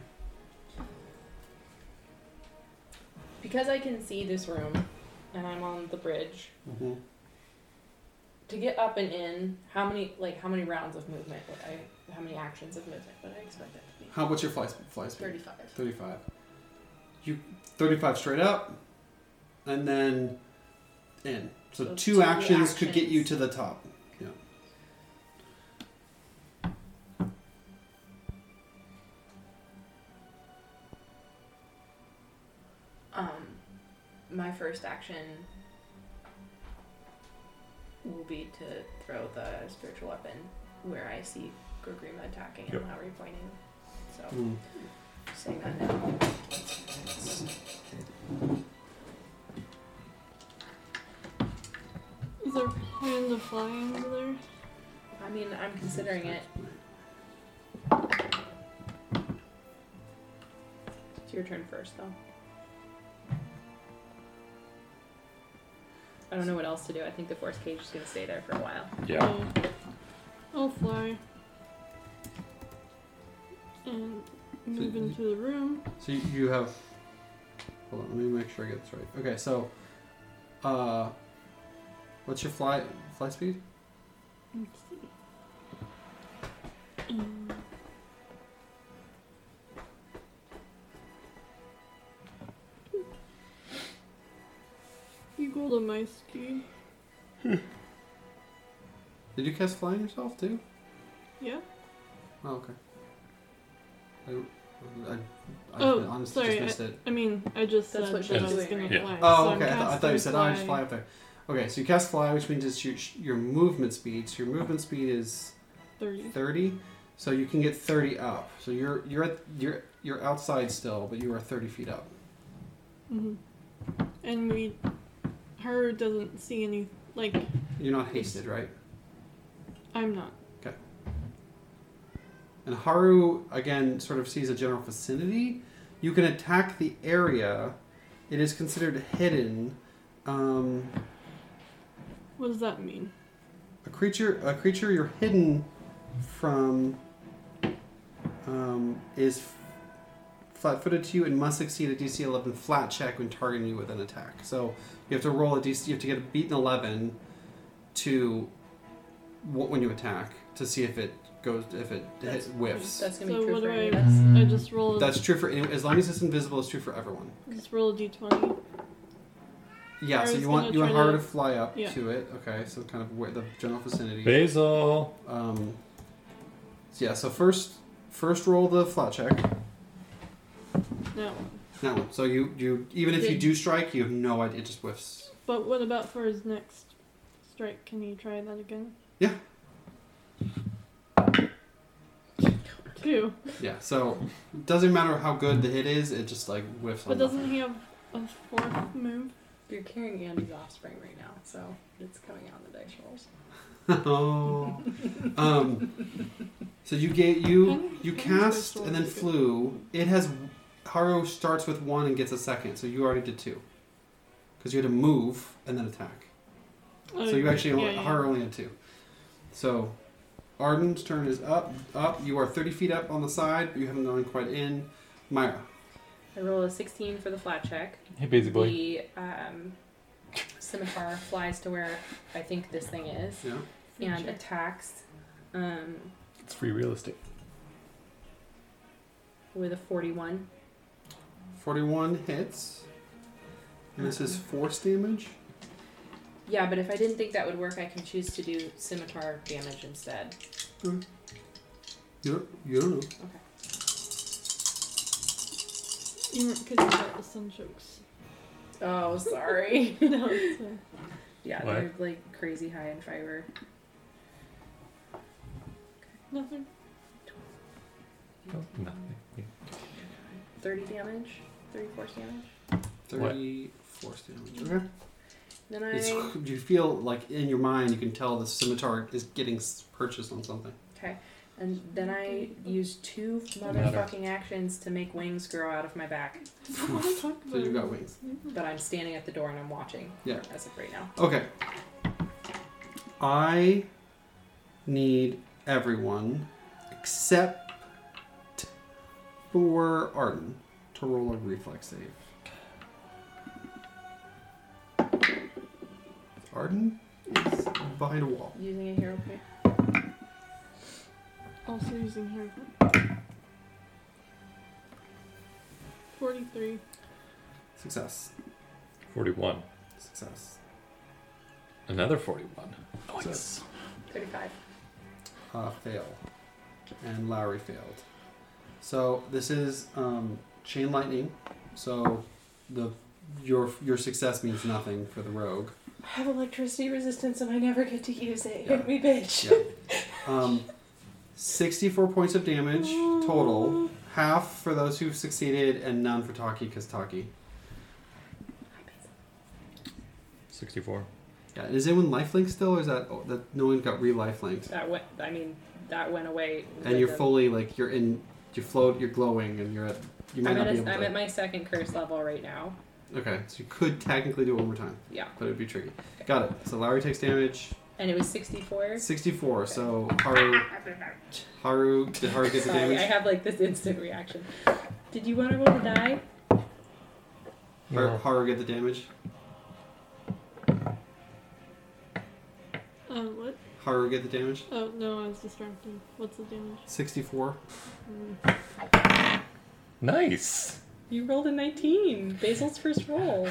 S3: because I can see this room and I'm on the bridge.
S2: Mhm.
S3: To get up and in, how many like how many rounds of movement would I how many actions of movement would I expect that to be?
S2: how what's your fly speed fly speed
S3: Thirty five.
S2: 35. You 35 straight up, and then in. So,
S3: So
S2: two,
S3: two
S2: actions, could get you
S3: actions.
S2: to the top. Yeah.
S3: Um, my first action will be to throw the spiritual weapon where I see Gorgrima attacking
S1: Yep.
S3: and Lowry pointing. So
S2: Mm.
S3: saying that now.
S4: Is there hand of flying over there?
S3: I mean, I'm considering it. It's your turn first, though. I don't know what else to do. I think the force cage is going to stay there for a while.
S1: Yeah.
S4: Oh. I'll fly. And move
S2: you-
S4: into the room.
S2: So you- you have. Hold on, let me make sure I get this right. Okay, so. Uh, what's your fly fly speed?
S4: Let's see. Um, Equal to my speed.
S2: Did you cast flying yourself too?
S4: Yeah.
S2: Oh, okay. I, don't- I, I
S4: Oh,
S2: honestly
S4: sorry,
S2: just missed it.
S4: I mean, I just
S3: That's
S4: said
S3: what
S4: that
S3: she's
S4: I was
S3: doing
S4: gonna
S3: right
S1: now.
S4: fly.
S2: Oh,
S4: so I'm
S2: okay. I, thought- I thought you
S4: casting
S2: said oh, I just
S4: fly.
S2: fly up there. Okay, so you cast fly, which means it's your your movement speed. So your movement speed is
S4: 30.
S2: thirty, so you can get thirty up. So you're you're at, you're you're outside still, but you are thirty feet up.
S4: hmm And we, her doesn't see any, like,
S2: You're not hasted, right?
S4: I'm not.
S2: And Haru again sort of sees a general vicinity. You can attack the area. It is considered hidden. Um,
S4: What does that mean?
S2: a creature a creature you're hidden from um, is f- flat-footed to you and must succeed a DC 11 flat check when targeting you with an attack. So you have to roll a DC. You have to get a beaten 11 to wh- when you attack to see if it goes if it hits, whiffs.
S3: That's gonna
S4: So
S3: be true
S4: what
S3: for
S4: do
S3: any
S4: I?
S3: of us.
S4: I just roll. a-
S2: That's true for any, as long as it's invisible. It's true for everyone.
S4: Just roll a d20.
S2: Yeah.
S4: I
S2: So
S4: was
S2: you want
S4: gonna
S2: you want
S4: try to-
S2: Hara to fly up
S4: yeah.
S2: to it. Okay. So kind of where the general vicinity.
S7: Basil.
S2: Um. so yeah. So first first roll the flat check.
S4: No.
S2: That one. So you you even if you
S4: Did-
S2: do strike, you have no idea. It just whiffs.
S4: But what about for his next strike? Can you try that again?
S2: Yeah.
S4: Two.
S2: Yeah. So it doesn't matter how good the hit is. It just like whiffs.
S4: But
S2: on
S4: doesn't
S2: nothing.
S4: he have a fourth move?
S3: You're carrying Andy's offspring right now, so it's coming out in the dice rolls.
S2: oh. Um. So you get you you cast and then flew. It has Haro starts with one and gets a second. So you already did two. Because you had to move and then attack.
S4: Oh,
S2: So you actually only, Haro only had two. So Arden's turn is up. Up. You are thirty feet up on the side, but you haven't gone quite in. Myra.
S3: I roll a 16 for the flat check.
S7: Hey, Basil boy.
S3: The um, scimitar flies to where I think this thing is
S2: Yeah.
S3: and attacks um,
S7: It's free real estate.
S3: with a 41.
S2: Forty-one hits. And this is force damage.
S3: Yeah, but if I didn't think that would work, I can choose to do scimitar damage instead.
S2: You don't, you don't know.
S4: You weren't kidding about the sun jokes.
S3: Oh, sorry.
S4: no, it's uh, a,
S3: yeah,
S1: What?
S3: they're like crazy high in fiber.
S4: nothing.
S7: Oh, nothing.
S3: 30 damage, 30 force damage.
S7: What?
S2: Thirty force damage. Okay.
S3: Then I.
S2: It's, you feel like in your mind you can tell the scimitar is getting s- purchased on something.
S3: Okay. And then I use two motherfucking actions to make wings grow out of my back.
S4: I wanna talk
S2: So
S4: about
S2: you
S4: it.
S2: got wings.
S3: But I'm standing at the door and I'm watching.
S2: Yeah.
S3: As of right now.
S2: Okay. I need everyone except for Arden to roll a reflex save. Arden is behind a wall.
S3: Using a hero point.
S4: Also using hair. Forty-three.
S2: Success.
S7: 41.
S2: Success.
S7: Another 41.
S2: Nice.
S3: 35.
S2: uh, fail, and Lowry failed. So this is um, chain lightning. So the your your success means nothing for the rogue.
S3: I have electricity resistance and I never get to use it.
S2: Hit Yeah.
S3: me, bitch.
S2: Yeah. Um, Sixty-four points of damage total. Half for those who've succeeded, and none for Taki because Taki.
S7: 64.
S2: Yeah, is anyone lifelink still, or is that oh, that no one got re-lifelinked?
S3: That went, I mean, that went away. with
S2: And you're
S3: the-
S2: fully like you're in, you float, you're glowing, and you're at. You might
S3: I'm,
S2: not
S3: at
S2: be
S3: a,
S2: able
S3: I'm
S2: to.
S3: at my second curse level right now.
S2: Okay, so you could technically do it one more time.
S3: Yeah.
S2: but it'd be tricky. Got it. So Lowry takes damage
S3: And it was 64.
S2: 64. So Haru, Haru, did Haru get the
S3: Sorry, I
S2: damage?
S3: have like this instant reaction. Did you want to roll the die?
S2: Haru, Haru get the damage.
S4: Uh, what?
S2: Haru get the damage.
S4: Oh no, I was distracted. What's the damage?
S2: 64.
S4: Mm.
S7: Nice.
S3: You rolled a 19. Basil's first roll.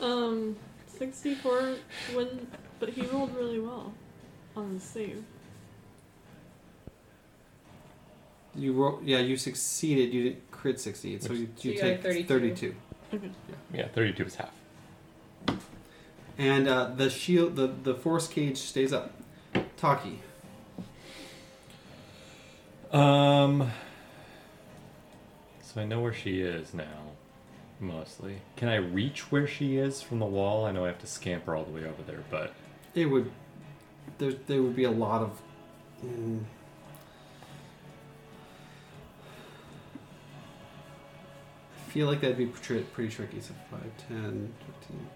S4: Um, sixty-four. When? But he rolled really well on the save.
S2: You roll. Yeah, you succeeded. You didn't crit succeed, so you,
S3: So
S2: you
S3: you got a
S2: take
S3: 32.
S2: 32.
S4: Okay.
S7: Yeah, 32 is half.
S2: And uh, the shield, the the force cage stays up. Taki.
S7: Um. So I know where she is now, mostly. Can I reach where she is from the wall? I know I have to scamper all the way over there, but
S2: It would. There, there would be a lot of. mm, I feel like that'd be pretty, pretty tricky. So 5, 10, 15.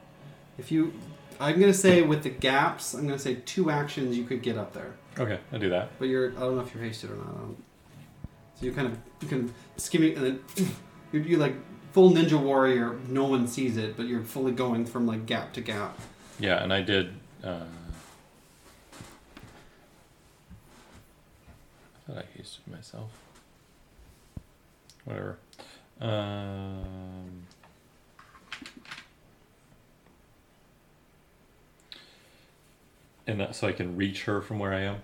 S2: If you. I'm going to say with the gaps, I'm going to say two actions you could get up there.
S7: okay, I'll do that.
S2: But you're. I don't know if you're hasted or not. I don't, so you're kind of. You can skimming and then. You're, you're like full ninja warrior. No one sees it, but you're fully going from like gap to gap.
S7: Yeah, and I did. Uh,
S1: confused with myself. Whatever. Um, and that, so I can reach her from where I am.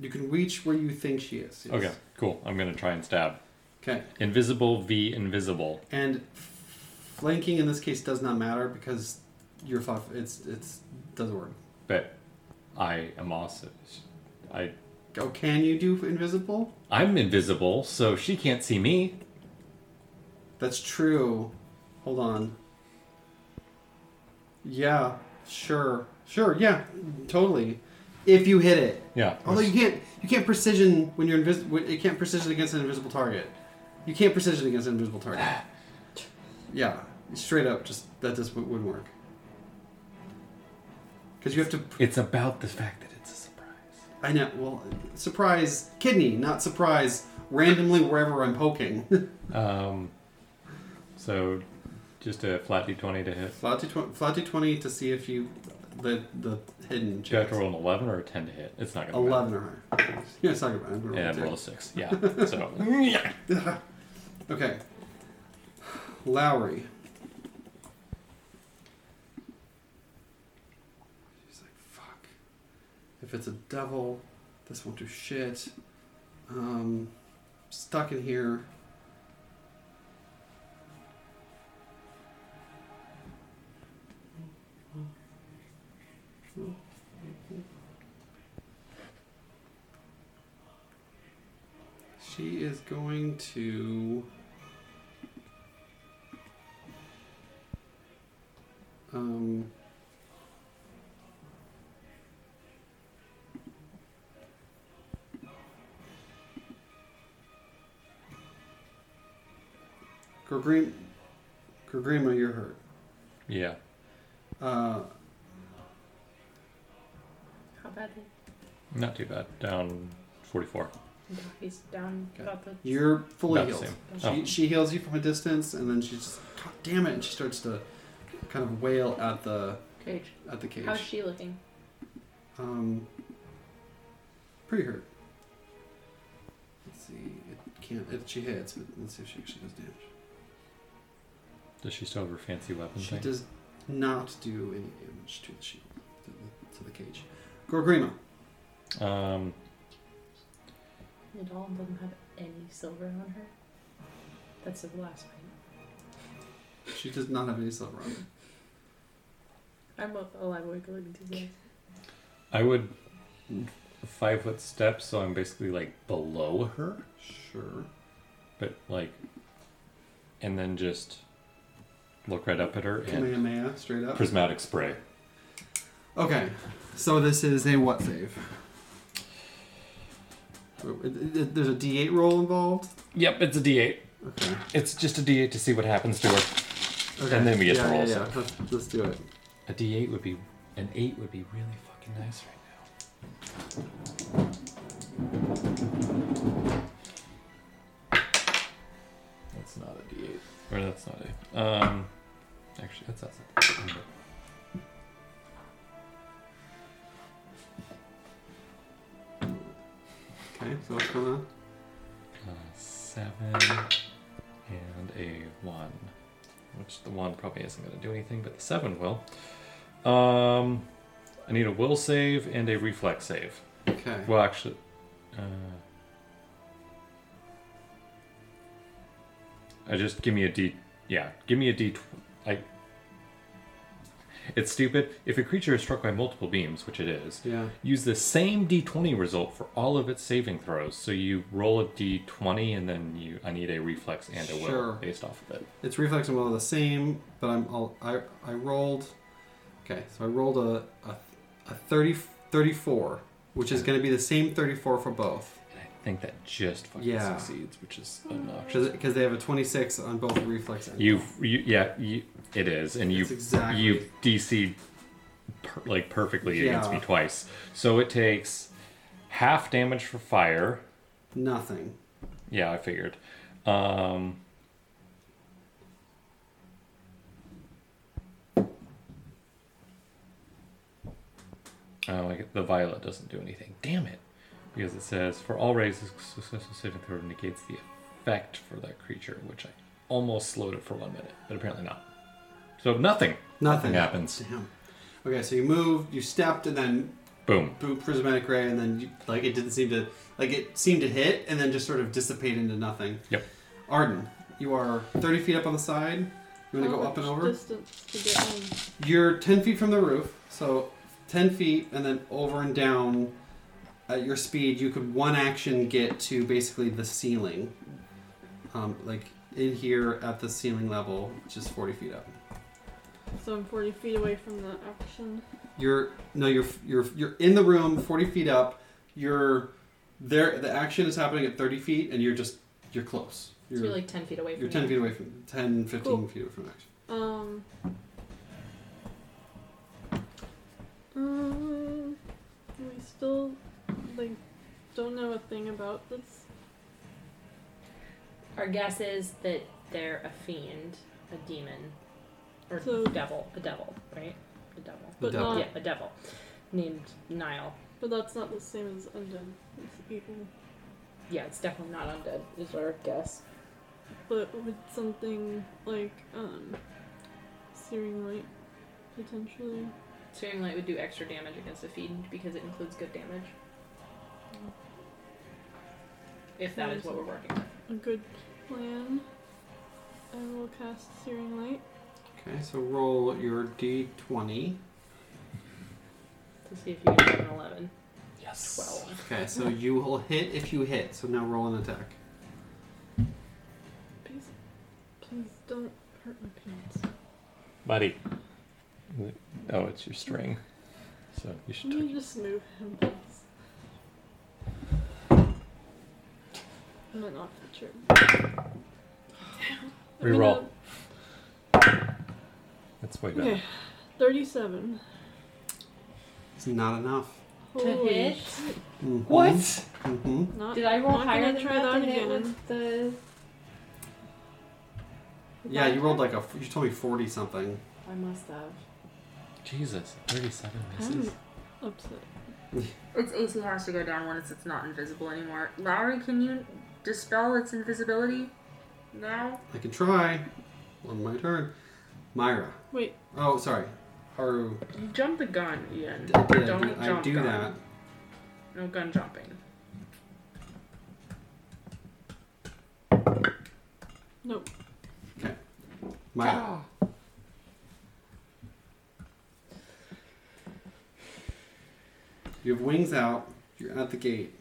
S2: You can reach where you think she is. yes.
S1: Okay, cool. I'm gonna try and stab.
S2: Okay.
S1: Invisible v invisible.
S2: And flanking in this case does not matter because your thought it's it's doesn't work.
S1: But I am also. I
S2: Oh, can you do invisible?
S1: I'm invisible, so she can't see me.
S2: That's true. Hold on. Yeah, sure, sure, yeah, totally. If you hit it,
S1: Yeah.
S2: although you can't, you can't precision when you're invisible. It can't precision against an invisible target. You can't precision against an invisible target. Yeah, straight up, just that just wou- wouldn't work. Because you have to.
S1: It's about the fact that it's a surprise.
S2: I know. Well, surprise kidney, not surprise randomly wherever I'm poking.
S1: Um, so, just a flat d20 to hit.
S2: Flat to tw- flat to twenty to see if you the the hidden
S1: Do you have
S2: chance.
S1: to roll an 11 or a 10 to hit? It's not going to
S2: Eleven or higher. Yeah, it's not gonna matter. I'm
S1: Yeah,
S2: gonna
S1: roll
S2: roll
S1: a
S2: two.
S1: 6. Yeah. So, yeah.
S2: Okay. Lowry. She's like, fuck. If it's a devil, this won't do shit. Um, stuck in here. She is going to. Um. Gorgrima, Gorgrima, you're hurt.
S1: yeah.
S2: Uh,
S3: How badly?
S1: Not too bad. Down 44.
S3: No, he's down. About the
S2: you're fully
S1: About the
S2: healed.
S1: same. Oh.
S2: She, she heals you from a distance, and then she's just, God damn it! And she starts to kind of wail at the
S3: cage.
S2: at the cage.
S3: How's she looking?
S2: Um, pretty hurt. Let's see. It can't. It, she hits, but let's see if she actually does damage.
S1: Does she still have her fancy weapon
S2: She
S1: thing?
S2: does not do any damage to the shield, to the, to the cage. Gorgrima.
S1: Um,
S3: Nadal doesn't have any silver on her. That's the last one.
S2: She does not have any silver on her.
S3: I'm up alive, wake, look enthusiastic.
S1: I would five foot step, so I'm basically like below her,
S2: Sure.
S1: but like, and then just look right up at her and
S2: Kamehameha, straight up.
S1: prismatic spray.
S2: Okay, so this is a what save? Oh, it- it- There's a D8 roll involved.
S1: Yep, it's a D8.
S2: Okay.
S1: It's just a D8 to see what happens to her.
S2: okay.
S1: And then we get to
S2: yeah,
S1: roll
S2: Yeah, yeah. Let's, let's do it.
S1: A D8 would be an eight would be really fucking nice right now. That's not a D8. Or that's not a. Um, actually, that's outside. the window.
S2: Okay, so what's going on?
S1: Uh, seven and a one, which the one probably isn't going to do anything, but the seven will. Um, I need a will save and a reflex save.
S2: Okay.
S1: Well, actually, uh, I just give me a d. Yeah, give me a d. Tw- I. It's stupid. If a creature is struck by multiple beams, which it is,
S2: Yeah.
S1: use the same d20 result for all of its saving throws. So you roll a d20, and then you. I need a reflex and a will
S2: Sure.
S1: based off of it.
S2: It's reflex and will are the same, but I'm I'll, I I rolled. Okay, so I rolled a a, a 30, 34, which is going to be the same 34 for both,
S1: And I think that just fucking
S2: Yeah.
S1: succeeds, which is obnoxious.
S2: because they have a 26 on both reflex and.
S1: You've you, yeah, you, it is, and you
S2: That's exactly-
S1: you DC per, like perfectly against
S2: Yeah.
S1: me twice. So it takes half damage for fire.
S2: nothing.
S1: Yeah, I figured. Um, oh, I get- the violet doesn't do anything. Damn it!
S7: because it says for all raises, successful saving throw negates the effect for that creature, which I almost slowed it for one minute, but apparently not. So nothing.
S2: Nothing.
S7: happens.
S2: Damn. Okay, so you moved, you stepped, and then
S7: Boom.
S2: boot prismatic ray, and then you, like it didn't seem to like it seemed to hit, and then just sort of dissipate into nothing.
S7: Yep.
S2: Arden, you are thirty feet up on the side. You want to
S4: How
S2: go up
S4: much
S2: and over?
S4: Distance to get in.
S2: You're ten feet from the roof, so ten feet, and then over and down. At your speed, you could one action get to basically the ceiling, um, like in here at the ceiling level, which is forty feet up.
S4: So I'm 40 feet away from the action.
S2: You're no, you're you're you're in the room, forty feet up. You're there. The action is happening at thirty feet, and you're just you're close. You're
S3: so you're like 10 feet away from
S2: you're ten
S3: me.
S2: feet away from 10, 15
S4: Cool.
S2: feet away from action.
S4: Um. Um. We still like don't know a thing about this.
S3: Our guess is that they're a fiend, a demon, or
S4: So-
S3: devil, a devil, right? A devil.
S2: The
S4: But
S2: devil.
S4: not.
S3: yeah, a devil named Nile.
S4: But that's not the same as undead. It's evil.
S3: Yeah, it's definitely not undead. Is our guess.
S4: But with something like um, searing light, potentially.
S3: Searing light would do extra damage against a fiend because it includes good damage. If that is what we're working with.
S4: A good plan. I will cast searing light.
S2: Okay, so roll your d twenty.
S3: To see if you can get an 11.
S7: Yes.
S3: 12.
S2: Okay, so you will hit if you hit. So now roll an attack.
S4: Please, please don't hurt my pants.
S7: Buddy. Oh, it's your string. So you should
S4: Can
S7: touch
S4: you just move him, please? I'm off the chair. I'm
S7: Reroll.
S4: gonna-
S7: That's way better.
S4: Okay, thirty-seven.
S2: It's not enough.
S3: To
S4: Holy
S3: hit?
S4: shit.
S2: Mm-hmm. What? hmm
S4: Not,
S3: Did I roll
S4: not
S3: higher
S4: gonna
S3: than
S4: try
S3: that
S4: that
S3: to hit
S4: again.
S3: with the.
S2: Yeah, you rolled like a. You told me forty something.
S3: I must have.
S7: Jesus, 37 misses.
S4: I'm upset.
S8: Its AC has to go down once it's not invisible anymore. Lowry, can you dispel its invisibility now?
S2: I can try. On my turn, Myra.
S4: Wait,
S2: Oh, sorry, Haru.
S8: You jump the gun, Ian.
S2: I did. I
S8: Don't
S2: do, I
S8: jump
S2: do
S8: gun.
S2: that.
S8: No gun jumping.
S4: nope.
S2: Myra.
S3: Oh.
S2: You have wings out. You're at the gate.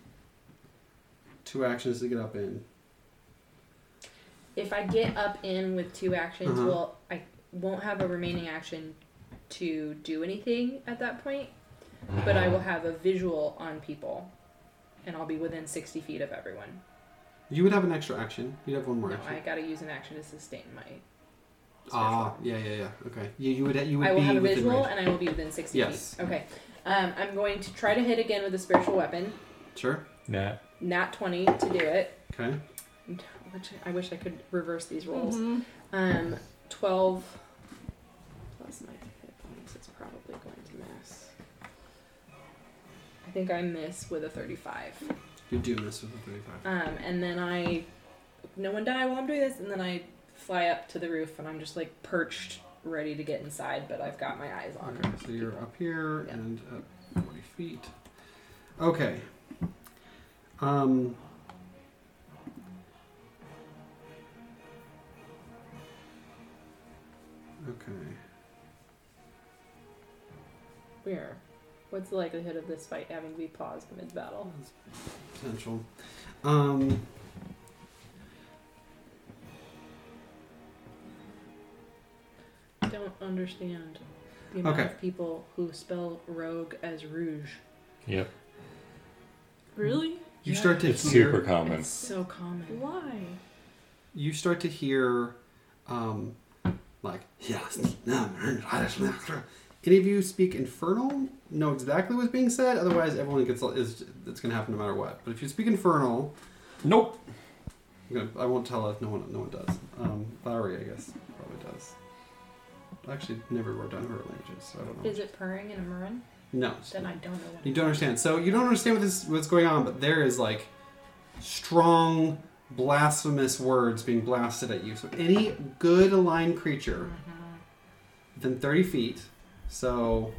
S2: Two actions to get up in.
S3: If I get up in with two actions,
S2: Uh-huh.
S3: well, I won't have a remaining action to do anything at that point, Oh. but I will have a visual on people, and I'll be within 60 feet of everyone.
S2: You would have an extra action. You'd have one more
S3: No,
S2: action.
S3: I gotta use an action to sustain my.
S2: ah, yeah, yeah, yeah. Okay. You, you would you would
S3: I will
S2: be
S3: have a
S2: within
S3: visual,
S2: range.
S3: and I will be within 60
S2: Yes.
S3: feet. Okay. Um, I'm going to try to hit again with a spiritual weapon.
S2: Sure.
S7: Nah.
S3: Nat 20 to do it.
S2: Okay.
S3: Which I wish I could reverse these rolls.
S4: Mhm.
S3: Um, twelve plus my hit points is probably going to miss. I think I miss with a thirty-five.
S2: You do miss with a thirty-five.
S3: Um, and then I, no one die while I'm doing this, and then I fly up to the roof and I'm just like perched, ready to get inside, but I've got my eyes on.
S2: Okay, so you're up here
S3: Yeah.
S2: and up forty feet. Okay. Um. Okay.
S3: Where? What's the likelihood of this fight having to be paused mid-battle?
S2: potential. Um,
S3: Don't understand the amount
S2: Okay.
S3: of people who spell rogue as rouge.
S7: Yep.
S4: Really?
S2: you
S3: Yeah.
S2: start to
S7: It's
S2: hear
S7: super common.
S3: It's so common.
S4: Why?
S2: you start to hear um, like yes, no, any of you speak infernal know exactly what's being said otherwise everyone gets is it's going to happen no matter what but if you speak infernal
S7: Nope.
S2: I'm gonna, i won't tell if no one no one does um, Lowry I guess probably does I actually never wrote down her languages so I don't know
S3: Is it purring in a maroon?
S2: No.
S3: Then I don't know what
S2: You don't understand. So you don't understand what this what's going on, but there is like strong blasphemous words being blasted at you. So any good aligned creature
S3: Mm-hmm,
S2: within thirty feet, so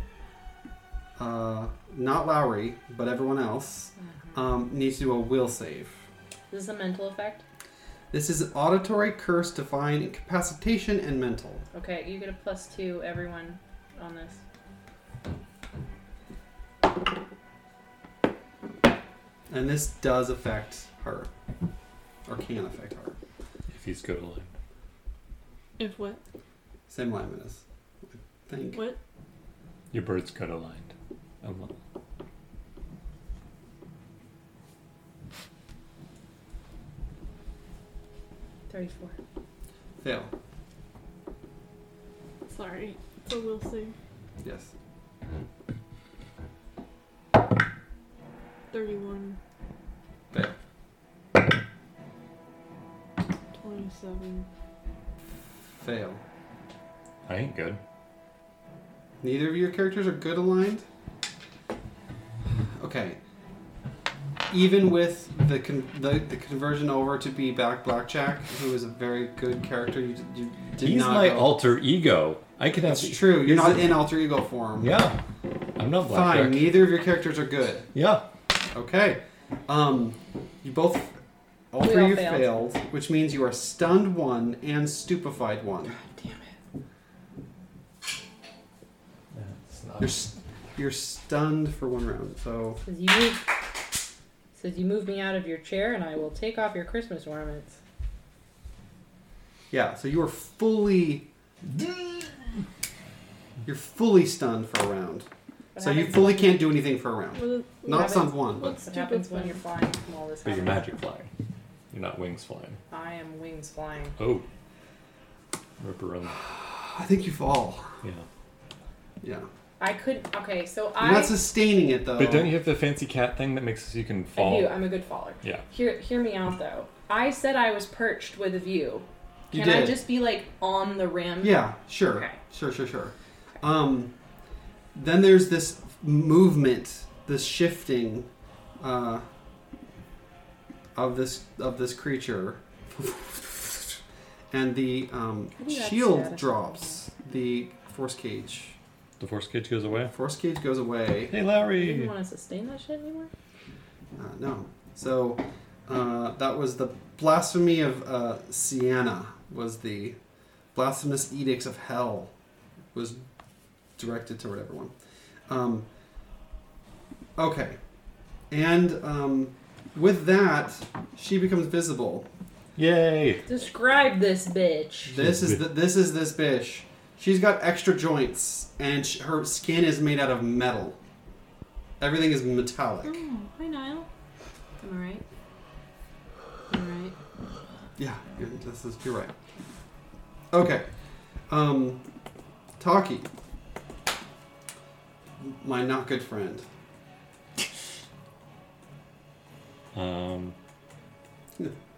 S2: uh, not Lowry, but everyone else, um, needs to do a will save.
S3: mm-hmm. This is a mental effect.
S2: This is auditory curse, divine incapacitation, and mental.
S3: Okay, you get a plus two, everyone, on this.
S2: And this does affect her. Or can affect her.
S1: If he's good aligned.
S4: If what?
S2: Same alignment as I think.
S4: What?
S1: Your bird's good aligned. Um, well,
S3: Thirty-four.
S2: Fail.
S4: Sorry. So we'll see.
S2: Yes.
S4: 31,
S2: Fail.
S4: 27.
S2: Fail.
S7: I ain't good.
S2: Neither of your characters are good aligned. Okay. Even with the, con- the the conversion over to be back Blackjack, who is a very good character, you, d- you did
S7: He's
S2: not.
S7: my
S2: go-
S7: alter ego. I can have.
S2: That's true. You're
S7: He's
S2: not
S7: a-
S2: in alter ego form.
S7: Yeah, I'm not
S2: Fine.
S7: blackjack.
S2: Neither of your characters are good.
S7: Yeah,
S2: Okay. Um, you both, all
S3: We
S2: three
S3: all
S2: of you
S3: failed.
S2: failed, which means you are stunned one and stupefied one.
S3: Damn it.
S2: You're s you're stunned for one round. So
S3: Says you move. Says you move me out of your chair, and I will take off your Christmas ornaments.
S2: yeah, so you are fully you're fully stunned for a round.
S3: What
S2: So you
S3: happens-
S2: fully can't do anything for a round.
S4: What is,
S2: Not
S3: happens-
S2: stunned one, but
S4: what's
S3: What happens
S4: stupid
S3: when
S4: thing?
S3: you're flying from all this?
S7: but you're
S3: happening?
S7: magic flying. You're not wings flying.
S3: I am wings flying.
S7: Oh, rip around.
S2: I think you fall.
S7: Yeah,
S2: Yeah,
S3: I couldn't. Okay, so I.
S2: you're not sustaining it though.
S7: but don't you have the fancy cat thing that makes you can
S3: I
S7: fall?
S3: do. I'm a good faller.
S7: Yeah.
S3: Hear, hear me out though. I said I was perched with a view.
S2: You
S3: Can I
S2: did.
S3: just be like on the rim?
S2: Yeah, sure,
S3: Okay.
S2: sure, sure, sure. Um, then there's this movement, this shifting, uh, of this of this creature, and the um,
S3: I think that's
S2: shield
S3: bad.
S2: drops. The force cage,
S1: the force cage goes away.
S2: force cage goes away.
S7: Hey,
S3: You didn't
S7: Larry.
S3: want to sustain that shit anymore.
S2: Uh, no, so uh, that was the blasphemy of uh, Sienna. Was the blasphemous edicts of hell was directed toward everyone. Um, okay. And um, with that, she becomes visible.
S7: Yay!
S3: Describe this bitch.
S2: This is the, this is this bitch. She's got extra joints, and sh her skin is made out of metal. Everything is metallic.
S4: Oh, hi, Niall.
S3: Am I right? Am I right?
S2: Yeah, you're, this is you're right. Okay, um, Taki, my not good friend.
S7: Um,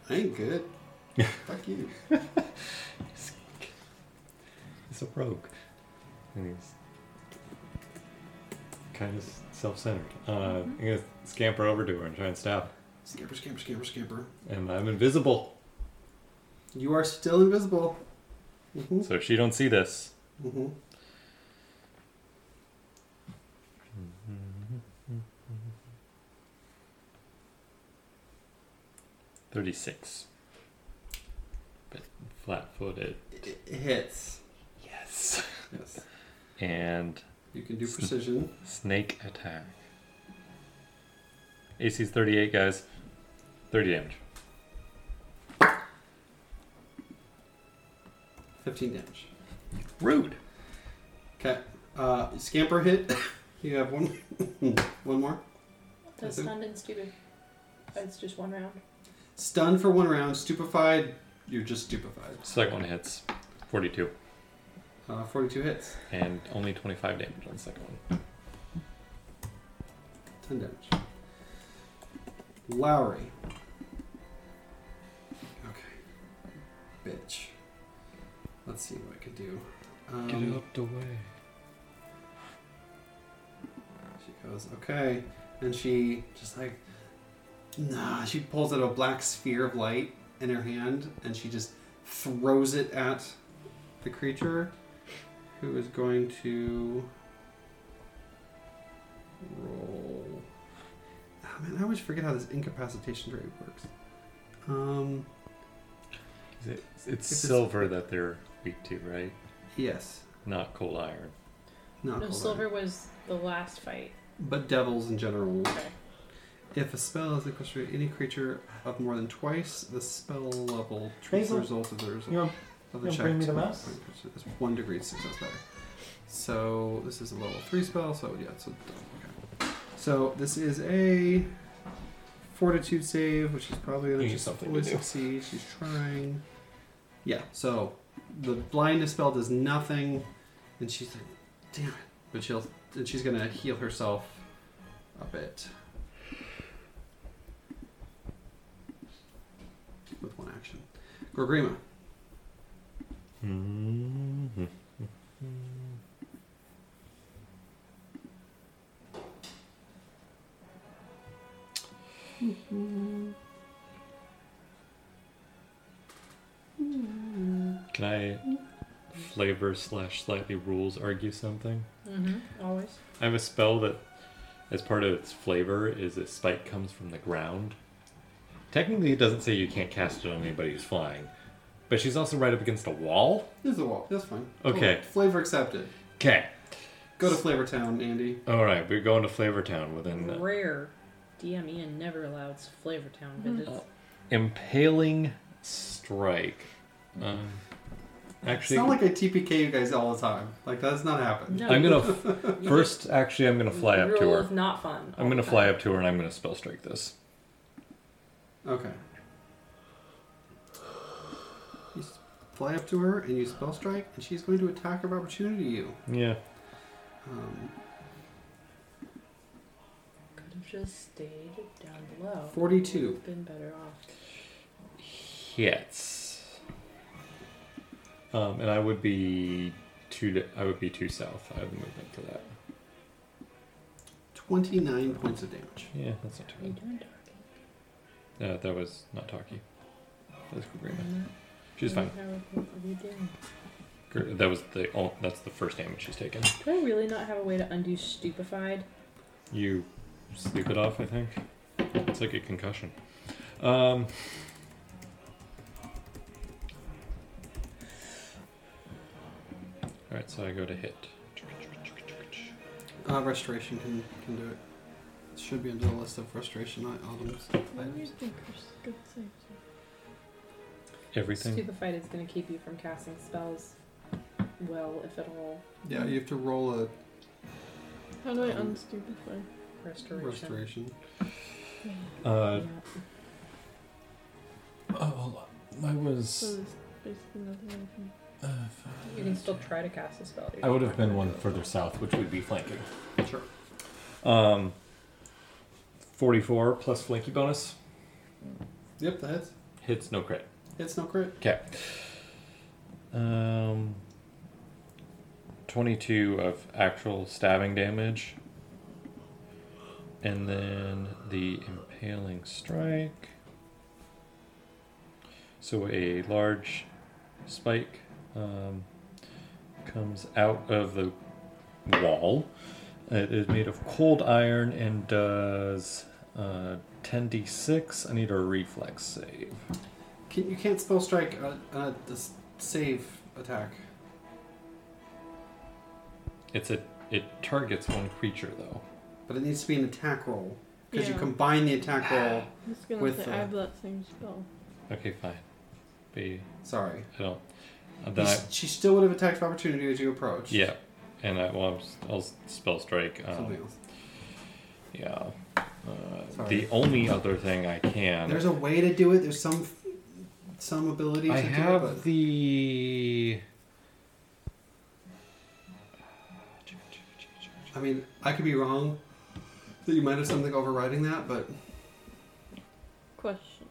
S2: I ain't good. Fuck you.
S7: he's a rogue, and he's kind of self-centered. Uh, I'm gonna scamper over to her and try and stab,
S2: Scamper, scamper, scamper, scamper.
S7: and I'm invisible,
S2: You are still invisible. Mm-hmm.
S7: so if she don't see this.
S2: Mm-hmm.
S7: Thirty-six. But flat-footed.
S2: It, it hits.
S7: Yes.
S2: Yes.
S7: And
S2: You can do precision.
S7: snake attack. AC's 38, guys. 30 damage.
S2: 15 damage.
S7: Rude.
S2: Okay. Uh, scamper hit. you have one. one more.
S3: That's
S2: Mhm.
S3: stunned and stupid. It's just one round.
S2: Stunned for one round. Stupefied. You're just stupefied.
S7: Second one hits 42.
S2: Uh, 42 hits.
S7: And only 25 damage on the second one.
S2: 10 damage. Lowry. Okay. Bitch. Let's Um, see what I can do. Um,
S7: the way.
S2: goes, okay. And she just like, nah, she pulls out a black sphere of light in her hand and she just throws it at the creature who is going to roll. Oh man, I always forget how this incapacitation rate works. Um,
S1: Is it- It's silver that they're weak to, right?
S2: yes,
S1: Not cold iron.
S2: not
S3: No,
S2: gold
S3: silver was the last fight.
S2: but devils in general.
S3: Okay.
S2: If a spell is equal to any creature of more than twice the spell level, treat the
S9: Basil,
S2: result of the result
S9: You know,
S2: of the
S9: you
S2: check.
S9: bring me
S2: to
S9: the
S2: one
S9: mouse?
S2: point, which is one degree of success better. So this is a level three spell. So yeah, so okay. So this is a fortitude save, which is probably
S9: You
S2: gonna
S9: need
S2: just
S9: something
S2: fully
S9: to do.
S2: succeed. She's trying. Yeah. So the blindness spell does nothing, and she's like, "Damn it!" But she'll and she's gonna heal herself a bit with one action. Gorgrima.
S1: Mm-hmm. Can I flavor slash slightly rules argue something?
S3: Mm-hmm. Always.
S1: I have a spell that, as part of its flavor, is its spike comes from the ground. Technically, it doesn't say you can't cast it on anybody who's flying, but she's also right up against a wall.
S2: This is a wall. That's fine.
S1: Okay.
S2: Cool. Flavor accepted.
S1: Okay.
S2: Go to Flavor Town, Andy.
S1: All right, we're going to Flavor Town with an
S3: Rare. DM Ian never allows Flavor Town
S7: Mm-hmm.
S3: visits.
S1: Uh, impaling strike. Um,
S2: It's
S1: actually,
S2: not like I TPK you guys all the time. Like that's not happened.
S3: No,
S1: I'm
S3: you-
S1: gonna f- first. Actually, I'm gonna fly up to
S3: rule of
S1: her.
S3: not fun.
S1: I'm gonna fly up to her and I'm gonna spell strike this.
S2: Okay. You s- fly up to her and you spell strike, and she's going to attack of opportunity you.
S1: Yeah.
S2: Um,
S3: Could have just stayed down below.
S2: 42.
S3: Been better off.
S1: hits. Um, and I would be two. To, I would be two south. I have the movement for that.
S2: Twenty-nine points of damage.
S1: Yeah, that's not
S3: Are you
S1: too
S3: doing dark?
S1: bad. Uh, that was not talkie. That was Kagrima. She's fine.
S3: Mm-hmm. What are you doing?
S1: Gr- That was the. Oh, that's the first damage she's taken.
S3: Do I really not have a way to undo stupefied?
S1: You sleep it off. I think it's like a concussion. Um, all right, so I go to hit.
S2: Uh, restoration can can do it. It should be under the list of restoration i- items.
S4: What do you
S2: items.
S4: think are good safety?
S1: Everything.
S3: Stupefied is going to keep you from casting spells. Well, if at all,
S2: Yeah, you have to roll a
S4: How do I
S2: Um,
S4: unstupefy?
S3: restoration.
S2: restoration.
S1: Uh,
S3: Yeah.
S7: Oh, hold on. I
S4: So
S7: was.
S4: there's basically nothing I can.
S7: Uh,
S3: You can still try to cast a spell.
S7: I would have been one further south, which would be flanking.
S2: Sure.
S1: Um, 44 plus flanky bonus.
S2: Yep, that hits.
S1: Hits no crit.
S2: It's no crit.
S1: Okay. Um, 22 of actual stabbing damage. And then the impaling strike. So a large spike um, comes out of the wall. It is made of cold iron and does uh, 10d6. I need a reflex save.
S2: Can, you can't spell strike a, a, a s- save attack.
S1: It's a it targets one creature though.
S2: But it needs to be an attack roll. Because you
S4: Yeah.
S2: combine the attack roll.
S4: I'm just gonna
S2: With,
S4: say
S2: uh,
S4: I have that same spell.
S1: Okay, fine. Be
S2: Sorry.
S1: I don't. uh,
S2: You
S1: Then I,
S2: s- she still would have attacked of opportunity as you approach.
S1: yeah, and I well I'll s- I'll, s spell strike.
S2: Something
S1: Um,
S2: else.
S1: yeah. Uh,
S2: Sorry.
S1: the only other thing I can.
S2: There's a way to do it. There's some f- some ability to
S1: I have
S2: do it. But
S1: the.
S2: I mean, I could be wrong. That you might have something overriding that, but
S4: Question.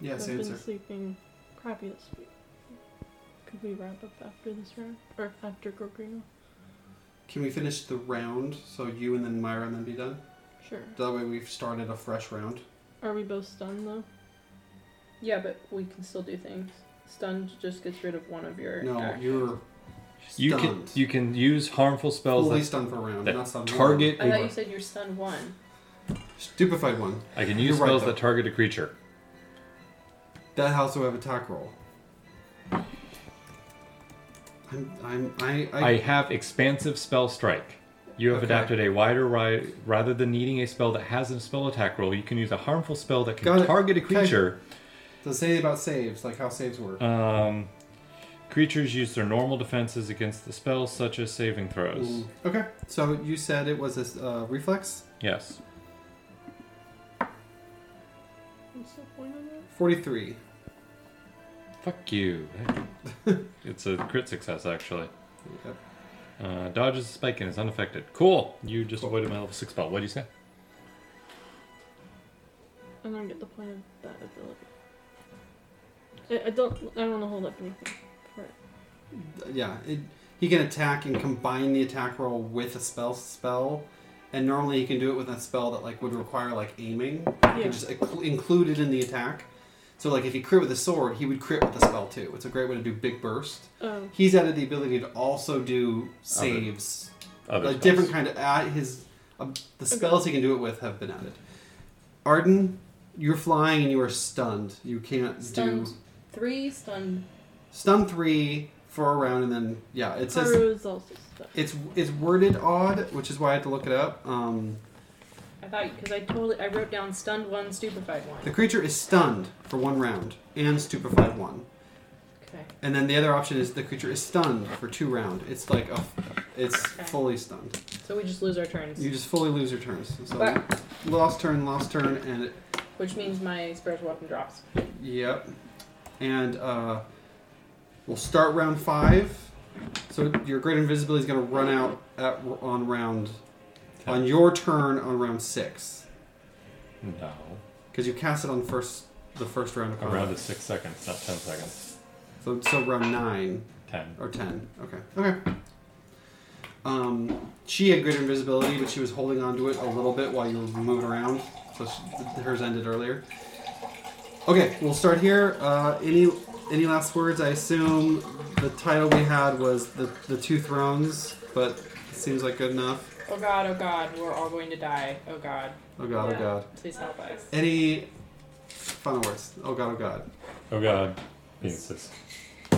S2: yes,
S4: I've
S2: answer.
S4: been sleeping crappy this week. Could we wrap up after this round? Or after Gorgrino?
S2: Can we finish the round so you and then Myra and then be done?
S4: Sure.
S2: That way we've started a fresh round.
S4: Are we both stunned though?
S3: Yeah, but we can still do things. Stunned just gets rid of one of your.
S2: No,
S3: actions.
S2: you're
S1: You can
S2: Stunned.
S1: you can use harmful spells
S2: fully
S1: that
S2: stunned for a round,
S1: that
S2: not stunned.
S1: target.
S3: I thought you said you're stunned one.
S2: One. Stupefied one.
S1: I can use
S2: You're right,
S1: spells
S2: though.
S1: that target a creature.
S2: That house will have attack roll. I'm, I'm, I, I,
S1: I have expansive spell strike. You have
S2: Okay.
S1: adapted a wider ri- rather than needing a spell that has a spell attack roll. You can use a harmful spell that
S2: Got
S1: can
S2: it.
S1: target a
S2: Okay.
S1: creature.
S2: does it say anything about saves, like how saves work.
S1: Um, creatures use their normal defenses against the spell, such as saving throws.
S2: Mm, Okay, so you said it was a s- uh, reflex.
S1: Yes.
S4: What's the point of that?
S2: Forty-three.
S1: Fuck you. it's a crit success, actually.
S2: Yep.
S1: Uh, dodges a spike and is unaffected. Cool. You just avoided my level six spell. What do you say?
S4: I don't get the point of that ability. I, I don't. I don't want to hold up anything for it.
S2: yeah, it, he can attack and combine the attack roll with a spell spell, and normally he can do it with a spell that like would require like aiming. He
S4: Yeah.
S2: can just inclu- include it in the attack. So like if he crit with a sword, he would crit with a spell too. It's a great way to do big burst.
S4: Oh,
S2: He's added the ability to also do saves,
S1: Other spells.
S2: like different kind of add his um, the spells he can do it with have been added. Arden, you're flying and you are stunned. You can't
S3: Stunned
S2: do
S3: three, stunned.
S2: stun three for a round, and then yeah, it says
S4: Haru is also stuck.
S2: it's it's worded odd, which is why I had to look it up. Um,
S3: I thought because I totally I wrote down stunned one, stupefied one.
S2: the creature is stunned for one round and stupefied one,
S3: Okay.
S2: and then the other option is the creature is stunned for two round. It's like a, it's fully stunned.
S3: So we just lose our turns.
S2: You just fully lose your turns. So
S3: But-
S2: lost turn, lost turn, and it,
S3: Which means my spiritual weapon drops.
S2: yep, and uh, we'll start round five. So your great invisibility is going to run out at on round on your turn on round six
S1: No.
S2: because you cast it on first the first round of combat.
S1: Around the six seconds, not ten seconds.
S2: So, so round nine
S1: Ten.
S2: or ten. Okay. Okay. Um, she had greater invisibility, but she was holding on to it a little bit while you were moving around. So she, hers ended earlier. Okay, we'll start here. Uh, any any last words? I assume the title we had was the the two thrones, but it seems like good enough.
S3: Oh god, oh god, we're all going to die. Oh god,
S2: Oh god,
S4: Yeah.
S2: oh god.
S3: please help us.
S2: Any final words? Oh god, oh god.
S1: Oh god. He insists.